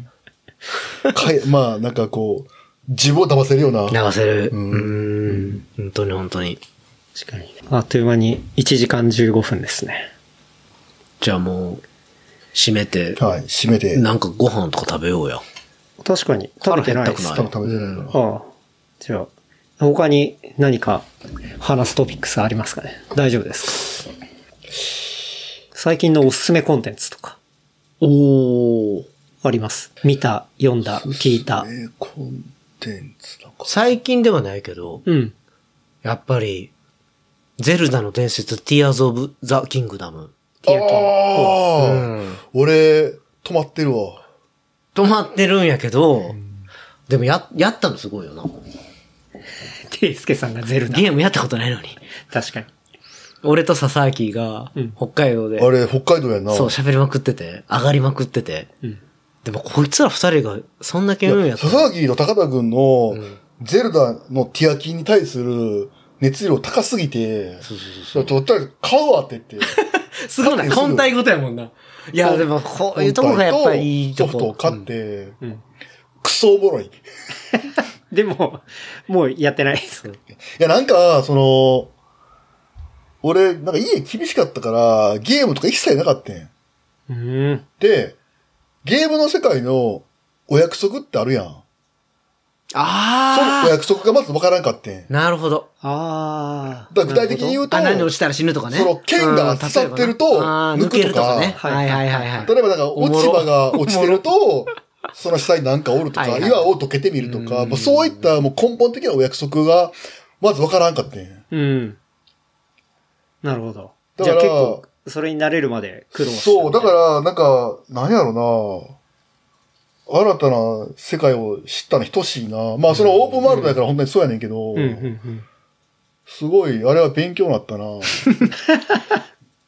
Speaker 1: えまあなんかこう、自分を騙せるよな。
Speaker 2: 流せる。
Speaker 1: ん
Speaker 2: うん。本当に本当に。
Speaker 3: 確かに、あっという間に1時間15分ですね。
Speaker 2: じゃあもう、閉めて、
Speaker 1: はい、締めて。
Speaker 2: なんかご飯とか食べようや。
Speaker 3: 確かに食べてないです。
Speaker 2: 腹減ったくな
Speaker 3: あ
Speaker 2: い
Speaker 1: 多分食べてないな。
Speaker 3: あ。じゃあ、他に何か話すトピックスありますかね大丈夫ですか最近のおすすめコンテンツとか
Speaker 2: おー。
Speaker 3: あります。見た、読んだ、聞いた。
Speaker 1: えーコンテンツなんか。
Speaker 2: 最近ではないけど、
Speaker 3: うん。
Speaker 2: やっぱり、ゼルダの伝説、Tears of the Kingdom。
Speaker 3: ティアキン (laughs)
Speaker 1: ああ、
Speaker 2: うん
Speaker 1: 俺、止まってるわ。
Speaker 2: 止まってるんやけど、でもや、やったのすごいよな。
Speaker 3: ていすけさんがゼルダ。
Speaker 2: ゲームやったことないのに。
Speaker 3: 確かに。
Speaker 2: 俺と佐々木が
Speaker 3: うん、
Speaker 2: 北海道で、
Speaker 1: あれ、北海道やんな。
Speaker 2: そう、喋りまくってて、上がりまくってて。
Speaker 3: うん。
Speaker 2: でも、こいつら二人が、そんだけ
Speaker 1: いや
Speaker 2: 言うんやった
Speaker 1: 佐
Speaker 2: ら、
Speaker 1: 々木の高田君の、ゼルダのティアキンに対する熱量高すぎて、
Speaker 2: そうそう
Speaker 1: ちょっと買うわって
Speaker 2: (laughs)
Speaker 1: 言
Speaker 2: そ
Speaker 1: って、
Speaker 2: うすごいな、本体ごとやもんな。いや、でも、こういうとこがやっぱりいいと
Speaker 1: ソ
Speaker 2: こ。
Speaker 1: フトを買って、
Speaker 3: うん。
Speaker 1: クソおもろい。い
Speaker 3: でも、もうやってないです。
Speaker 1: や、なんか、その、俺、なんか家厳しかったから、ゲームとか一切なかったん。
Speaker 3: うん。
Speaker 1: で、ゲームの世界のお約束ってあるやん。そのお
Speaker 2: あ
Speaker 1: 約束がまずわからんかってん。
Speaker 2: あなるほど。
Speaker 3: ああ。
Speaker 1: だから具体的に言うと、
Speaker 2: あ、何
Speaker 1: 例
Speaker 2: で
Speaker 1: え
Speaker 2: 落ちたら死ぬとかね。
Speaker 1: その剣が刺さってると
Speaker 2: うん例えばなあー抜
Speaker 1: 抜くとか
Speaker 2: けるとかね。
Speaker 3: はい
Speaker 2: はいはいはいはい。
Speaker 1: ばなんか落ち葉が落ちてると、その下になんかおると
Speaker 2: は
Speaker 1: か、
Speaker 2: いはい
Speaker 1: 岩を溶けてみるとか、
Speaker 2: うん
Speaker 1: まあそういったもう根本的なお約束が、まずわからんかってん。
Speaker 3: うん。なるほど。
Speaker 1: だ
Speaker 3: じ
Speaker 1: か
Speaker 3: ゃ
Speaker 1: ら
Speaker 3: あ結構、それになれるまで苦労した。
Speaker 1: そう、だか。ら、なんか、なんやろな新たな世界を知ったの等しいな。まあ、そのオープンワールドやから本当にそうやねんけど、
Speaker 3: うんうんうん。
Speaker 1: すごい、あれは勉強になったな。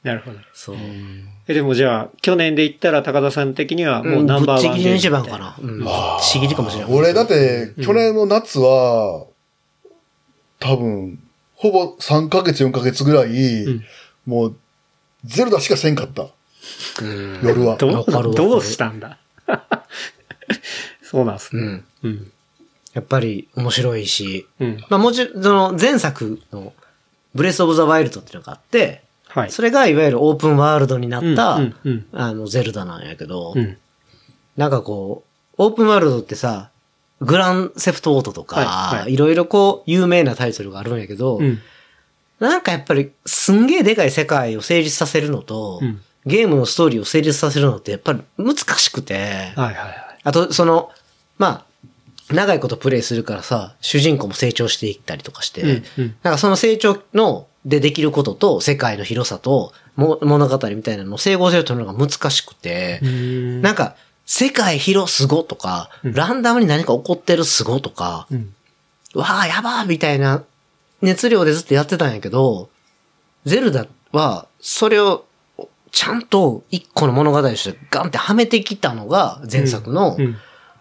Speaker 3: なるほど。
Speaker 2: そう。
Speaker 3: え、でもじゃあ、去年で言ったら高田さん的にはもうナンバーワン
Speaker 2: ぶっちぎりの一番
Speaker 3: ゲーム
Speaker 2: か
Speaker 3: みた
Speaker 2: な。
Speaker 3: い。
Speaker 2: うん。ぶっちぎりかもしれない。
Speaker 1: 俺、だって、去年の夏は、多分、ほぼ3ヶ月、4ヶ月ぐらい、
Speaker 3: うん
Speaker 1: もう、ゼルダしかせんかった。
Speaker 2: うん。
Speaker 1: 夜は。
Speaker 3: ど
Speaker 2: わかる
Speaker 3: う、
Speaker 2: わ
Speaker 3: どうしたんだ (laughs) そうなんす
Speaker 2: う
Speaker 3: ね。
Speaker 2: ん。
Speaker 3: うん。
Speaker 2: やっぱり面白いし、
Speaker 3: うん。
Speaker 2: まあもちろん、その前作のブレスオブザワイルドっていうのがあって、
Speaker 3: はい。
Speaker 2: それがいわゆるオープンワールドになった、
Speaker 3: うんうん
Speaker 2: あの、ゼルダなんやけど、
Speaker 3: うん。
Speaker 2: なんかこう、オープンワールドってさ、グランセフトオートとか、
Speaker 3: はい
Speaker 2: い
Speaker 3: はい
Speaker 2: ろいろこう、有名なタイトルがあるんやけど、
Speaker 3: うん。
Speaker 2: なんかやっぱり、すんげえでかい世界を成立させるのと、
Speaker 3: うん
Speaker 2: ゲームのストーリーを成立させるのってやっぱり難しくて、
Speaker 3: はいはいはい。
Speaker 2: あと、その、まあ、長いことプレイするからさ、主人公も成長していったりとかして、
Speaker 3: うんうん
Speaker 2: なんかその成長の、でできることと、世界の広さと、も物語みたいなのを整合性を取るのが難しくて、
Speaker 3: うーん。
Speaker 2: なんか、世界広すごとか、ランダムに何か起こってるすごとか、
Speaker 3: うん。
Speaker 2: わあ、やばーみたいな熱量でずっとやってたんやけど、ゼルダは、それを、ちゃんと一個の物語としてガンってはめてきたのが前作の、
Speaker 3: うん。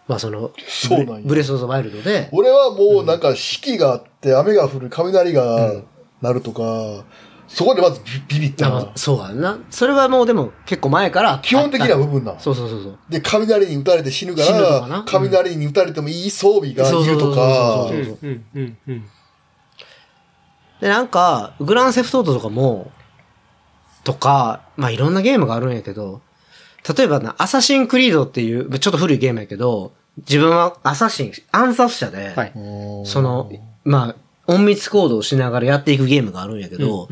Speaker 2: まあその、
Speaker 1: そうなんや
Speaker 2: ブレブレスオブザワイルドで、
Speaker 1: 俺はもう、なんか、四季があって、雨が降る、雷が鳴るとか、そこでまずビビビった
Speaker 2: あま
Speaker 1: な
Speaker 2: あ。そうやんな。それはもうでも結構前からあった。
Speaker 1: 基本的な部分な。
Speaker 2: そうそうそうそう。
Speaker 1: で、雷に打たれて死ぬか
Speaker 2: 死ぬとからな、
Speaker 1: 雷に打たれてもいい装備がいると
Speaker 2: そうそうそう
Speaker 1: か
Speaker 2: そう、
Speaker 3: うん。うん。うん。うん。
Speaker 2: で、なんか、グランセフトオートとかも、とか、まあいろんなゲームがあるんやけど、例えばな、アサシンクリードっていう、ちょっと古いゲームやけど、自分はアサシン、暗殺者で、
Speaker 3: はい。
Speaker 2: その、まあ、隠密行動をしながらやっていくゲームがあるんやけど、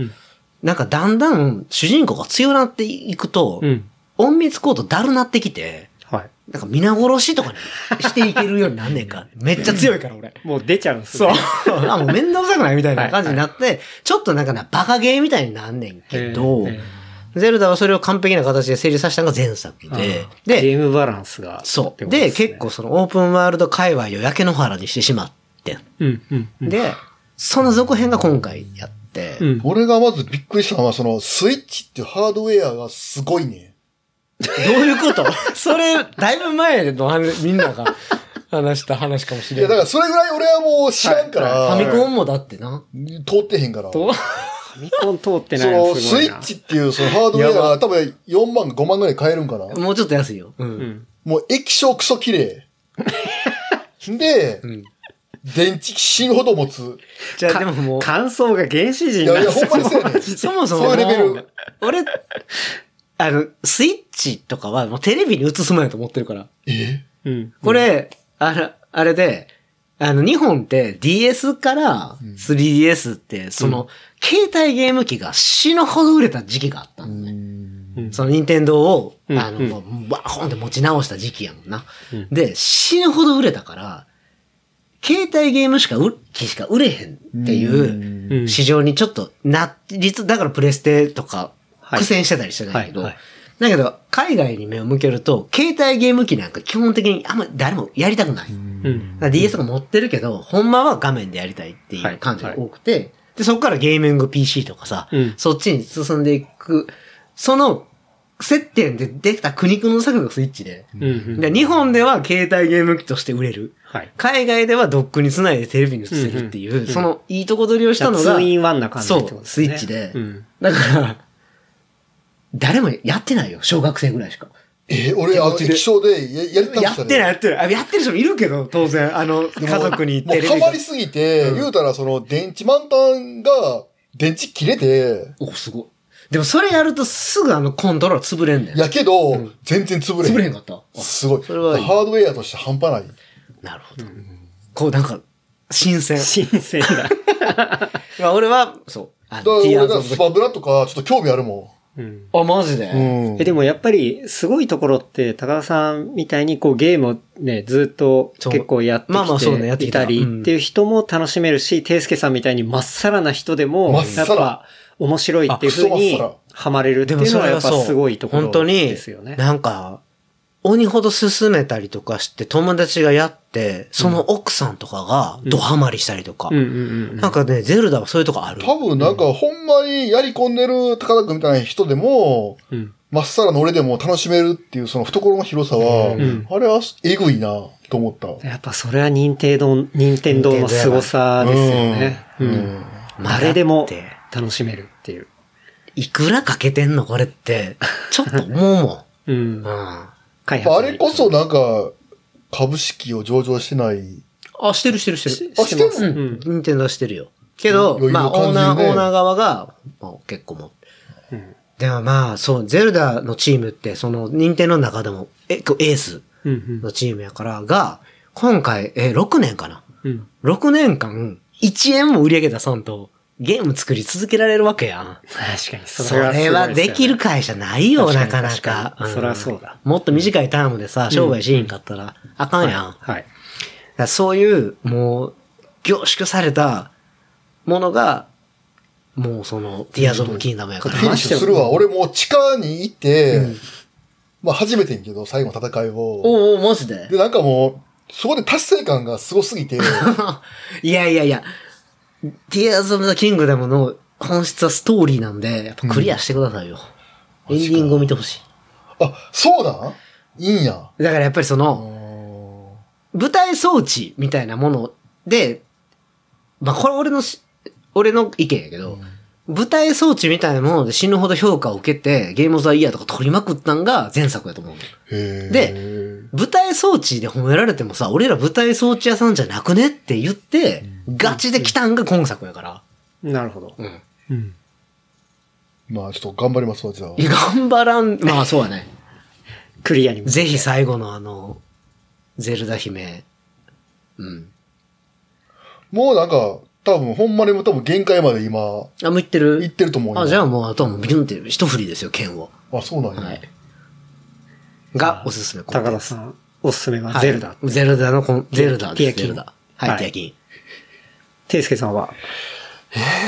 Speaker 2: なんかだんだん主人公が強なっていくと、
Speaker 3: うん
Speaker 2: 隠密行動だるなってきて、
Speaker 3: はい。
Speaker 2: なんか皆殺しとかにしていけるようになんねん (laughs) か。めっちゃ強いから俺。
Speaker 3: もう出ちゃうんです
Speaker 2: そう
Speaker 3: ね。。
Speaker 2: (laughs) あ、もう面倒くさくないみたいな感じになって、ちょっとなんかな、バカゲーみたいになんねんけど
Speaker 3: (laughs) えーえ、
Speaker 2: ゼルダはそれを完璧な形で成立させたのが前作で、
Speaker 3: で、
Speaker 2: で、
Speaker 3: ゲームバランスが、
Speaker 2: そう。
Speaker 3: ってこと
Speaker 2: で、
Speaker 3: すね
Speaker 2: 結構、そのオープンワールド界隈を焼け野原にしてしまってん。
Speaker 3: うん、うん、うん。
Speaker 2: で、その続編が今回やって、
Speaker 3: うん
Speaker 1: 俺がまずびっくりしたのは、その、スイッチっていうハードウェアがすごいね。
Speaker 2: どういうこと (laughs) それ、だいぶ前の話みんなが話した話かもし
Speaker 1: い
Speaker 2: れ
Speaker 1: や、
Speaker 2: な
Speaker 1: だ
Speaker 2: い。
Speaker 1: からそれぐらい俺はもう知らんから、
Speaker 2: ファミコンもだってな。
Speaker 1: 通ってへんから。そ
Speaker 3: と、ファミコン通ってないの
Speaker 1: の、
Speaker 3: すご
Speaker 1: ス
Speaker 3: い
Speaker 1: イ
Speaker 3: な。
Speaker 1: ッチっていうそのハードウェアが多分4万か5万ぐらい買えるんかな。
Speaker 2: もうちょっと安いよ。う。
Speaker 3: うんん。
Speaker 1: もう液晶クソ綺麗。で、
Speaker 2: ん
Speaker 1: 電池死ぬほど持つ。
Speaker 2: じゃあでももう、
Speaker 3: 感想が原始
Speaker 1: い
Speaker 3: 人
Speaker 1: や
Speaker 3: なん
Speaker 1: い
Speaker 3: で
Speaker 1: や、ほ
Speaker 3: す
Speaker 1: んまにそうやねん。
Speaker 2: そもそも
Speaker 1: そういうレベ
Speaker 2: も
Speaker 1: ル
Speaker 2: う。俺、あの、スイッチとかはもうテレビに映すもんやと思ってるから。
Speaker 1: え
Speaker 3: うん。
Speaker 2: これ、あれ、あれで、あの、日本って DS から 3DS って、その、携帯ゲーム機が死ぬほど売れた時期があったのね。
Speaker 3: うん
Speaker 2: その、任天堂を、
Speaker 3: うん
Speaker 2: あの、
Speaker 3: うん
Speaker 2: もうバコンって持ち直した時期やもんな。
Speaker 3: うん
Speaker 2: で、死ぬほど売れたから、携帯ゲームしか売、機しか売れへんっていううん市場にちょっとな、実、だからプレステとか
Speaker 3: はい
Speaker 2: 苦戦してたりしてないけど、
Speaker 3: はいはい
Speaker 2: だけど、海外に目を向けると、携帯ゲーム機なんか基本的にあんま誰もやりたくない。
Speaker 3: うん。
Speaker 2: だから DS とか持ってるけど、ほんまは画面でやりたいっていう感じが多くて、で、そこからゲーミング PC とかさ、
Speaker 3: うん
Speaker 2: そっちに進んでいく、その接点でできた苦肉の策がスイッチで。
Speaker 3: うんうん。
Speaker 2: で日本では携帯ゲーム機として売れる。
Speaker 3: はい。
Speaker 2: 海外ではドックにつないでテレビに映せるっていう、
Speaker 3: うんうん
Speaker 2: そのいいとこ取りをしたの
Speaker 3: じゃあ
Speaker 2: が、
Speaker 3: ツーインワンな感じって
Speaker 2: そ
Speaker 3: こ
Speaker 2: う
Speaker 3: と、です
Speaker 2: ス
Speaker 3: ね
Speaker 2: イッチで。
Speaker 3: うん
Speaker 2: だから、誰もやってないよ、小学生ぐらいしか。
Speaker 1: え俺、あの、
Speaker 2: 手持ちで
Speaker 1: 液晶でややりたく
Speaker 2: やってない、
Speaker 1: い。
Speaker 2: やってない。あやってる人もいるけど、当然。あの、家族に
Speaker 1: もう
Speaker 2: テレビ
Speaker 1: ハ
Speaker 2: が
Speaker 1: マりすぎて、言うたらその、電池満タンが、電池切れて、
Speaker 2: お、すごい。でもそれやるとすぐあのコントローラー潰れんねん。
Speaker 1: やけど、全然潰れへん。
Speaker 2: 潰れへんかった。あ
Speaker 1: すごい。
Speaker 2: それはいい
Speaker 1: ハードウェアとして半端ない。
Speaker 2: なるほど。こうなんか、新鮮。
Speaker 3: 新鮮だ。
Speaker 2: まあ俺は、そう。あ
Speaker 1: だから
Speaker 2: の、ティア
Speaker 1: 俺
Speaker 2: ーズオ
Speaker 1: が
Speaker 2: ブザ
Speaker 1: スパブラとか、ちょっと興味あるも
Speaker 3: うん。
Speaker 2: あ、マジ
Speaker 1: ん。
Speaker 2: で
Speaker 1: ん
Speaker 3: えでもやっぱりすごいところって高田さんみたいにこうゲームをね、ずっと
Speaker 2: そう
Speaker 3: 結構やって
Speaker 2: まあまあそうねやっ
Speaker 3: き
Speaker 2: てき
Speaker 3: てい
Speaker 2: た
Speaker 3: たり
Speaker 2: うん
Speaker 3: っていう人も楽しめるし、ていすけさんみたいにまっさらな人でも
Speaker 1: まっ、さ
Speaker 3: やっ
Speaker 1: ら
Speaker 3: ぱ面白いっていうふ
Speaker 1: あ
Speaker 3: う
Speaker 1: クソ
Speaker 3: に
Speaker 1: まっさ
Speaker 3: ハマれるって
Speaker 2: で
Speaker 3: い
Speaker 2: も
Speaker 3: う
Speaker 2: そ
Speaker 3: のは
Speaker 2: れ
Speaker 3: や
Speaker 2: は
Speaker 3: っぱ
Speaker 2: そう。
Speaker 3: すごいところ
Speaker 2: 本当に
Speaker 3: ですよ、ね。
Speaker 2: なんか、鬼ほど進めたりとかして友達がやって、その奥さんとかがドハマりしたりとか
Speaker 3: うん。うんうん
Speaker 2: なんかね、ゼルダはそういうとこある。
Speaker 1: 多分なんか、ほんまにやり込んでる高田君みたいな人でも、
Speaker 3: うん。うん
Speaker 1: まっさらの俺でも楽しめるっていうその懐の広さは、
Speaker 3: ん
Speaker 1: あれはえぐいなと思った。
Speaker 3: やっぱそれは任天堂、任天堂の凄さですよね。
Speaker 1: う
Speaker 3: うんん。
Speaker 1: うん
Speaker 2: まあ
Speaker 3: 誰で
Speaker 2: だっ
Speaker 3: も
Speaker 2: て
Speaker 3: 楽しめるっていう。
Speaker 2: いくらかけてんのこれって、ちょっと思
Speaker 3: う
Speaker 2: うん
Speaker 3: (laughs)
Speaker 2: もん。う。ん。
Speaker 3: 開発に
Speaker 1: あれこそなんか、株式を上場してない。
Speaker 2: あ、してるしてるしてる。
Speaker 1: あ、して
Speaker 2: うん
Speaker 1: の
Speaker 2: ん。任天堂はしてるよ。けど、
Speaker 1: うん
Speaker 2: まあ、
Speaker 1: 余
Speaker 2: オー
Speaker 1: 裕の感
Speaker 2: ナ
Speaker 1: じ
Speaker 2: ー、
Speaker 1: で
Speaker 2: オーナー側が、まあ、結構もう。
Speaker 3: うん
Speaker 2: でもまあ、そう、ゼルダのチームって、その、任天堂の中でも、え、こうエース
Speaker 3: うんうん
Speaker 2: のチームやから、が、今回、え、6年かな。
Speaker 3: うん。
Speaker 2: 6年間、1円も売り上げ出さんと、ゲーム作り続けられるわけやん。
Speaker 3: 確かに
Speaker 2: それはできる会社ないよ、なか
Speaker 3: 確かに
Speaker 2: なか
Speaker 3: 確。かに
Speaker 2: ん
Speaker 3: そりゃそうだ。
Speaker 2: もっと短いタームでさ、商売しんかったら、あかんやん。だか
Speaker 3: はい。
Speaker 2: らそういう、もう、凝縮されたものが、もうその、ティアーズ・オブ・キンダムやか
Speaker 1: フィニッ
Speaker 2: ら。
Speaker 1: シュするわ。俺もう地下に行って、まあ初めてんけど、最後の戦いを。
Speaker 2: おうおう、マジで
Speaker 1: で、なんかもう、そこで達成感がすごす
Speaker 3: (laughs)
Speaker 1: ぎて、
Speaker 2: いやいやいや、ティアーズ・オブ・ザ・キングダムの本質はストーリーなんで、やっぱクリアしてくださいよ。エンディングを見てほし
Speaker 1: あ、そうなんいいんや。
Speaker 2: い。だからやっぱりその、
Speaker 1: うん
Speaker 2: 舞台装置みたいなもので、まあこれ俺のし、俺の意見やけど、舞台装置みたいなもので死ぬほど評価を受けて、ゲームズ・ザ・イヤーとか取りまくったんが前作やと思う。
Speaker 1: へー
Speaker 2: で、舞台装置で褒められてもさ、俺ら舞台装置屋さんじゃなくねって言って、ガチで来たんが今作やから。
Speaker 3: なるほど。
Speaker 2: うん。
Speaker 3: うん。
Speaker 1: まあちょっと頑張りますわ、じゃあ。
Speaker 2: いや頑張らん、まあそうやね。
Speaker 3: クリアに向けて
Speaker 2: ぜひ最後のあの、ゼルダ姫、うん。
Speaker 1: もうなんか、多分、ほんまにもう多分限界まで今、
Speaker 2: あ、もう行ってる
Speaker 1: 行ってると思うよ
Speaker 2: あ、じゃあもう、あとはもうビュンって一振りですよ、剣を。
Speaker 1: あ、そうなんや。
Speaker 2: はい。が、おすすめコンテン
Speaker 3: 高
Speaker 2: ツ
Speaker 3: 田さん、おすすめは
Speaker 2: はい
Speaker 3: ゼルダ。
Speaker 2: ゼルダのコン、ゼルダ
Speaker 3: ティ
Speaker 2: で
Speaker 3: ア
Speaker 2: す。
Speaker 3: キン
Speaker 2: ゼルダ。は、
Speaker 3: はいい
Speaker 2: ティアキ
Speaker 3: ていすけさんは、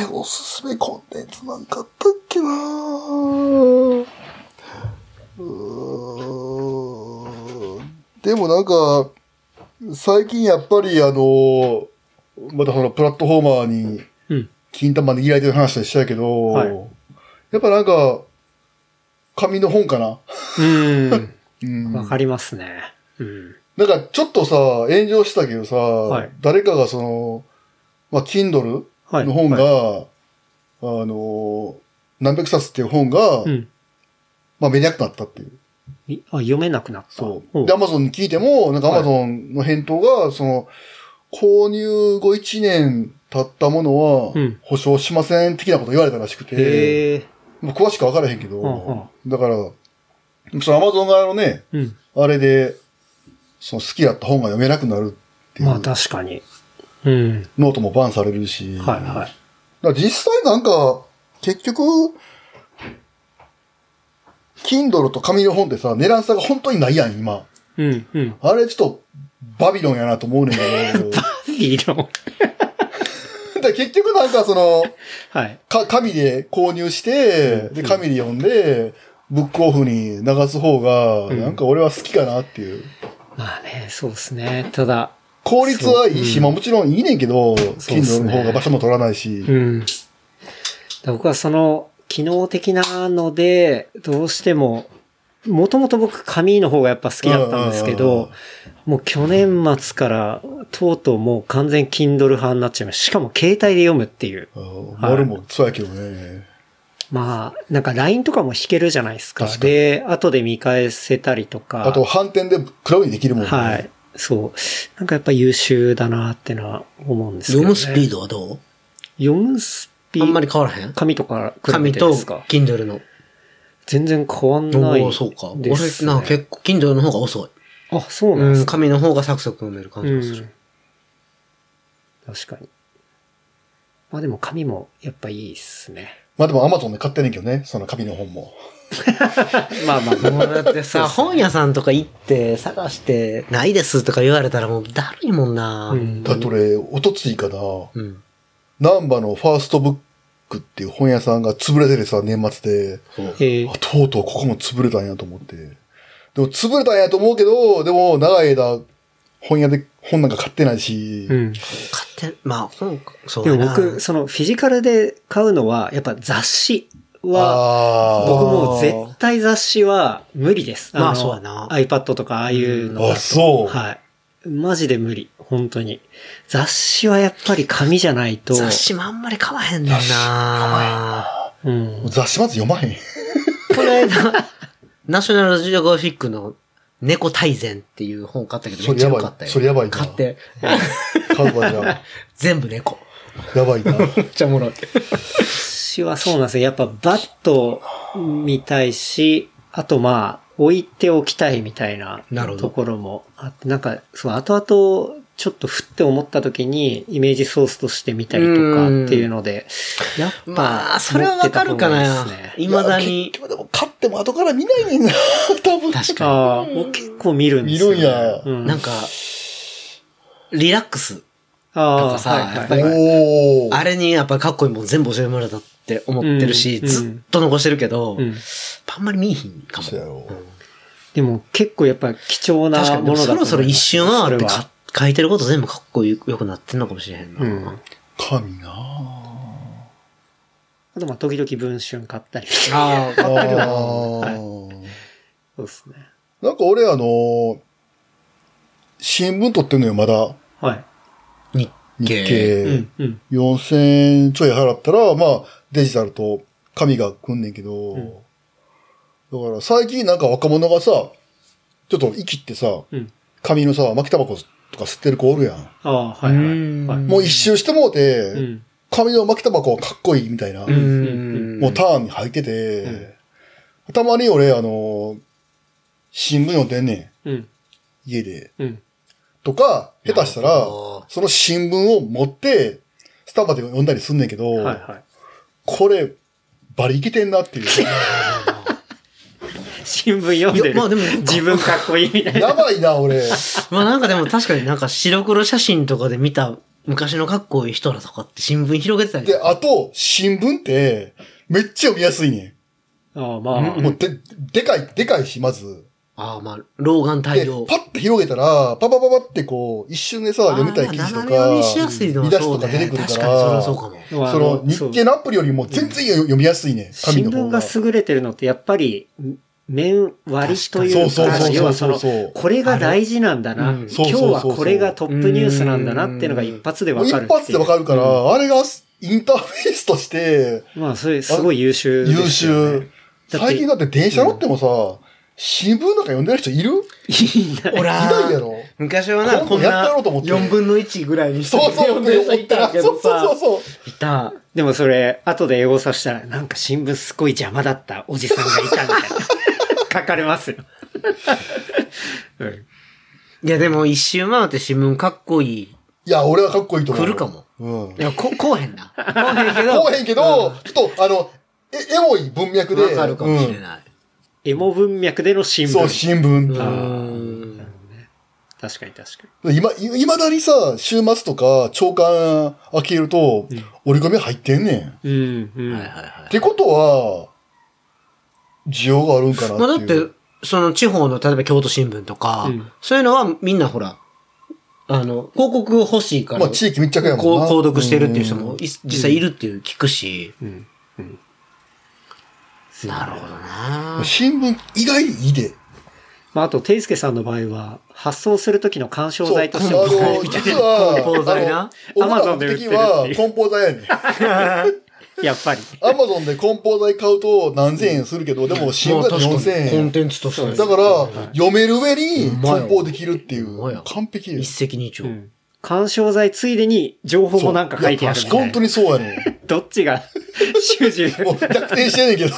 Speaker 1: えーおすすめコンテンツなんかあったっけなぁうーんでもなんか、最近やっぱりあの、またほら、プラットフォーマーに
Speaker 3: うん。
Speaker 1: 金玉握られてる話でしたけど、
Speaker 3: はい
Speaker 1: やっぱなんか、紙の本かな。
Speaker 3: うん。
Speaker 1: うん
Speaker 3: わかりますね。うん。
Speaker 1: なんかちょっとさ、炎上したけどさ、
Speaker 3: い
Speaker 1: 誰かがその、まあ、Kindle
Speaker 3: はい。
Speaker 1: の本が、
Speaker 3: はい、
Speaker 1: あの、何百冊っていう本が、
Speaker 3: うん。
Speaker 1: まあ、見れなくなったっていう。
Speaker 3: いあ、読めなくなった。
Speaker 1: そう。で、アマゾンに聞いても、なんかア
Speaker 3: はい
Speaker 1: マゾンの返答が、その、購入後1年経ったもの
Speaker 3: う
Speaker 1: は
Speaker 3: ん、
Speaker 1: 保証しません、的なこと言われたらしくて、
Speaker 3: へえ。
Speaker 1: まあ詳しくは分からへんけ
Speaker 3: うんうん
Speaker 1: ど、だから、そのアマゾン側のね、
Speaker 3: うん。
Speaker 1: あれで、その好きだった本が読めなくなるっていう
Speaker 3: まあ確かに。うん。
Speaker 1: ノートもバンされるし、
Speaker 3: はいはい。
Speaker 1: だから実際なんか、結局、Kindle と紙の本ってさ、値段差が本当にないやん、今。
Speaker 3: うん、 (laughs) うん。
Speaker 1: あれちょっと、バビロンやなと思うねんけ
Speaker 3: (laughs)
Speaker 1: ど。
Speaker 3: いいの。
Speaker 1: だから結局なんかその、
Speaker 3: はい。
Speaker 1: か、紙で購入して、で、紙で読んで、ブックオフに流す方が、
Speaker 3: ん
Speaker 1: なんか俺は好きかなっていう。
Speaker 3: まあね、そうですね。ただ、
Speaker 1: 効率はいいし、
Speaker 3: そううん
Speaker 1: まあもちろんいいねんけど、
Speaker 3: そうっす
Speaker 1: Kindle
Speaker 3: ね
Speaker 1: の方が場所も取らないし。
Speaker 3: うん。だから僕はその、機能的なので、どうしても、もともと僕、紙の方がやっぱ好きだったんですけ
Speaker 1: うんうんうん
Speaker 3: ど、もう去年末から、とうとうもう完全 Kindle 派になっちゃいました。しかも携帯で読むっていう。
Speaker 1: うん
Speaker 3: はい
Speaker 1: 俺もそうやけどね。
Speaker 3: まあ、なんか LINE とかも弾けるじゃないですか。
Speaker 1: 確かに
Speaker 3: で、後で見返せたりとか。
Speaker 1: あと、反転でクラウドにできるもんね。
Speaker 3: はい。そう。なんかやっぱ優秀だなってのは思うんですけど、
Speaker 2: 読
Speaker 3: ね。
Speaker 2: むスピードはど
Speaker 3: 読むスピ
Speaker 2: うあ
Speaker 3: ード。
Speaker 2: んまり変わらへん
Speaker 3: 紙とか比べ
Speaker 2: 紙
Speaker 3: て
Speaker 2: と
Speaker 3: ですか
Speaker 2: Kindle の。
Speaker 3: 全然変わんない
Speaker 2: おーそうか。俺、
Speaker 3: ですね
Speaker 2: なんか結構、Kindle の方が遅い。
Speaker 3: あ、そうなんで
Speaker 2: う
Speaker 3: す
Speaker 2: ん、
Speaker 3: か。
Speaker 2: 紙の方がサクサク読める感
Speaker 3: う
Speaker 2: じ
Speaker 3: ん
Speaker 2: がする。
Speaker 3: 確かに。まあでも紙もやっぱいいっすね。
Speaker 1: まあでも Amazon で買ってんねんけどね、その紙の本も。
Speaker 3: まあまあまあ、
Speaker 2: もうだって (laughs) さ、本屋さんとか行って探して、ないですとか言われたらもうだるいもんな。
Speaker 3: う
Speaker 2: うんん。
Speaker 1: だって俺、おとついかな、
Speaker 2: うん。
Speaker 1: ナンバのファーストブックっていう本屋さんが潰れててさ、年末で。
Speaker 2: そう。
Speaker 3: ええ
Speaker 1: あとうとうここも潰れたんやと思って。でも潰れたんやと思うけど、でも長い間本屋で本なんか買ってないし、
Speaker 3: うん。
Speaker 2: 買って、まあ本か、そう
Speaker 3: で
Speaker 2: や
Speaker 3: も
Speaker 2: な。
Speaker 3: 僕、そのフィジカルで買うのは、やっぱ雑誌は、
Speaker 1: あー
Speaker 3: 僕もう絶対雑誌は無理です。
Speaker 2: まあ
Speaker 3: の
Speaker 2: そうやな
Speaker 3: iPad とかああいうのだと
Speaker 1: あ、そう。
Speaker 3: はい。マジで無理。本当に。雑誌はやっぱり紙じゃないと。
Speaker 2: 雑誌もあんまり買わへんねんな。
Speaker 3: うん。
Speaker 1: 雑誌まず読まへん。
Speaker 2: この間、 (laughs) ナショナルジオグラフィックの猫大全っていう本買ったけど、
Speaker 1: そ
Speaker 2: めっ
Speaker 1: れ
Speaker 2: ちゃ
Speaker 1: や
Speaker 2: 良
Speaker 1: ばい
Speaker 2: かったよ。
Speaker 1: それやばいな
Speaker 2: 買って、
Speaker 1: 買うわ
Speaker 3: (laughs)
Speaker 1: じゃ
Speaker 2: 全部猫。
Speaker 1: あ。やばいな。
Speaker 2: めっちゃおもろい。
Speaker 3: 雑誌はそうなんですよ。やっぱバッと見たいし、あとまあ、置いておきたいみたいな
Speaker 2: なるほど
Speaker 3: ところもあって、なんか、そう、後々、ちょっとふって思った時に、イメージソースとして見たりとかっていうので、やっぱ、
Speaker 2: まあ、それはわかるか
Speaker 3: 持
Speaker 2: な
Speaker 3: ってた方がいいです。ね
Speaker 2: いまだに
Speaker 1: いや。結局でも買っても後から見ないねんな、多分。
Speaker 2: 確か
Speaker 3: ああ、もう結構見るんですよ、ね。
Speaker 1: 見るんや
Speaker 3: う
Speaker 2: に。なんか、リラックス。
Speaker 3: あ
Speaker 2: なん
Speaker 3: あ
Speaker 2: かさ
Speaker 3: はいはい
Speaker 2: やっぱり
Speaker 1: おー。
Speaker 2: あれにやっぱりかっこいいもん全部教えてもらったって思ってるし、
Speaker 3: うん
Speaker 2: ずっと残してるけど、
Speaker 3: うん
Speaker 2: あんまり見えひんかも。
Speaker 1: そうやろ。
Speaker 3: でも結構やっぱ貴重な
Speaker 2: 確かに、で
Speaker 3: も
Speaker 2: も
Speaker 3: のだと
Speaker 2: そ
Speaker 3: 思い
Speaker 2: ろ
Speaker 3: ます
Speaker 2: そろ一瞬はあって
Speaker 3: それ
Speaker 2: か書いてること全部かっこよくなってんのかもしれへんな。
Speaker 3: うん。
Speaker 1: 神なあ
Speaker 3: あとまあ時々文春買ったり。
Speaker 2: ああ、
Speaker 1: あー
Speaker 3: そうですね。
Speaker 1: なんか俺あのー新聞取ってんのよ、まだ。
Speaker 3: はい。
Speaker 2: 日
Speaker 1: 日
Speaker 2: 経。
Speaker 3: う
Speaker 1: 経
Speaker 3: ん。。うん。
Speaker 1: 4000円ちょい払ったら、まあ、デジタルと紙が来んねんけど、だから最近なんか若者がさ、ちょっと生きってさ、
Speaker 3: うん。
Speaker 1: 紙のさ、巻きタバコとか吸ってる子おるやん。
Speaker 3: ああ、はいはい。はい、
Speaker 1: もう一周してもうて、
Speaker 3: うん。
Speaker 1: 紙の巻きタバコはかっこいいみたいな、
Speaker 2: う
Speaker 1: もうタ
Speaker 2: ん
Speaker 1: ーンに入ってて、たまに俺、あのー新聞読んでんねん、
Speaker 3: うん。
Speaker 1: 家で。
Speaker 3: うん。
Speaker 1: とか、下手したら
Speaker 2: なるほど、
Speaker 1: その新聞を持って、スタバで読んだりすんねんけど、
Speaker 3: はいは
Speaker 1: これ、バリいけてんなっていう。 (laughs)
Speaker 3: い。新聞読んで
Speaker 2: いやまあで
Speaker 3: る
Speaker 2: も。
Speaker 3: 自分かっこいいみたいな。
Speaker 1: やばいな、俺。
Speaker 2: まあなんかでも確かになんか白黒写真とかで見た昔のかっこいい人らとかって新聞広げてたり
Speaker 1: で、あと、新聞って、めっちゃ読みやすいね
Speaker 3: ああ、まあ
Speaker 1: ん。。もうで、でかい、でかいし、まず。
Speaker 2: ああまあ、老眼
Speaker 1: で
Speaker 2: 対応、。
Speaker 1: パッて広げたら、パパパパってこう、一瞬でさ、読みたい記事と
Speaker 2: あー斜め読みしや
Speaker 1: か、
Speaker 2: すいのは
Speaker 1: 見出し
Speaker 2: そう
Speaker 1: とか出てくるから
Speaker 2: ね確かにそれはそうかも。
Speaker 3: まあ
Speaker 1: その、日経のアプリよりも全然よ読みやすいね、紙
Speaker 3: 新
Speaker 1: の方
Speaker 3: 聞
Speaker 1: が。
Speaker 3: が優れてるのってやっぱり面割りという
Speaker 1: そうそうそうそ
Speaker 3: か、
Speaker 1: う
Speaker 3: 要はその
Speaker 1: そう、
Speaker 3: これが大事なんだ
Speaker 2: あ
Speaker 3: な、
Speaker 2: るうん
Speaker 3: 今日はこれがトップニュースなんだなっていうのが一発で
Speaker 1: も
Speaker 3: わ
Speaker 1: う
Speaker 3: か
Speaker 1: 一
Speaker 3: るっていう
Speaker 1: 発でわかるから、あれがインターフェースとして、
Speaker 3: まあ、それすごい優
Speaker 1: 優
Speaker 3: 秀ですよね、
Speaker 1: 秀。最近だって電車乗ってもさ、新聞なんか読んでる人いる
Speaker 2: ほら
Speaker 1: ひどいやろ
Speaker 2: 昔はな、こ
Speaker 1: こん
Speaker 2: ん
Speaker 1: なんやって
Speaker 2: な
Speaker 1: やろうと思って
Speaker 2: 4分の1ぐらいにして
Speaker 1: そうそう、
Speaker 2: 読んでる人いたけ
Speaker 1: そう
Speaker 2: どさ
Speaker 1: そう。そう。
Speaker 2: いた。
Speaker 3: (laughs) でもそれ、後で英語させたら、なんか新聞すごい邪魔だったおじさんがいたみたいな。 (laughs) 書かれますよ。うん
Speaker 2: いやでも一周回って新聞かっこいい。
Speaker 1: いや、俺はかっこいいと思う。
Speaker 2: 来るかも。
Speaker 1: うん
Speaker 2: い。や、こ、こうへんな。こうへんけど。
Speaker 1: こうへんけど、ちょっと、あの、え、エモい文脈で。
Speaker 2: わかるかもしれ
Speaker 1: い。
Speaker 2: ない。
Speaker 3: エモ文脈での新聞。
Speaker 1: そう、新
Speaker 2: う
Speaker 1: 聞。
Speaker 2: ーん。
Speaker 3: 確かに確かに。
Speaker 1: 今、いいまだにさ、週末とか、朝刊開けると、折り込み入ってんねん。
Speaker 3: うん、うん。
Speaker 2: はいはいは
Speaker 1: っ
Speaker 2: い。
Speaker 1: てことは、需要があるんかなってい
Speaker 2: ま
Speaker 1: う。
Speaker 2: あだって、その地方の、例えば京都新聞とか、
Speaker 3: うん
Speaker 2: そういうのはみんなほら、あの、広告欲しいから、
Speaker 1: まあ地域密着やもん
Speaker 2: こう
Speaker 1: な。
Speaker 2: 購読してるっていう人もい実際いるっていう聞くし、
Speaker 3: うんうん
Speaker 2: なるほどな
Speaker 1: 新聞意外にいいで。
Speaker 3: まあ、あと、ていすけさんの場合は、発送するときの干渉剤としても
Speaker 1: そう
Speaker 3: 使え
Speaker 1: あの、
Speaker 3: る。
Speaker 1: 実は、
Speaker 2: 梱包材な
Speaker 1: あの俺
Speaker 3: Amazon
Speaker 1: らの目的
Speaker 3: で売ってるってい
Speaker 1: は
Speaker 3: う
Speaker 1: 梱包材やねん。
Speaker 3: (laughs) やっぱり。
Speaker 1: アマゾンで梱包材買うと何千円するけど、でも新聞だと4000
Speaker 2: コン
Speaker 1: 円。
Speaker 2: テンツとして。
Speaker 1: だから、読める上に
Speaker 2: んまや
Speaker 1: 梱包できるってい
Speaker 2: ほんまや
Speaker 1: う。完璧
Speaker 2: 一
Speaker 1: です。
Speaker 2: 石二鳥。
Speaker 3: うん干渉剤ついでに、情報もなんか書いてある
Speaker 1: そ
Speaker 3: み
Speaker 1: う
Speaker 3: た
Speaker 1: や
Speaker 3: い
Speaker 1: 本
Speaker 3: な
Speaker 1: 当。にそうやね
Speaker 3: どっ
Speaker 1: (laughs)
Speaker 3: ちが主従
Speaker 1: ん。もう逆転してんねんけど。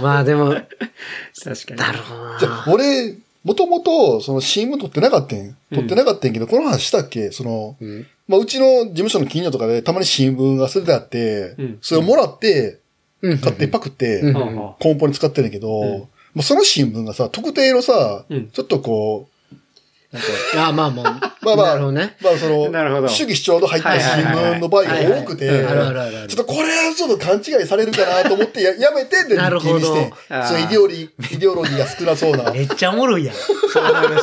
Speaker 2: まあでも、
Speaker 3: 確かに。
Speaker 2: なるほどな
Speaker 1: じゃあ俺、もともと、その新聞撮ってなかったん。撮ってなかったんけど、この話したっけその、
Speaker 2: うん
Speaker 1: まあ、うちの事務所の近所とかでたまに新聞が捨ててあって、
Speaker 3: うん
Speaker 1: それをもらって、
Speaker 2: うん
Speaker 1: 買ってパクって、
Speaker 2: うん
Speaker 3: うんうん
Speaker 1: 梱包に使ってるんやけど、まあ、その新聞がさ、特定のさ、
Speaker 3: うん
Speaker 1: ちょっとこう、なんか、
Speaker 2: あまあまあ、
Speaker 1: まあまあ、
Speaker 2: なるほどね。
Speaker 1: まあ
Speaker 2: (laughs)
Speaker 1: その
Speaker 3: なるほど、
Speaker 1: 主義主張の入った新聞の場合が多くて、
Speaker 2: はいはい
Speaker 1: ち
Speaker 2: はいはいはいはいはいはいはいはい
Speaker 1: ょっとこれはちょっと勘違いされるかなと思ってややめてって
Speaker 2: なる
Speaker 1: 日記
Speaker 2: ほど
Speaker 1: にして、
Speaker 3: あー
Speaker 1: そのイデオリ、イデオロギーが少なそ
Speaker 2: (laughs)
Speaker 1: うな。
Speaker 2: めっちゃおもろいやん。そうなるし。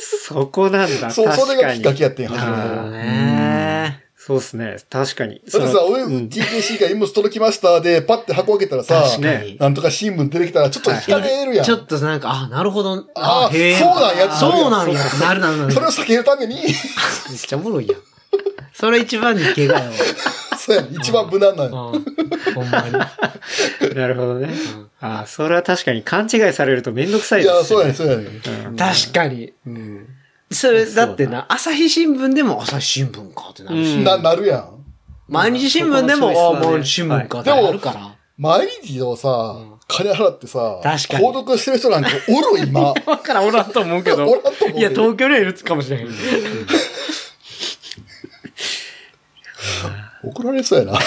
Speaker 3: そこなんだ。
Speaker 1: そう、それ
Speaker 3: 確
Speaker 1: がき
Speaker 3: か
Speaker 1: っ
Speaker 3: に
Speaker 1: か。けやってん、初め
Speaker 2: なるほ
Speaker 1: の。
Speaker 2: どね。
Speaker 3: そうですね。確かに。
Speaker 1: それでさ、
Speaker 3: の
Speaker 1: 俺、TKC が M スト届きましたで、パッて箱開けたらさ
Speaker 3: 確、かに
Speaker 1: なんとか新聞出てきたら、ちょっと惹かれるやん。
Speaker 2: ちょ
Speaker 1: そ
Speaker 2: っとなんか、あ、なるほど。
Speaker 1: あそうなんや
Speaker 2: そうなんや。なるなるなる。
Speaker 1: れを避けるために、 (laughs)
Speaker 2: めっちゃおもろいやん。それ一番に怪我よ。
Speaker 1: そうや、一番無難な
Speaker 2: うん
Speaker 1: の。
Speaker 2: ほんまに。
Speaker 3: なるほどね。ああ、それは確かに勘違いされるとめんどくさい
Speaker 1: い
Speaker 3: です、ね。
Speaker 1: や、そうやね、そうやね。
Speaker 2: 確かに。それ、だって
Speaker 3: そう
Speaker 2: な、朝日新聞でも朝日新聞かってなるし、
Speaker 3: うん
Speaker 1: な、なるやん。
Speaker 2: 毎日新聞でも、
Speaker 3: そこ
Speaker 2: あ
Speaker 3: のチョイスはね
Speaker 2: もう新聞かってなるから。
Speaker 1: 毎日をさ、金払ってさ、
Speaker 2: 確かに
Speaker 1: 購読してる人なんておる、今。
Speaker 2: わからんおらんと思うけど。
Speaker 1: おらんと思う
Speaker 2: いや、東京にはいるかもしれへん。
Speaker 1: 怒られそうやな。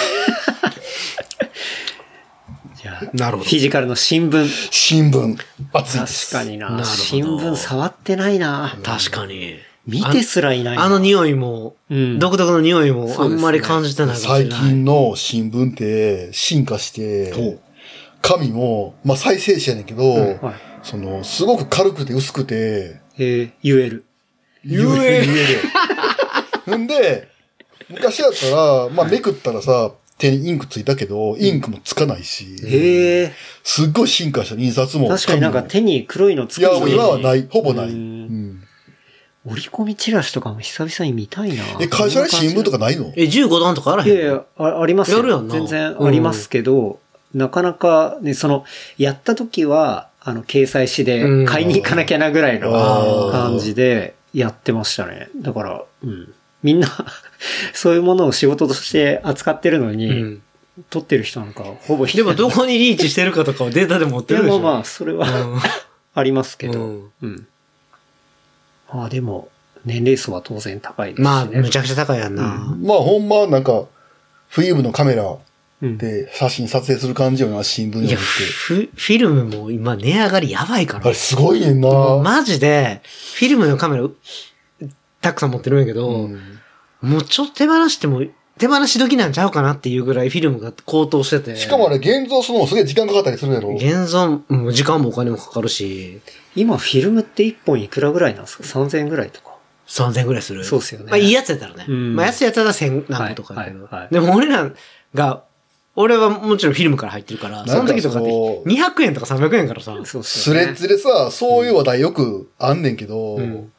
Speaker 3: じゃあ
Speaker 2: なる
Speaker 3: フィジカルの新聞。
Speaker 1: 新聞。熱いで
Speaker 3: 確
Speaker 1: す。
Speaker 3: かにな。
Speaker 2: なるほど
Speaker 3: 新聞触ってないな。
Speaker 2: 確かに。
Speaker 3: 見てすらいないな
Speaker 2: あの匂いも、
Speaker 3: うん
Speaker 2: 独特の匂いもあんまり感じてない
Speaker 1: 最近の新聞って進化して、紙も、まあ再生紙やねんけど、
Speaker 3: はい
Speaker 1: その、すごく軽くて薄くて、
Speaker 3: えー、言える。
Speaker 2: 言える
Speaker 1: 言える。 (laughs) ほんで、昔やったら、まあめくったらさ、手にインクついたけど、インクもつかないし、
Speaker 3: へえ。
Speaker 1: すっごい進化した、印刷も。
Speaker 3: 確かになんか
Speaker 1: 紙も
Speaker 3: 手に黒いのつ
Speaker 1: い
Speaker 3: く
Speaker 1: や、
Speaker 3: の
Speaker 1: もう
Speaker 3: に
Speaker 1: 今はない。ほぼない。
Speaker 3: う
Speaker 1: うんん。
Speaker 3: 折り込みチラシとかも久々に見たいな。
Speaker 1: え、会社で新聞とかないの
Speaker 2: え、15段とかあらへ
Speaker 3: い
Speaker 2: ん
Speaker 3: やいや、あありますよ。
Speaker 2: やるやんな
Speaker 3: 全然ありますけど、なかなかね、その、やった時は、あの、掲載誌
Speaker 2: う
Speaker 3: で
Speaker 2: ん
Speaker 3: 買いに行かなきゃなぐらいの
Speaker 1: あー
Speaker 3: 感じでやってましたね。だから、うん。みんな、 (laughs) そういうものを仕事として扱ってるの
Speaker 2: う
Speaker 3: に、
Speaker 2: ん
Speaker 3: 撮ってる人なんかほぼいない
Speaker 2: でもどこにリーチしてるかとかをデータで持って
Speaker 3: いや
Speaker 2: るでし
Speaker 3: まあ
Speaker 2: ょ。
Speaker 3: まあ、それはありますけど、
Speaker 2: う
Speaker 3: うんん。ああ、でも、年齢層は当然高いですしね。
Speaker 2: まあ、むちゃくちゃ高いやんな。
Speaker 1: まあほんまなんか、フィルムのカメラ
Speaker 3: うん
Speaker 1: で写真撮影する感じよな、新聞読ん
Speaker 2: い
Speaker 1: で
Speaker 2: や、
Speaker 1: て。
Speaker 2: フフィルムも今値上がりやばいか
Speaker 1: あ
Speaker 2: ら
Speaker 1: れ。すごいねんな。
Speaker 2: マジで、フィルムのカメラ、たくさん持ってるんやけど、
Speaker 1: うん
Speaker 2: もうちょっと手放しても、手放し時なんちゃうかなっていうぐらいフィルムが高騰してて。
Speaker 1: しかもあれ現像するのもすげえ時間かかったりするやろ。
Speaker 2: 現存、もう時間もお金もかかるし、
Speaker 3: 今フィルムって1本いくらぐらいなんですか ?3000 円ぐらいとか。
Speaker 2: 3000円ぐらいする。
Speaker 3: そうっすよね
Speaker 2: まあいいやつやったらね。
Speaker 3: うん
Speaker 2: まあ安いやつやったら1000何個とかやけど。
Speaker 3: はいはいはい
Speaker 2: でも俺らが、俺はもちろんフィルムから入ってるから、
Speaker 1: んか
Speaker 2: その時とかって
Speaker 1: そう
Speaker 2: 200円とか300円からさ。
Speaker 3: そうっす
Speaker 1: ス
Speaker 3: よ
Speaker 1: レ
Speaker 3: ね。
Speaker 1: ッズでさ、そういう話題よくあんねんけど、
Speaker 2: ん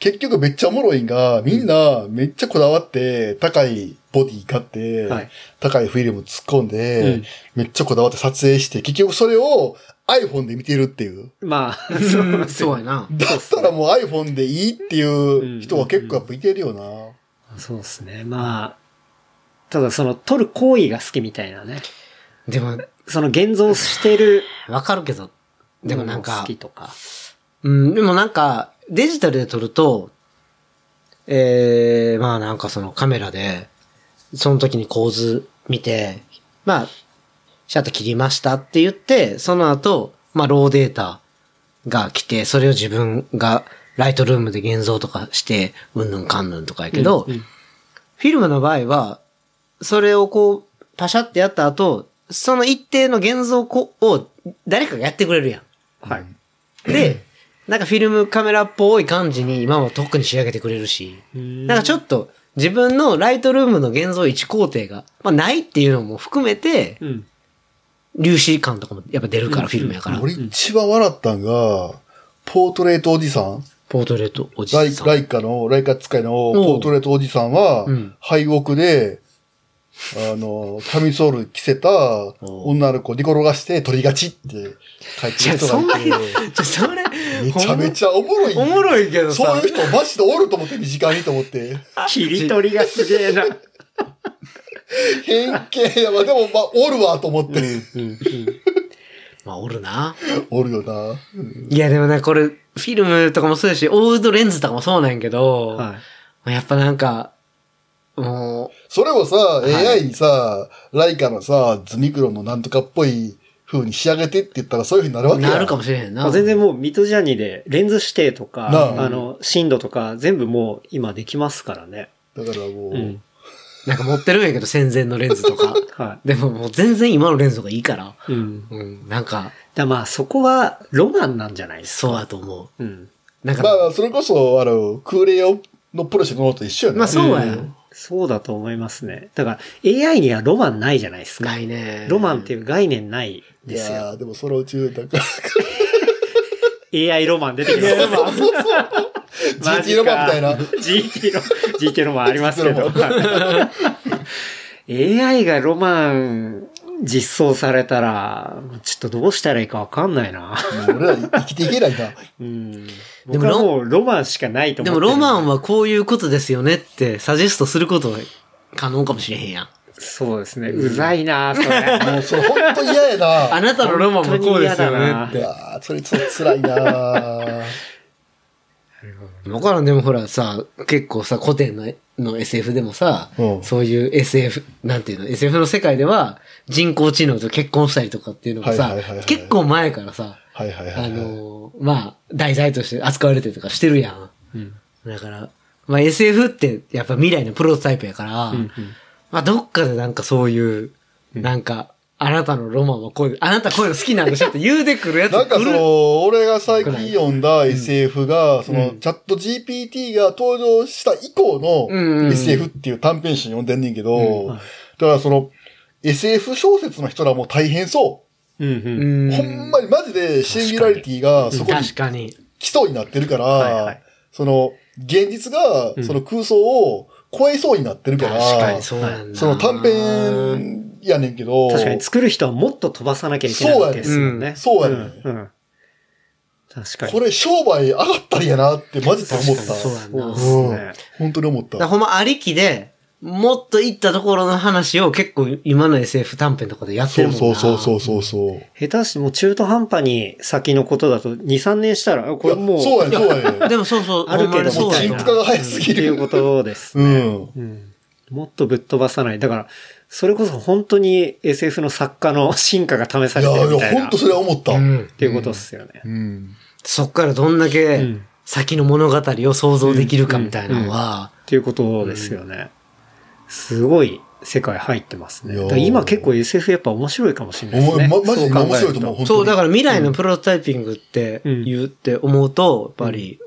Speaker 1: 結局めっちゃおもろいんが、みんなめっちゃこだわって、高いボディ買って、
Speaker 3: はい
Speaker 1: 高いフィルム突っ込んで、
Speaker 3: うん
Speaker 1: めっちゃこだわって撮影して、結局それを iPhone で見てるっていう。
Speaker 3: まあ、
Speaker 2: うん (laughs) そうや
Speaker 3: (laughs)
Speaker 2: な。
Speaker 1: だったらもう iPhone でいいっていう人は結構やっぱいてるよな。
Speaker 3: そうですね。まあ、ただその撮る行為が好きみたいなね。
Speaker 2: でも、
Speaker 3: その現像してる
Speaker 2: わかるけど、でもなん
Speaker 3: のも
Speaker 2: か
Speaker 3: 好き、とか。
Speaker 2: うん、でもなんか、デジタルで撮ると、えー、まあなんかそのカメラで、その時に構図見て、まあ、シャッター切りましたって言って、その後、まあローデータが来て、それを自分がライトルームで現像とかして、うんぬんかんぬんとかやけど、
Speaker 3: うんうん
Speaker 2: フィルムの場合は、それをこう、パシャってやった後、その一定の現像こを誰かがやってくれるやん。
Speaker 3: はい。
Speaker 2: で、なんかフィルムカメラっぽい感じに今は特に仕上げてくれるし、
Speaker 3: ん
Speaker 2: なんかちょっと自分のライトルームの現像1工程が、まあないっていうのも含めて、
Speaker 3: うん。
Speaker 2: 粒子感とかもやっぱ出るから、フィルムやから。
Speaker 1: 俺一番笑ったんが、ポートレートおじさん
Speaker 2: ポートレートおじ
Speaker 1: ライ
Speaker 2: さん。
Speaker 1: ライカの、ライカ使いのポートレートおじさんは
Speaker 2: うん、
Speaker 1: 廃屋で、あの、カミソール着せた女の子寝転がして取りがちって書いて
Speaker 2: じゃ
Speaker 1: る
Speaker 2: あ
Speaker 1: 人
Speaker 2: そん
Speaker 1: が
Speaker 2: ないに
Speaker 1: て、、
Speaker 2: ちょそれ、
Speaker 1: めちゃめ
Speaker 2: ゃ
Speaker 1: ちゃおもろい。
Speaker 2: おもろいけど
Speaker 1: そう
Speaker 2: さ
Speaker 1: いう、人マジでおると思って、身近にと思って。
Speaker 3: 切り取りがすげえな。う
Speaker 1: 偏見や、まあでもまあ、おるわと思って。
Speaker 3: んうん
Speaker 2: まあおるな。
Speaker 1: おるよな。
Speaker 2: いやでもね、これ、フィルムとかもそうだし、オールドレンズとかもそうなんやけど、
Speaker 3: (laughs) はい。
Speaker 2: やっぱなんか、も
Speaker 1: それをさ、
Speaker 2: い
Speaker 1: AI にさ、ライカのさ、ズミクロンのなんとかっぽい風に仕上げてって言ったらそういう風になるわ
Speaker 2: う、
Speaker 1: けや
Speaker 2: なるかもしれへんな。
Speaker 3: 全然もうミトジャーニーでレンズ指定と
Speaker 1: な
Speaker 3: か、
Speaker 1: あ
Speaker 3: あの、深度とか全部もう今できますからね。
Speaker 1: だからもう、
Speaker 3: うん。
Speaker 2: なんか持ってるんやけど、戦前のレンズとか。 (laughs)
Speaker 3: は
Speaker 2: でももう全然今のレンズの方がいいから。
Speaker 3: い。うん。
Speaker 2: うん、なんか、
Speaker 3: だまあそこはロマンなんじゃないですか。
Speaker 2: そうだと思
Speaker 3: うん。
Speaker 2: う。なんか、
Speaker 1: まあ、それこそ、あの、クーレヨのプロジェクトのと一緒やな。
Speaker 2: まあそうや、
Speaker 3: んそうだと思いますね。だから AI にはロマンないじゃないですか。
Speaker 2: ないね。
Speaker 3: ロマンっていう概念ない
Speaker 1: い
Speaker 3: ですよ。
Speaker 1: やーでもそのうち、なんか、
Speaker 3: AI ロマン出てきます
Speaker 1: そう
Speaker 3: よ。
Speaker 1: そうそうそう。
Speaker 3: マジ
Speaker 1: GT ロマンみたいな
Speaker 3: か。GT ロマン、GT ロマンありますけど
Speaker 1: (laughs) ロ。
Speaker 3: AI がロマン実装されたら、ちょっとどうしたらいいかわかんないな。
Speaker 1: 俺ら生きていけないな。
Speaker 3: うん。
Speaker 2: でも
Speaker 3: 僕
Speaker 2: ロ
Speaker 3: はもうロマンしかないと思
Speaker 2: で
Speaker 3: って
Speaker 2: も
Speaker 3: る
Speaker 2: ロマンはこういうことですよねって、サジェストすることは可能かもしれへんやん。
Speaker 3: そうですね。うざいな、それ。
Speaker 1: (laughs) もうそれ本当嫌やな。
Speaker 2: あなたのロマンはこうですよねっ
Speaker 3: 本当
Speaker 1: い
Speaker 2: て。
Speaker 1: やーそれちょっと辛いな。
Speaker 2: わからん、でもほらさ、結構さ、古典のの SF でもさ、
Speaker 1: うん
Speaker 2: そういう SF、なんていうの、SF の世界では人工知能と結婚したりとかっていうのがさ
Speaker 1: はいはいはいは、い
Speaker 2: 結構前からさ、
Speaker 1: はいはいは
Speaker 2: あ
Speaker 1: いはい。
Speaker 2: のーまあ、題材として扱われてるとかしてるやん。
Speaker 3: うん
Speaker 2: だから、まあ SF ってやっぱ未来のプロトタイプやから、
Speaker 3: うんうん
Speaker 2: まあどっかでなんかそういう、なんか、あなたのロマンはこういう、あなたこういうの好きなんでしょって言うてくるやつ
Speaker 1: なんか
Speaker 2: 来
Speaker 1: そ
Speaker 2: る。
Speaker 1: の、俺が最近読んだ SF が、その、チャット GPT が登場した以降
Speaker 2: うんうんう
Speaker 1: の
Speaker 2: ん
Speaker 1: SF っていう短編集読んでんねんけど、だからその、SF 小説の人らも大変そ
Speaker 3: うん
Speaker 2: う
Speaker 3: うん。
Speaker 1: う。
Speaker 2: ん
Speaker 1: ほんまにマジでシンギュラリティがそこに
Speaker 2: 確かに。
Speaker 1: 基礎になってるから、
Speaker 3: はいはい
Speaker 1: その、現実が
Speaker 3: ん、
Speaker 1: その空想を超えそうになってるから、
Speaker 2: 確かにそうやんな。
Speaker 1: その短。編やねんけど、
Speaker 3: 確かに作る人はもっと飛ばさなきゃいけないわけですよね。
Speaker 1: そうやねうんそうやね
Speaker 3: うんうん確かに。
Speaker 1: これ商売上がったりやなってマジで思った。
Speaker 2: そうやんな。
Speaker 3: そう
Speaker 2: だ
Speaker 3: で
Speaker 2: か
Speaker 3: すね。
Speaker 1: 本当に思った。
Speaker 2: らほんまありきで、もっと行ったところの話を結構今の SF 短編とかでやって
Speaker 1: そ
Speaker 2: る
Speaker 1: う
Speaker 2: もんな。
Speaker 1: そうそうそうそうそう。
Speaker 3: 下手してもう中途半端に先のことだと2、3年したら、これも
Speaker 1: い
Speaker 3: う、
Speaker 1: やそうやね、そうやね。
Speaker 2: でもそうそう、
Speaker 3: あるけども
Speaker 2: ほん
Speaker 1: も
Speaker 2: まにそ
Speaker 1: う
Speaker 2: う
Speaker 1: 陳
Speaker 2: やな
Speaker 1: 腐化が早すぎ
Speaker 3: ってい
Speaker 1: る。
Speaker 3: うことです
Speaker 1: うん。
Speaker 3: うんもっとぶっ飛ばさない。だから、それこそ本当に SF の作家の進化が試さ
Speaker 1: い
Speaker 3: れて
Speaker 1: や、
Speaker 3: るみ
Speaker 1: い
Speaker 3: た
Speaker 1: や、
Speaker 3: いな。
Speaker 1: ほんとそれは思った。
Speaker 2: う
Speaker 1: うん
Speaker 3: っていうことっすよね。
Speaker 1: ん。
Speaker 2: そっからどんだ
Speaker 3: う
Speaker 2: け
Speaker 3: ん
Speaker 2: 先の物語を想像できるかみたいなのは、
Speaker 3: っていうことですよね。すごい世界入ってますね。
Speaker 1: いやー
Speaker 3: だから今結構 SF やっぱ面白いかもしれないで
Speaker 1: お
Speaker 3: すね。
Speaker 1: 前、ま、マジで今面白いと
Speaker 3: そう考える
Speaker 1: 思う、本
Speaker 2: そう、だ
Speaker 1: 当
Speaker 2: から未来のプロトタイピングって
Speaker 3: うん
Speaker 2: 言うって思うと、やっぱり、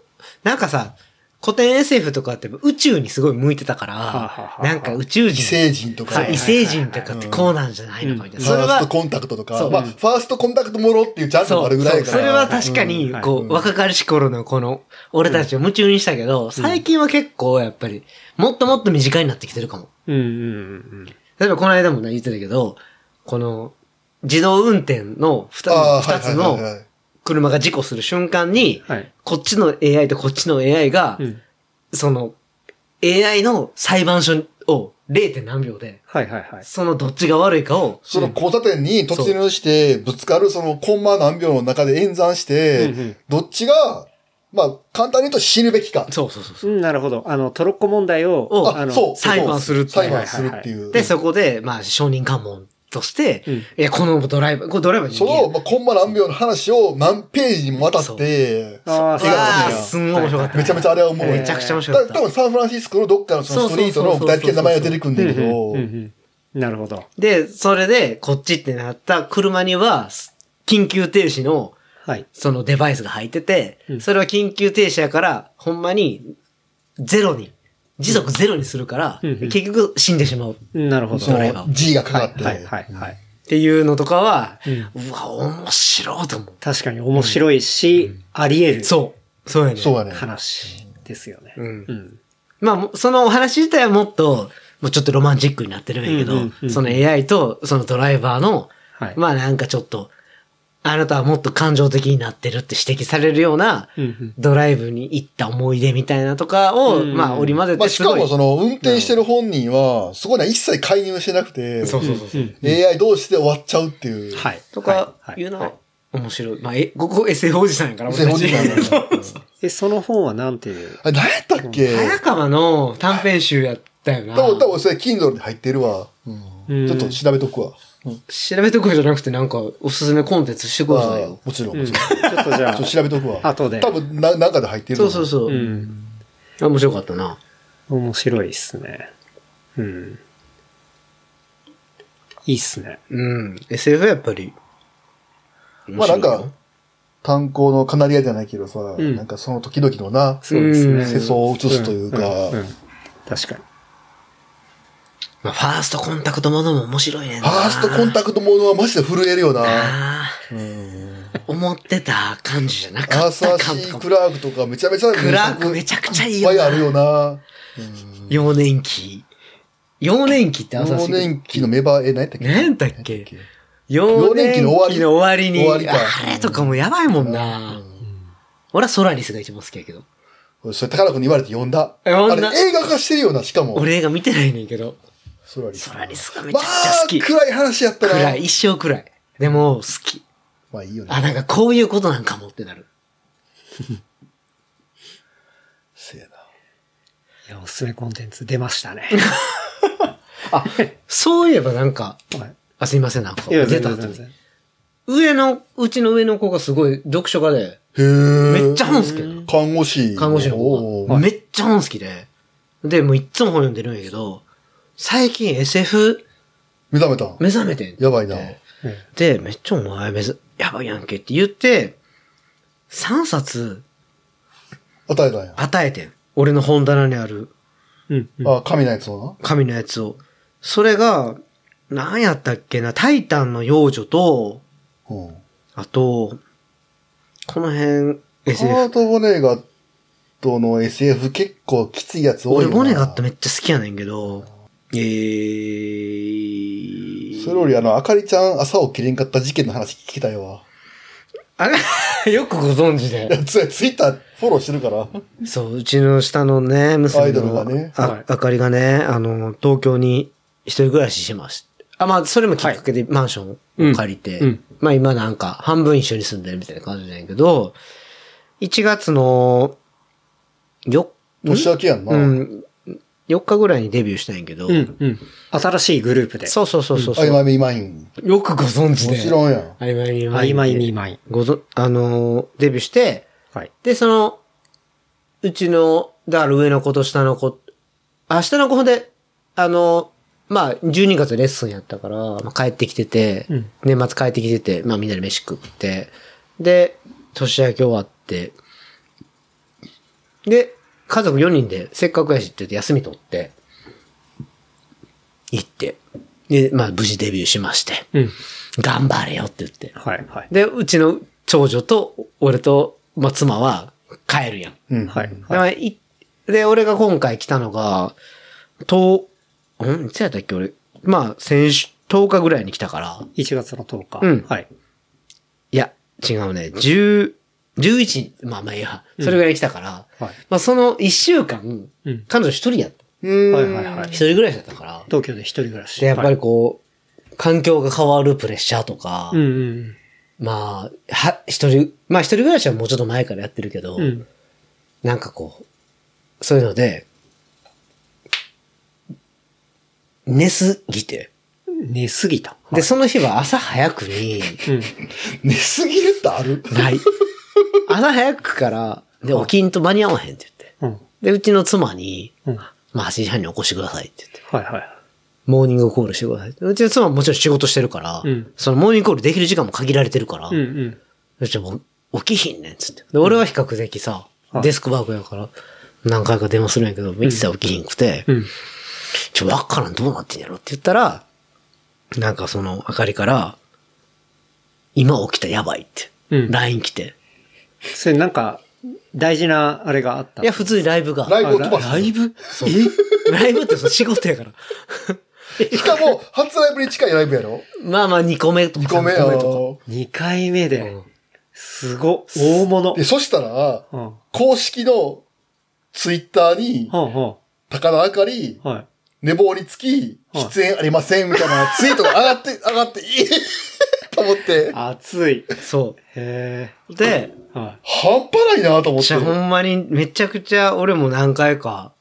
Speaker 2: なんかさ、古典 SF とかって宇宙にすごい向いてたか
Speaker 3: は
Speaker 2: ら
Speaker 3: は、は
Speaker 2: なんか宇宙
Speaker 1: に。異
Speaker 2: 人
Speaker 1: 星人とか、
Speaker 2: そう
Speaker 3: はい
Speaker 2: 異星人とかってこうなんじゃないのかみたいな。
Speaker 1: フ
Speaker 2: それ
Speaker 1: ァースト
Speaker 2: は、
Speaker 1: コンタクトと
Speaker 2: そ
Speaker 1: か、
Speaker 2: う
Speaker 1: まあ、ファーストコンタクトもろっていうジャンル
Speaker 2: そ
Speaker 1: もあ
Speaker 2: う、
Speaker 1: るぐら
Speaker 2: そ
Speaker 1: いうから。
Speaker 2: それは確かに
Speaker 3: う、ん
Speaker 2: こ
Speaker 1: うん
Speaker 2: う、若かりし頃のこの、俺たちを夢中にしたけど、最近は結構やっぱり、もっともっと身近になってきてるかも。
Speaker 3: うんうん
Speaker 2: 例えばこの間もね、言ってたけど、この、自動運転の二つ
Speaker 1: ああ、
Speaker 2: 二つ
Speaker 1: はいはいはい
Speaker 2: の
Speaker 1: はい
Speaker 2: 車が事故する瞬間に、
Speaker 3: はい
Speaker 2: こっちの AI とこっちの AI が、
Speaker 3: うんうん。
Speaker 2: その、AI の裁判所を 0. 何秒で、
Speaker 3: はいはいはい。
Speaker 2: そのどっちが悪いかを、
Speaker 1: その交差点に突入して、ぶつかるそのコンマ何秒の中で演算して、
Speaker 3: うんうん
Speaker 1: どっちが、まあ、簡単に言うと死ぬべきか。
Speaker 2: そうそうそうそうう。
Speaker 3: ん、なるほど。あの、トロッコ問題を、
Speaker 2: を
Speaker 3: あ
Speaker 1: あ、
Speaker 3: の、
Speaker 1: そう。
Speaker 2: 裁判するっていう
Speaker 1: 裁判するっていう。
Speaker 2: で、そこで、まあ、証人喚問として、
Speaker 3: うん
Speaker 2: いや、このドライバー、これドライバーに
Speaker 1: その、まあ、コンマ何秒の話を何ページにもわたって、
Speaker 3: ああ、そう
Speaker 2: ああ、
Speaker 3: なん
Speaker 2: すんごい面白かった。
Speaker 1: めちゃめちゃあれは思う
Speaker 3: えー
Speaker 2: めちゃくちゃ面白
Speaker 1: だ
Speaker 2: かっ
Speaker 1: 多
Speaker 2: た。
Speaker 1: 分サンフランシスコのどっかのそのストリートの具体的な名前が出てくるんだけど
Speaker 3: うんう、んうんなるほど。
Speaker 2: で、それで、こっちってなった車には、緊急停止の、
Speaker 3: はい。
Speaker 2: そのデバイスが入ってて、
Speaker 3: うん
Speaker 2: それは緊急停止やから、ほんまに、ゼロに、時速ゼロにするから、
Speaker 3: うんうん
Speaker 2: 結局死んでしまう。っ
Speaker 3: なるほど。
Speaker 1: そ
Speaker 3: はい
Speaker 1: の G がかかって。
Speaker 3: はいはいはい。
Speaker 2: ていうのとかは、
Speaker 3: う
Speaker 2: うわ、面白いと思
Speaker 3: 確かに面白いし、あり得
Speaker 2: う。
Speaker 3: る。
Speaker 2: そう。そうやね。
Speaker 1: そうやね。
Speaker 3: 話ですよね。
Speaker 2: うん
Speaker 3: うん。
Speaker 2: まあもう、そのお話自体はもっと、もうちょっとロマンチックになってるんやけど、
Speaker 3: うんうんうん
Speaker 2: その AI とそのドライバーの、
Speaker 3: はい。
Speaker 2: まあなんかちょっと、あなたはもっと感情的になってるって指摘されるような、
Speaker 3: うんうん
Speaker 2: ドライブに行った思い出みたいなとかを、
Speaker 3: うん
Speaker 2: まあ織り交ぜ
Speaker 1: まあ、
Speaker 2: て
Speaker 1: し
Speaker 2: すご
Speaker 1: か
Speaker 2: い、
Speaker 1: もその、運転してる本人は、そこには一切介入してなくて、
Speaker 2: そうそうそうそう。
Speaker 3: うん
Speaker 1: AI 同士で終わっちゃうっていう。
Speaker 3: はい。
Speaker 2: とか
Speaker 3: は、い
Speaker 2: いうの
Speaker 3: は
Speaker 2: はい面白い。まあ、え、ここ SF おじさんやから、
Speaker 1: 本人なんだ
Speaker 2: 私
Speaker 1: よ
Speaker 3: え、 (laughs) その本はなんていう
Speaker 1: あれ、何やったっけ
Speaker 2: 早川の短編集やったよな。
Speaker 1: 多分、多分それ Kindle で入ってるわ。うんちょっと調べとくわ。
Speaker 2: 調べとくじゃなくて、なんか、おすすめコンテンツしてください
Speaker 1: あ
Speaker 2: よ。
Speaker 1: もちろん、
Speaker 3: う
Speaker 1: も
Speaker 3: ん
Speaker 1: ち
Speaker 3: ち
Speaker 1: ろん。ち
Speaker 3: ょっとじ
Speaker 1: ょ
Speaker 3: ゃ
Speaker 1: っと調べとくわ。
Speaker 3: 後で
Speaker 1: 多分、な、中で入ってる
Speaker 2: そ
Speaker 1: の
Speaker 2: うそう
Speaker 1: う。
Speaker 2: そ
Speaker 3: あ、う
Speaker 2: う。
Speaker 3: ん。
Speaker 2: あ面白かったな。
Speaker 3: 面白いっすね。うん。いいっすね。
Speaker 2: うん。SF はやっぱり。
Speaker 1: まあなんか、炭鉱のカナリアじゃないけどさ、
Speaker 3: ん
Speaker 1: なんかその時々のな、
Speaker 3: そうですね。
Speaker 2: うん
Speaker 1: 世相を映すというか、
Speaker 3: んん確かに。
Speaker 2: まあ、ファーストコンタクトものも面白いねん
Speaker 1: フ
Speaker 2: な。
Speaker 1: ァーストコンタクトモードはマジで震えるよな。
Speaker 2: ああ。思ってた感じじゃな
Speaker 1: ア
Speaker 2: か
Speaker 1: ー
Speaker 2: っ
Speaker 1: サー
Speaker 2: た感
Speaker 1: C
Speaker 2: とか
Speaker 1: ク
Speaker 2: も。
Speaker 1: ラークとかめちゃめちゃ
Speaker 2: クラークめちゃくちゃいい
Speaker 1: いっ
Speaker 2: よ
Speaker 1: ぱい
Speaker 2: な
Speaker 1: あるよな。
Speaker 2: 幼年期。幼年期って朝
Speaker 1: 幼年期のメバー、え、何やったっけ
Speaker 2: 何やったっけ
Speaker 1: 幼
Speaker 2: 幼
Speaker 1: 年
Speaker 2: 年
Speaker 1: 期
Speaker 2: 期
Speaker 1: の
Speaker 2: の
Speaker 1: 終
Speaker 2: 終
Speaker 1: わ
Speaker 2: わ
Speaker 1: り
Speaker 2: りの終わりに。
Speaker 1: 終わりか
Speaker 2: あれとかもやばいもんな。俺はソラリスが一番好きやけど。
Speaker 1: 俺それ高野君に言われて呼んだ。
Speaker 2: え呼んだ
Speaker 1: あれ映画化してるよな、しかも。
Speaker 2: 俺映画見てないねんけど。
Speaker 1: ソラリス。
Speaker 2: ソラリスがめち
Speaker 1: ま
Speaker 2: ゃくちゃ
Speaker 1: あ
Speaker 2: 好き。、
Speaker 1: 暗い話やったな。
Speaker 2: 暗い。一生暗い。でも、好き。
Speaker 1: まあいいよね。
Speaker 2: あ、なんかこういうことなんかもってなる。
Speaker 1: せやな。
Speaker 3: いや、おすすめコンテンツ出まし
Speaker 1: (laughs)
Speaker 3: たね。
Speaker 2: そういえばなんか、
Speaker 3: はい
Speaker 2: あ、すいません、なんか。
Speaker 3: いや、
Speaker 2: 出
Speaker 3: 全
Speaker 2: た
Speaker 3: 然
Speaker 2: 後
Speaker 3: 全
Speaker 2: に。
Speaker 3: 然。
Speaker 2: 上の、うちの上の子がすごい読書家で、
Speaker 1: へえ。
Speaker 2: めっちゃ本好きやな。
Speaker 1: 看護師。
Speaker 2: 看護師の子
Speaker 1: おー
Speaker 2: が。めっちゃ本好きで。で、もういっつも本読んでるんやけど、最近 SF
Speaker 1: 目覚めたん
Speaker 2: 目覚めてん
Speaker 1: やばいな。
Speaker 2: で、めっちゃお前目覚、やばいやんけって言って、3冊
Speaker 1: 与えたんや。
Speaker 2: 与えてん。俺の本棚にある
Speaker 3: うん。うん
Speaker 1: あ、神のやつをな。
Speaker 2: 紙のやつを。それが、何やったっけな、タイタンの幼女と、
Speaker 1: うん。
Speaker 2: あと、この辺、
Speaker 1: ハー
Speaker 2: SF。
Speaker 1: ト・ボネガットの SF 結構きついやつ多い
Speaker 2: 俺、
Speaker 1: よな。
Speaker 2: ボネガットめっちゃ好きやねんけど、えー。
Speaker 1: (laughs) それよりあの、あかりちゃん朝起きれんかった事件の話聞きたいわ。
Speaker 2: あれ (laughs) よくご存知で。
Speaker 1: ツイツイッターフォローしてるから。
Speaker 2: そう、うちの下のね、
Speaker 1: ア
Speaker 2: 娘
Speaker 1: イドル
Speaker 2: の
Speaker 1: がね
Speaker 2: あ,、
Speaker 3: はい
Speaker 2: あかりがね、あの、東京に一人暮らししました。あ、まあ、それもきっかけでマンションを借りて、
Speaker 3: うんうん
Speaker 2: まあ今なんか半分一緒に住んでるみたいな感じなんやけど、1月の4、
Speaker 1: 年明けやんな。
Speaker 2: うん、4日ぐらいにデビューしたんやけど、
Speaker 3: うん、うん。新しいグループで。
Speaker 2: そうそうそうそうそ
Speaker 1: あ
Speaker 2: う、
Speaker 1: いまみまいん。
Speaker 2: よくご存知で。
Speaker 1: もちろんやん。
Speaker 2: 曖昧に
Speaker 3: 曖昧にまい。
Speaker 2: ごぞ、あのー、デビューして、
Speaker 3: はい。
Speaker 2: で、その、うちの、だから上の子と下の子、あ、下の子ほんで、あの、まあ、12月レッスンやったから、まあ、帰ってきてて、
Speaker 3: うん
Speaker 2: 年末帰ってきてて、まあみんなで飯食って、で、年明け終わって、で、家族4人で、せっかくやしって言って休み取って、行って、で、まあ無事デビューしまして、
Speaker 3: うん。
Speaker 2: 頑張れよって言って。
Speaker 3: はい、はい。
Speaker 2: で、うちの長女と、俺と、まあ、妻は帰るやん。
Speaker 1: うん。
Speaker 3: はい。
Speaker 2: だからいで、俺が今回来たのが、と、んいつやったっけ俺。まあ、先週、10日ぐらいに来たから。
Speaker 3: 1月の10日。
Speaker 2: うん
Speaker 3: はい。
Speaker 2: いや、違うね。10、11、まあまあいいや。それぐらいに来たから。
Speaker 3: はい。
Speaker 2: まあ、その1週間、
Speaker 3: うん
Speaker 2: 彼女一人やった。
Speaker 1: うん
Speaker 3: はい、はい、はい
Speaker 2: 一。人ぐらいだったから。
Speaker 3: 東京で一人暮らし。
Speaker 2: で、やっぱ
Speaker 3: は
Speaker 2: り
Speaker 3: い
Speaker 2: こう、環境が変わるプレッシャーとか、
Speaker 3: うん、うん
Speaker 2: まあ、は、一人、まあ一人暮らしはもうちょっと前からやってるけど、
Speaker 3: うん。うん。
Speaker 2: なんかこう、そういうので、寝すぎて。
Speaker 3: 寝すぎた。
Speaker 2: で、その日は朝早くに、
Speaker 3: うん。
Speaker 1: 寝すぎるってある
Speaker 3: (laughs)
Speaker 2: ない。朝早くから、で、起きんと間に合わへんって言って。
Speaker 3: うん。
Speaker 2: で、うちの妻に、
Speaker 3: うん。は
Speaker 2: まあ8時半に起こしてくださいって言って。
Speaker 3: い、は
Speaker 2: モーニングコールしてくださいって。うちの妻ももちろん仕事してるから、
Speaker 3: うん
Speaker 2: そのモーニングコールできる時間も限られてるから、
Speaker 3: い。うん、うん。
Speaker 2: うちも起きひんねんっつって。で、俺は比較的さ、
Speaker 3: はい
Speaker 2: デスクワークやから、何回か電話するんやけど、一切起きひんくて、
Speaker 3: うん。
Speaker 2: ちょ、わっからんどうなってんやろって言ったら、なんかその、あかりから、今起きたやばいって。
Speaker 3: うん
Speaker 2: LINE 来て。
Speaker 3: それなんか、大事なあれがあった。
Speaker 2: いや、普通にライブが。
Speaker 1: ライブを飛
Speaker 3: あ
Speaker 1: ばす。
Speaker 2: イブそう。ライブってその仕事やから。
Speaker 1: しかも、初ライブに近いライブやろ
Speaker 2: まあまあ2個目とか
Speaker 1: ?2 個目
Speaker 2: 三と
Speaker 1: よ。
Speaker 3: 2回目で
Speaker 2: ん、
Speaker 3: すご、大物。
Speaker 1: で、そしたら、
Speaker 3: うん。は
Speaker 1: 公式のツイッターに
Speaker 3: あ、、は
Speaker 1: 高田あかり、
Speaker 3: あ、はい。
Speaker 1: 寝坊につき、
Speaker 3: はい
Speaker 1: 出演ありません、みたいなツイートが上がって、 (laughs) 上がって、いいと思って、
Speaker 3: 熱い。
Speaker 2: か。そ
Speaker 3: へ
Speaker 2: う。で、
Speaker 3: え。は
Speaker 1: 半端ないなと思っ
Speaker 2: じ
Speaker 1: て
Speaker 2: ゃあ。ほんまにめちゃくちゃ俺も何回か、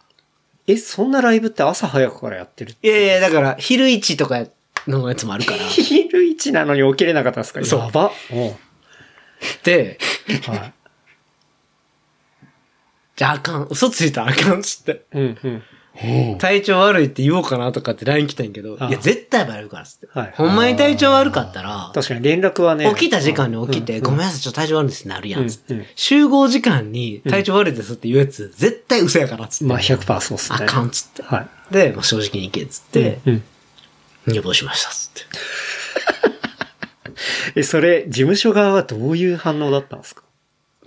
Speaker 3: い。え、そんなライブって朝早くからやってる
Speaker 2: いやいや、だから、昼一とかのやつもあるから。
Speaker 3: 昼一なのに起きれなかったんですか
Speaker 2: そう
Speaker 3: やば。うん。
Speaker 2: で、
Speaker 3: はい。
Speaker 2: じゃああかん、嘘ついたらあかんっつって。
Speaker 3: うん、うん。
Speaker 2: 体調悪いって言おうかなとかって LINE 来たんやけど、い
Speaker 3: ああ
Speaker 2: や、絶対バレるからっつって。
Speaker 3: はい
Speaker 2: ほんまに体調悪かったら、
Speaker 3: 確かに連絡はね。
Speaker 2: 起きた時間に起きて、
Speaker 3: うん
Speaker 2: ごめんなさい、ちょっと体調悪いですってなるやんっつって、
Speaker 3: うんうん
Speaker 2: 集合時間に体調悪いですって言うやつ、絶対嘘やからっつって。
Speaker 3: まあ100%そうっす
Speaker 2: あ
Speaker 3: ね。
Speaker 2: かんっつって。
Speaker 3: は
Speaker 2: で、まあ、正直に行けっつっ
Speaker 3: い。
Speaker 2: て、
Speaker 3: うんうん。
Speaker 2: 入部しましたっつって。
Speaker 3: え、それ、事務所側はどういう反応だったんですか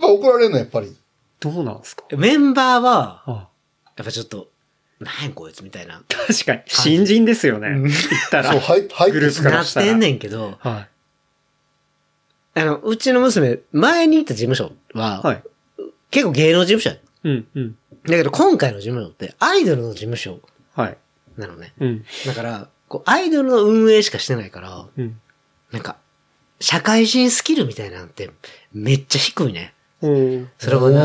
Speaker 1: まあ怒られるの、やっぱり。
Speaker 3: どうなんですか
Speaker 2: メンバーは、
Speaker 3: あ
Speaker 2: やっぱちょっと、なんやこいつみたいな。
Speaker 3: 確かに、新人ですよね。言ったら。
Speaker 1: そう、はい、はい。
Speaker 3: グループから
Speaker 2: な
Speaker 3: し
Speaker 2: った
Speaker 3: ら
Speaker 2: てんねんけど、
Speaker 3: は
Speaker 2: あの、うちの娘、前に行った事務所は、
Speaker 3: い。はい。
Speaker 2: 結構芸能事務所やった
Speaker 3: うん、うん。
Speaker 2: だけど今回の事務所ってアイドルの事務所
Speaker 3: はい。
Speaker 2: なのね。
Speaker 3: うん、
Speaker 2: だから、こうアイドルの運営しかしてないから、
Speaker 3: うん。
Speaker 2: なんか、社会人スキルみたいなんてめっちゃ低いね。
Speaker 3: うん。
Speaker 2: それもな、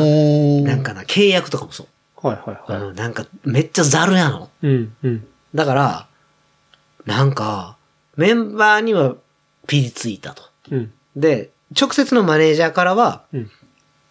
Speaker 2: な
Speaker 1: な
Speaker 2: ん、かな、契約とかもそう。
Speaker 3: はい、はい、は
Speaker 2: うん、なんかめっちゃザルやの。
Speaker 3: い。うん、うん。
Speaker 2: だから、なんか、メンバーにはピリついたと。
Speaker 3: うん、
Speaker 2: で、直接のマネージャーからは、
Speaker 3: うん。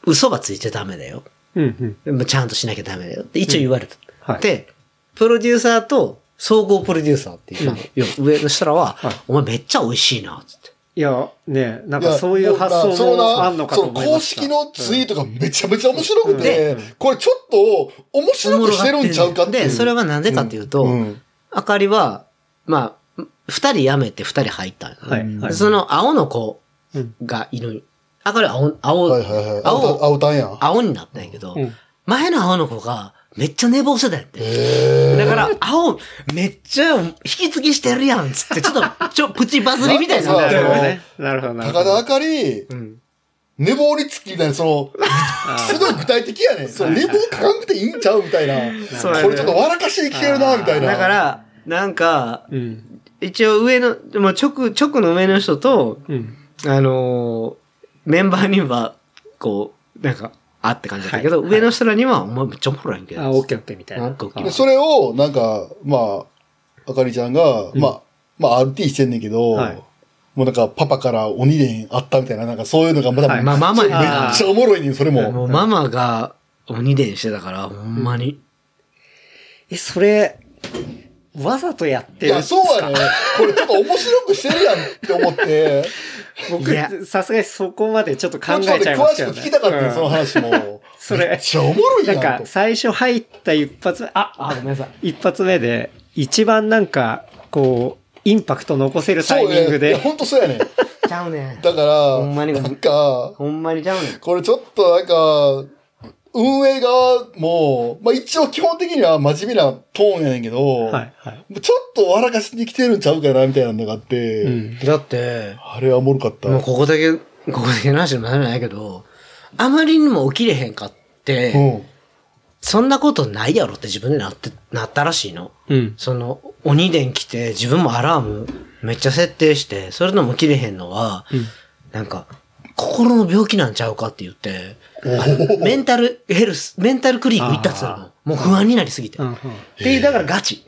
Speaker 2: 嘘はついちゃダメだよ。
Speaker 3: うん、うん。
Speaker 2: もうちゃんとしなきゃダメだよって一応言われた。
Speaker 3: はい。、
Speaker 2: で、プロデューサーと総合プロデューサーっていう、いや上の人らは、
Speaker 3: はい
Speaker 2: お前めっちゃ美味しいな、つって。
Speaker 3: いや、ねなん
Speaker 1: いや
Speaker 3: かそういう発想
Speaker 1: その
Speaker 3: も
Speaker 1: な
Speaker 3: あんのかと思いました。
Speaker 1: その公式のツイートがめちゃめちゃ面白くて、
Speaker 3: うん
Speaker 1: これちょっと面白くしてるんちゃうかっていう。
Speaker 2: で、それはなんでかっていうと、
Speaker 1: うん
Speaker 2: あかりは、まあ、二人辞めて二人入ったんよ
Speaker 3: はい、はい。
Speaker 2: その青の子
Speaker 3: うん、
Speaker 2: がいる。あかりは青、青、
Speaker 1: はいはいはい。あ
Speaker 2: 青
Speaker 1: おた、あおたんやん。
Speaker 2: 青になったんやけど、
Speaker 3: うん
Speaker 2: 前の青の子がめっちゃ寝坊してたんやって。だから、青、めっちゃ引き継ぎしてるやん、つって、ちょっと、ちょ、プチバズりみたいになってる
Speaker 3: なるほ
Speaker 2: よ
Speaker 3: ど
Speaker 2: ね。
Speaker 3: ね。なるほど、なるほ
Speaker 1: 高
Speaker 3: ど。
Speaker 1: 田あかり、
Speaker 2: うん。
Speaker 1: 寝坊につきみたいな、その、すごい具体的やねん。その寝坊書かんくていいんちゃうみたいな。
Speaker 2: そうやね
Speaker 1: これちょっと笑かしに聞けるな、みたいな。
Speaker 2: だから、なんか、
Speaker 3: うん。
Speaker 2: 一応上の、もう直、直の上の人と、
Speaker 3: うん。
Speaker 2: あのーメンバーには、こう、なんか、あって感じだったけど、
Speaker 3: はい
Speaker 2: 上の人らには、お前めっちゃおもろいんけど。
Speaker 3: あ、オッケーオッケーみたい
Speaker 2: オ
Speaker 3: な。
Speaker 2: ッケーオッケー
Speaker 1: でそれを、なんか、まあ、あかりちゃんが、まあ、まあ、RT してんねんけど、
Speaker 3: はい
Speaker 1: もうなんか、パパから鬼伝あったみたいな、なんかそういうのが、まだ、
Speaker 3: はい
Speaker 2: まあ、ママに、
Speaker 1: めっちゃおもろいねん、それ
Speaker 2: も
Speaker 1: も。
Speaker 2: うママが鬼伝してたから、ほんまに。
Speaker 3: え、それ、わざとやっ
Speaker 1: い
Speaker 3: てる
Speaker 1: や、そうやね。これちょっと面白くしてるやんって思って、
Speaker 3: 僕
Speaker 2: いや、
Speaker 3: さすがにそこまでちょっと考
Speaker 1: もうちょっ
Speaker 3: え
Speaker 1: と
Speaker 3: ち
Speaker 1: ね
Speaker 3: ゃいま
Speaker 1: 詳
Speaker 3: す
Speaker 1: しく
Speaker 3: けどね。
Speaker 1: 聞きたかった
Speaker 3: う
Speaker 1: よ、
Speaker 3: ん
Speaker 1: その話も。
Speaker 3: それ
Speaker 1: めっちゃおもろいや
Speaker 3: なんん
Speaker 1: と。
Speaker 3: か、最初入った一発目、あ、
Speaker 2: あ、ごめんなさい。
Speaker 3: 一発目で、一番なんか、こう、インパクト残せるタ
Speaker 1: そ
Speaker 3: イ
Speaker 1: う
Speaker 3: ミング
Speaker 1: ね。い
Speaker 3: で
Speaker 1: や、。ほんとそうやねん。だ
Speaker 2: ちゃうねん。
Speaker 1: から、
Speaker 2: ほんまに
Speaker 1: なんか、
Speaker 2: (laughs) ほんまにちゃうねん。
Speaker 1: これちょっとなんか、運営側も、まあ一応基本的には真面目なトーンやねんけど、
Speaker 3: はい、はい。
Speaker 1: ちょっと笑かしに来てるんちゃうかなみたいなのがあって、
Speaker 3: うん。
Speaker 2: だって、
Speaker 1: あれはおもろかった。
Speaker 2: もうここだけ、ここだけの話でもならないけど、あまりにも起きれへんかって、
Speaker 1: うん。
Speaker 2: そんなことないやろって自分でなって、なったらしいの。
Speaker 3: うん。
Speaker 2: その、鬼電来て、自分もアラームめっちゃ設定して、それでも起きれへんのは、なんか、心の病気なんちゃうかって言って、メンタルヘルス、メンタルクリニック行ったっつうの
Speaker 3: あ。
Speaker 2: もう不安になりすぎて。
Speaker 3: うん
Speaker 2: で、だからガチ。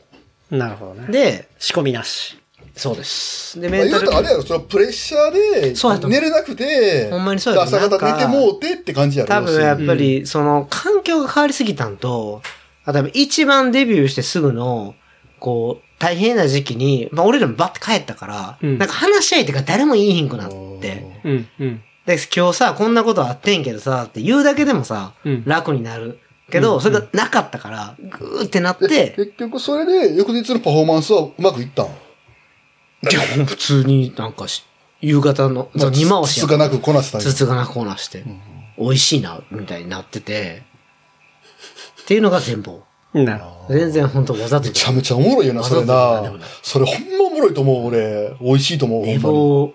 Speaker 3: うん。なるほどね。
Speaker 2: で、
Speaker 3: 仕込みなし。
Speaker 2: そうです。で、
Speaker 1: ま
Speaker 2: メ
Speaker 1: あ、
Speaker 2: ン
Speaker 1: 言
Speaker 2: タ
Speaker 1: う
Speaker 2: ル
Speaker 1: とあれやろ、そのプレッシャ
Speaker 2: そうや
Speaker 1: ー
Speaker 2: と思
Speaker 1: で、
Speaker 2: う
Speaker 1: 寝れなくて、
Speaker 2: ほんまにそうやと思
Speaker 1: 朝
Speaker 2: う
Speaker 1: 方寝てもうてって感じやろ。
Speaker 2: 多分やっ
Speaker 1: 要
Speaker 2: ぱり、その、環境が変わりすぎたんと、あとやっぱ一番デビューしてすぐの、こう、大変な時期に、まあ俺らもバッて帰ったから、
Speaker 3: うん
Speaker 2: なんか話し合いとか誰も言いひんくなって。
Speaker 3: うん、うん。
Speaker 2: で、今日さ、こんなことあってんけどさ、って言うだけでもさ、
Speaker 3: うん
Speaker 2: 楽になる。けど、それがなかったから、ぐーってなっ
Speaker 1: するにえ
Speaker 2: て、
Speaker 1: 結局それで翌日のパフォーマンスはうまくいったん
Speaker 2: いやもう普通になんかし、夕方の、その二回し
Speaker 1: つ
Speaker 2: や
Speaker 1: つがなくこなせたんや
Speaker 2: つつがなくこなして、美味しいな、みたいになってて、っていうのが全貌。
Speaker 3: なるほど。
Speaker 2: 全然本当わざと
Speaker 1: めちゃめちゃおもろいよな、それ
Speaker 2: わざとな
Speaker 1: な
Speaker 2: んでもない。
Speaker 1: それほんまおもろいと思う、俺。美味しいと思う、ほ
Speaker 2: 寝
Speaker 1: んまに。
Speaker 2: 坊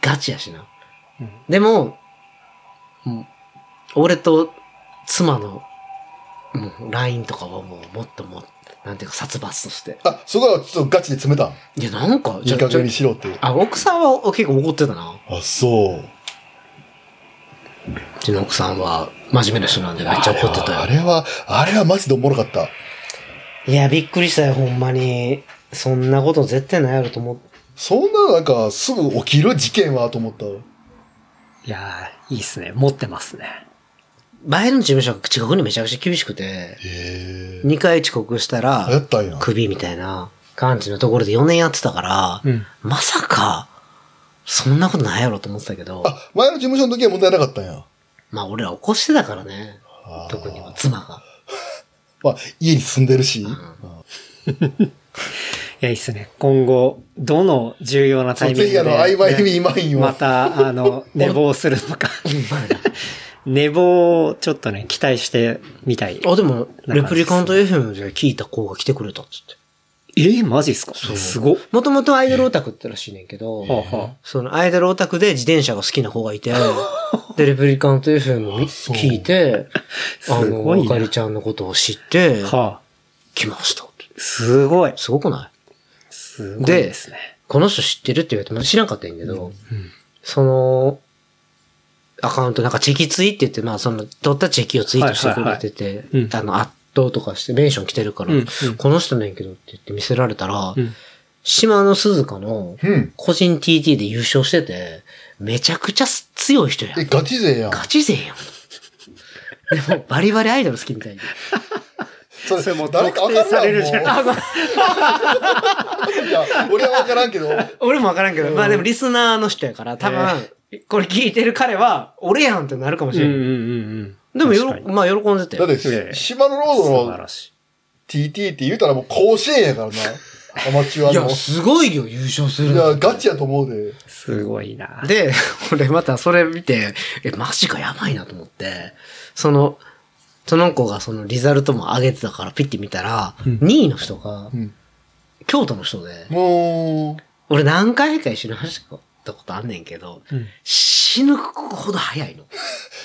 Speaker 2: ガチやしな。でも、もう俺と妻の、もう LINE とかはもうもっともう、なんていうか殺伐として。
Speaker 1: あ、そこはちょっとガチで詰めたん。
Speaker 2: いや、なんか、
Speaker 1: いい加減にしろって。
Speaker 2: あ、奥さんは結構怒ってたな。
Speaker 1: あ、そう。
Speaker 2: うちの奥さんは真面目な人なんでめっちゃ怒ってた
Speaker 1: あ
Speaker 2: よ。
Speaker 1: れは、あれはマジでおもろかった。
Speaker 2: いや、びっくりしたよ、ほんまに。そんなこと絶対ないやろと思って。
Speaker 1: そんななんかすぐ起きる事件はと思った。
Speaker 3: いやーいいっすね。持ってますね。
Speaker 2: 前の事務所が遅刻にめちゃくちゃ厳しくて、
Speaker 1: ええ
Speaker 2: 2回遅刻したら、
Speaker 1: やったんや。
Speaker 2: 首みたいな感じのところで4年やってたから、
Speaker 3: うん
Speaker 2: まさか、そんなことないやろと思ってたけど、
Speaker 1: あ、前の事務所の時は問題なかったんや。
Speaker 2: まあ俺ら起こしてたからね。
Speaker 1: あー
Speaker 2: 特には妻
Speaker 3: (laughs)
Speaker 2: が。
Speaker 1: まあ、家に住んでるし。
Speaker 3: いや、いいっすね。今後、どの重要なタイミン
Speaker 1: ぜ
Speaker 3: グ
Speaker 1: ひ
Speaker 3: で、
Speaker 1: あの、アイマイミーマインを。
Speaker 3: (laughs) また、
Speaker 2: (laughs)
Speaker 3: あの、寝坊するのか。寝坊をちょっとね、期待してみたい。
Speaker 2: あ、でも、レプリカント FM で聞いた子が来てくれたっつって。
Speaker 3: え、マジっすかすごっ。
Speaker 2: もともとアイドルオタクってらしいねんけど、
Speaker 3: はあは
Speaker 2: そのアイドルオタクで自転車が好きな子がいて、で、レプリカント FM を
Speaker 1: そう
Speaker 2: 聞いて、あ
Speaker 3: す
Speaker 2: の、
Speaker 3: ごいな
Speaker 2: あかりちゃんのことを知って
Speaker 3: あ、はあ、
Speaker 2: 来ましたって。
Speaker 3: すごい。
Speaker 2: すごくない
Speaker 3: すごいですね。
Speaker 2: この人知ってるって言われても知らんかったんやけど、その、アカウントなんかチェキツイって言って、まあその、取ったチェキをツイートしてくれてて、
Speaker 3: いはいうん
Speaker 2: あの、圧倒とかしてメンション来てるから、
Speaker 3: うんうん
Speaker 2: この人なんやけどって言って見せられたら、
Speaker 3: うん
Speaker 2: 島野鈴香の
Speaker 1: うん。
Speaker 2: 個人 TT で優勝してて、めちゃくちゃ強い人や
Speaker 1: え、
Speaker 2: ん。
Speaker 1: ガチ勢やん。
Speaker 2: ガチ勢やん。でも、バリバリアイドル好きみたいに。
Speaker 1: それ
Speaker 3: それもう
Speaker 1: 誰かわ
Speaker 3: 特定
Speaker 1: か
Speaker 3: され
Speaker 1: る
Speaker 3: る
Speaker 1: や
Speaker 3: じゃん
Speaker 1: ん。もう (laughs) いや、俺はわからんけど。
Speaker 2: 俺もわからんけど、まあでもリスナーの人やから、多分、これ聞いてる彼は、俺やんってなるかもし
Speaker 3: うん
Speaker 2: れ。
Speaker 3: うんんうん。
Speaker 2: でもよ
Speaker 3: 確か
Speaker 2: ろ、
Speaker 3: に
Speaker 2: まあ、喜んでた
Speaker 1: だ
Speaker 2: よ
Speaker 1: っ。
Speaker 3: え
Speaker 1: て、島のロー
Speaker 3: 素
Speaker 1: ド
Speaker 3: 晴
Speaker 1: の
Speaker 3: らし
Speaker 1: TT って言うたらもう甲子園やからな。アマチュア
Speaker 2: いや、。
Speaker 1: の
Speaker 2: すごいよ、優勝する
Speaker 1: い
Speaker 2: の
Speaker 1: や、ガチやと思うで。
Speaker 3: い。すごいな。
Speaker 2: で、 (laughs) 俺またそれ見て、え、マジかやばいなと思って、その、その子がそのリザルトも上げてたからピッて見たら、2位の人が、
Speaker 1: ん
Speaker 2: 京都の人で、
Speaker 1: もう、
Speaker 2: 俺何回か一緒に走ったことあんねんけど、
Speaker 3: ん
Speaker 2: 島死ぬほど早いの。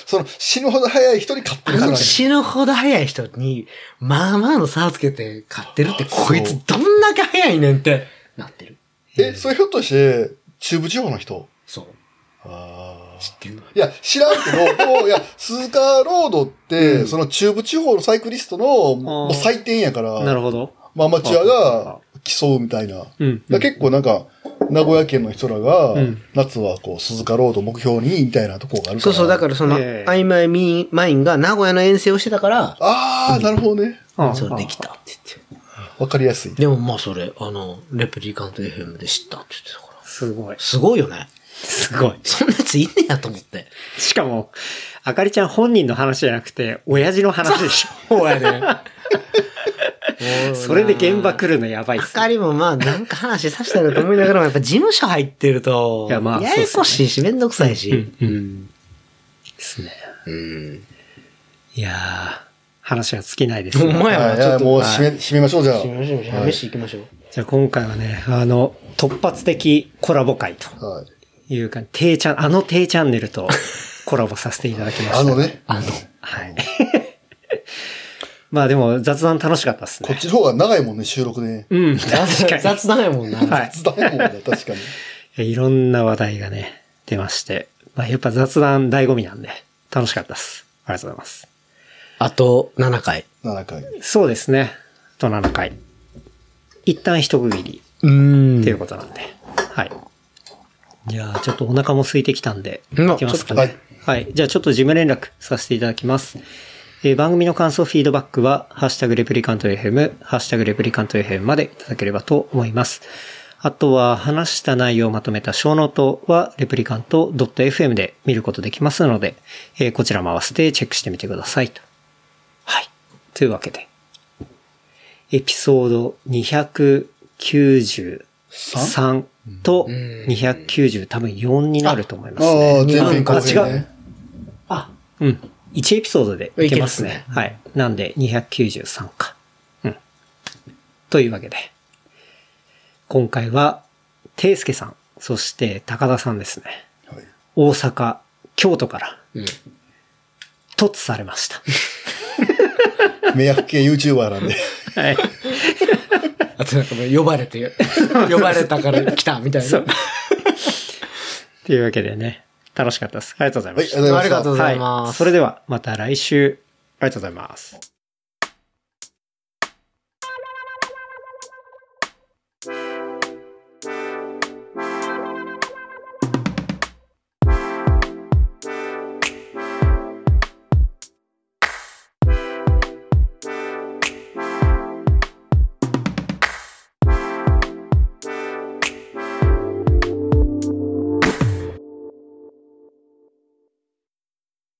Speaker 1: その死ぬほど早い人に買って
Speaker 2: あ
Speaker 1: るから
Speaker 2: の
Speaker 1: ね。
Speaker 2: 死ぬほど早い人に、まあまあの差をつけて買ってるって、こいつどんだけ早いねんって、なってる。
Speaker 1: え、それひょっとして、中部地方の人
Speaker 2: そう。
Speaker 1: あ
Speaker 2: 知ってる
Speaker 1: いや、知らんけど、でもいや、鈴鹿ロードって、その中部地方のサイクリストの、もう祭典やから、
Speaker 3: なるほど。
Speaker 1: まあアマチュアが競うみたいな。
Speaker 3: うん。
Speaker 1: だ結構なんか、名古屋県の人らが
Speaker 3: うん、
Speaker 1: 夏はこう、鈴鹿ロード目標に、みたいなとこがあるから。
Speaker 2: そうそう、だからその、
Speaker 3: ええ
Speaker 2: 曖昧ミマインが名古屋の遠征をしてたから、
Speaker 1: ああ、なるほどね。
Speaker 3: ああ
Speaker 2: そうでき。たって言って。
Speaker 1: わかりやすい。
Speaker 2: でもまあそれ、あの、レプリカント FM で知ったって言ってたから。
Speaker 3: すごい。
Speaker 2: すごいよね。
Speaker 3: すごい。
Speaker 2: そんなやついんねやと思って。
Speaker 3: しかも、あかりちゃん本人の話じゃなくて、親父の話でし
Speaker 2: そうやね。
Speaker 3: (laughs) ょ。 (laughs) それで現場来るのやばいっ
Speaker 2: あ
Speaker 3: す。
Speaker 2: かりもまあなんか話させたらと思いながらもやっぱ事務所入ってると、
Speaker 3: いやまあ
Speaker 2: ややこしいしめんどくさいし。
Speaker 3: うんうん。ですね。
Speaker 2: うん。
Speaker 3: いやー、話は尽きないで
Speaker 2: (laughs)
Speaker 3: す
Speaker 2: ほ
Speaker 3: ね、
Speaker 2: んまや
Speaker 1: は
Speaker 2: わ、
Speaker 1: い、
Speaker 2: ちょっと。
Speaker 1: もう締め、締めましょう、じゃあ。
Speaker 2: しましょう。飯行きましょう。
Speaker 3: じゃあ今回はね、あの、突発的コラボ会と
Speaker 1: はい。
Speaker 3: いうか、低チャン、あの低チャンネルとコラボさせていただきました。
Speaker 1: あの。ね、
Speaker 2: あの、
Speaker 3: はい。 (laughs) まあでも雑談楽しかったです
Speaker 1: こっ
Speaker 3: ね。
Speaker 1: ちの方が長いもんね、収録 (laughs) ね。
Speaker 3: うん、確かに。
Speaker 2: 雑談やもんな。
Speaker 3: (laughs) はい
Speaker 1: 雑談やもんね、確かに。
Speaker 3: いやいろんな話題がね、出まして。まあやっぱ雑談醍醐味なんで、楽しかったです。ありがとうございます。
Speaker 2: あと7回。
Speaker 1: 7回。
Speaker 3: そうですね。あと7回。一旦一区切り
Speaker 2: うん
Speaker 3: っていうことなんで。はい。じゃあ、ちょっとお腹も空いてきたんで、
Speaker 2: うん
Speaker 3: いきますか
Speaker 1: ちょっ
Speaker 3: ね。はい。じゃあ、ちょっと事務連絡させていただきます。えー番組の感想、フィードバックは、ハッシュタグレプリカント FM、ハッシュタグレプリカント FM までいただければと思います。あとは、話した内容をまとめた小ノートは、レプリカント .fm で見ることできますので、えーこちらも合わせてチェックしてみてくださいと。はい。というわけで、エピソード293と290多分4になると思います
Speaker 1: ああ、
Speaker 3: ね。
Speaker 1: 全編
Speaker 3: あ
Speaker 1: 後編
Speaker 3: 違う
Speaker 1: ね。
Speaker 3: あ、うん。1エピソードでいけますね。
Speaker 2: いけま
Speaker 3: はい。なんで293か。うん。というわけで、今回は、ていすけさん、そして高田さんですね。
Speaker 1: はい
Speaker 3: 大阪、京都から、
Speaker 2: うん
Speaker 3: 突されました。
Speaker 1: 迷惑系 YouTuber なんで。
Speaker 3: はい。
Speaker 2: あとなんかもう呼ばれて、呼ばれたから来たみたいな。
Speaker 3: というわけでね、楽しかったです。ありがとうございました。
Speaker 1: はい
Speaker 2: ありがとうござい
Speaker 3: は
Speaker 2: ま
Speaker 3: い
Speaker 2: す。
Speaker 3: それでは、また来週、ありがとうございます。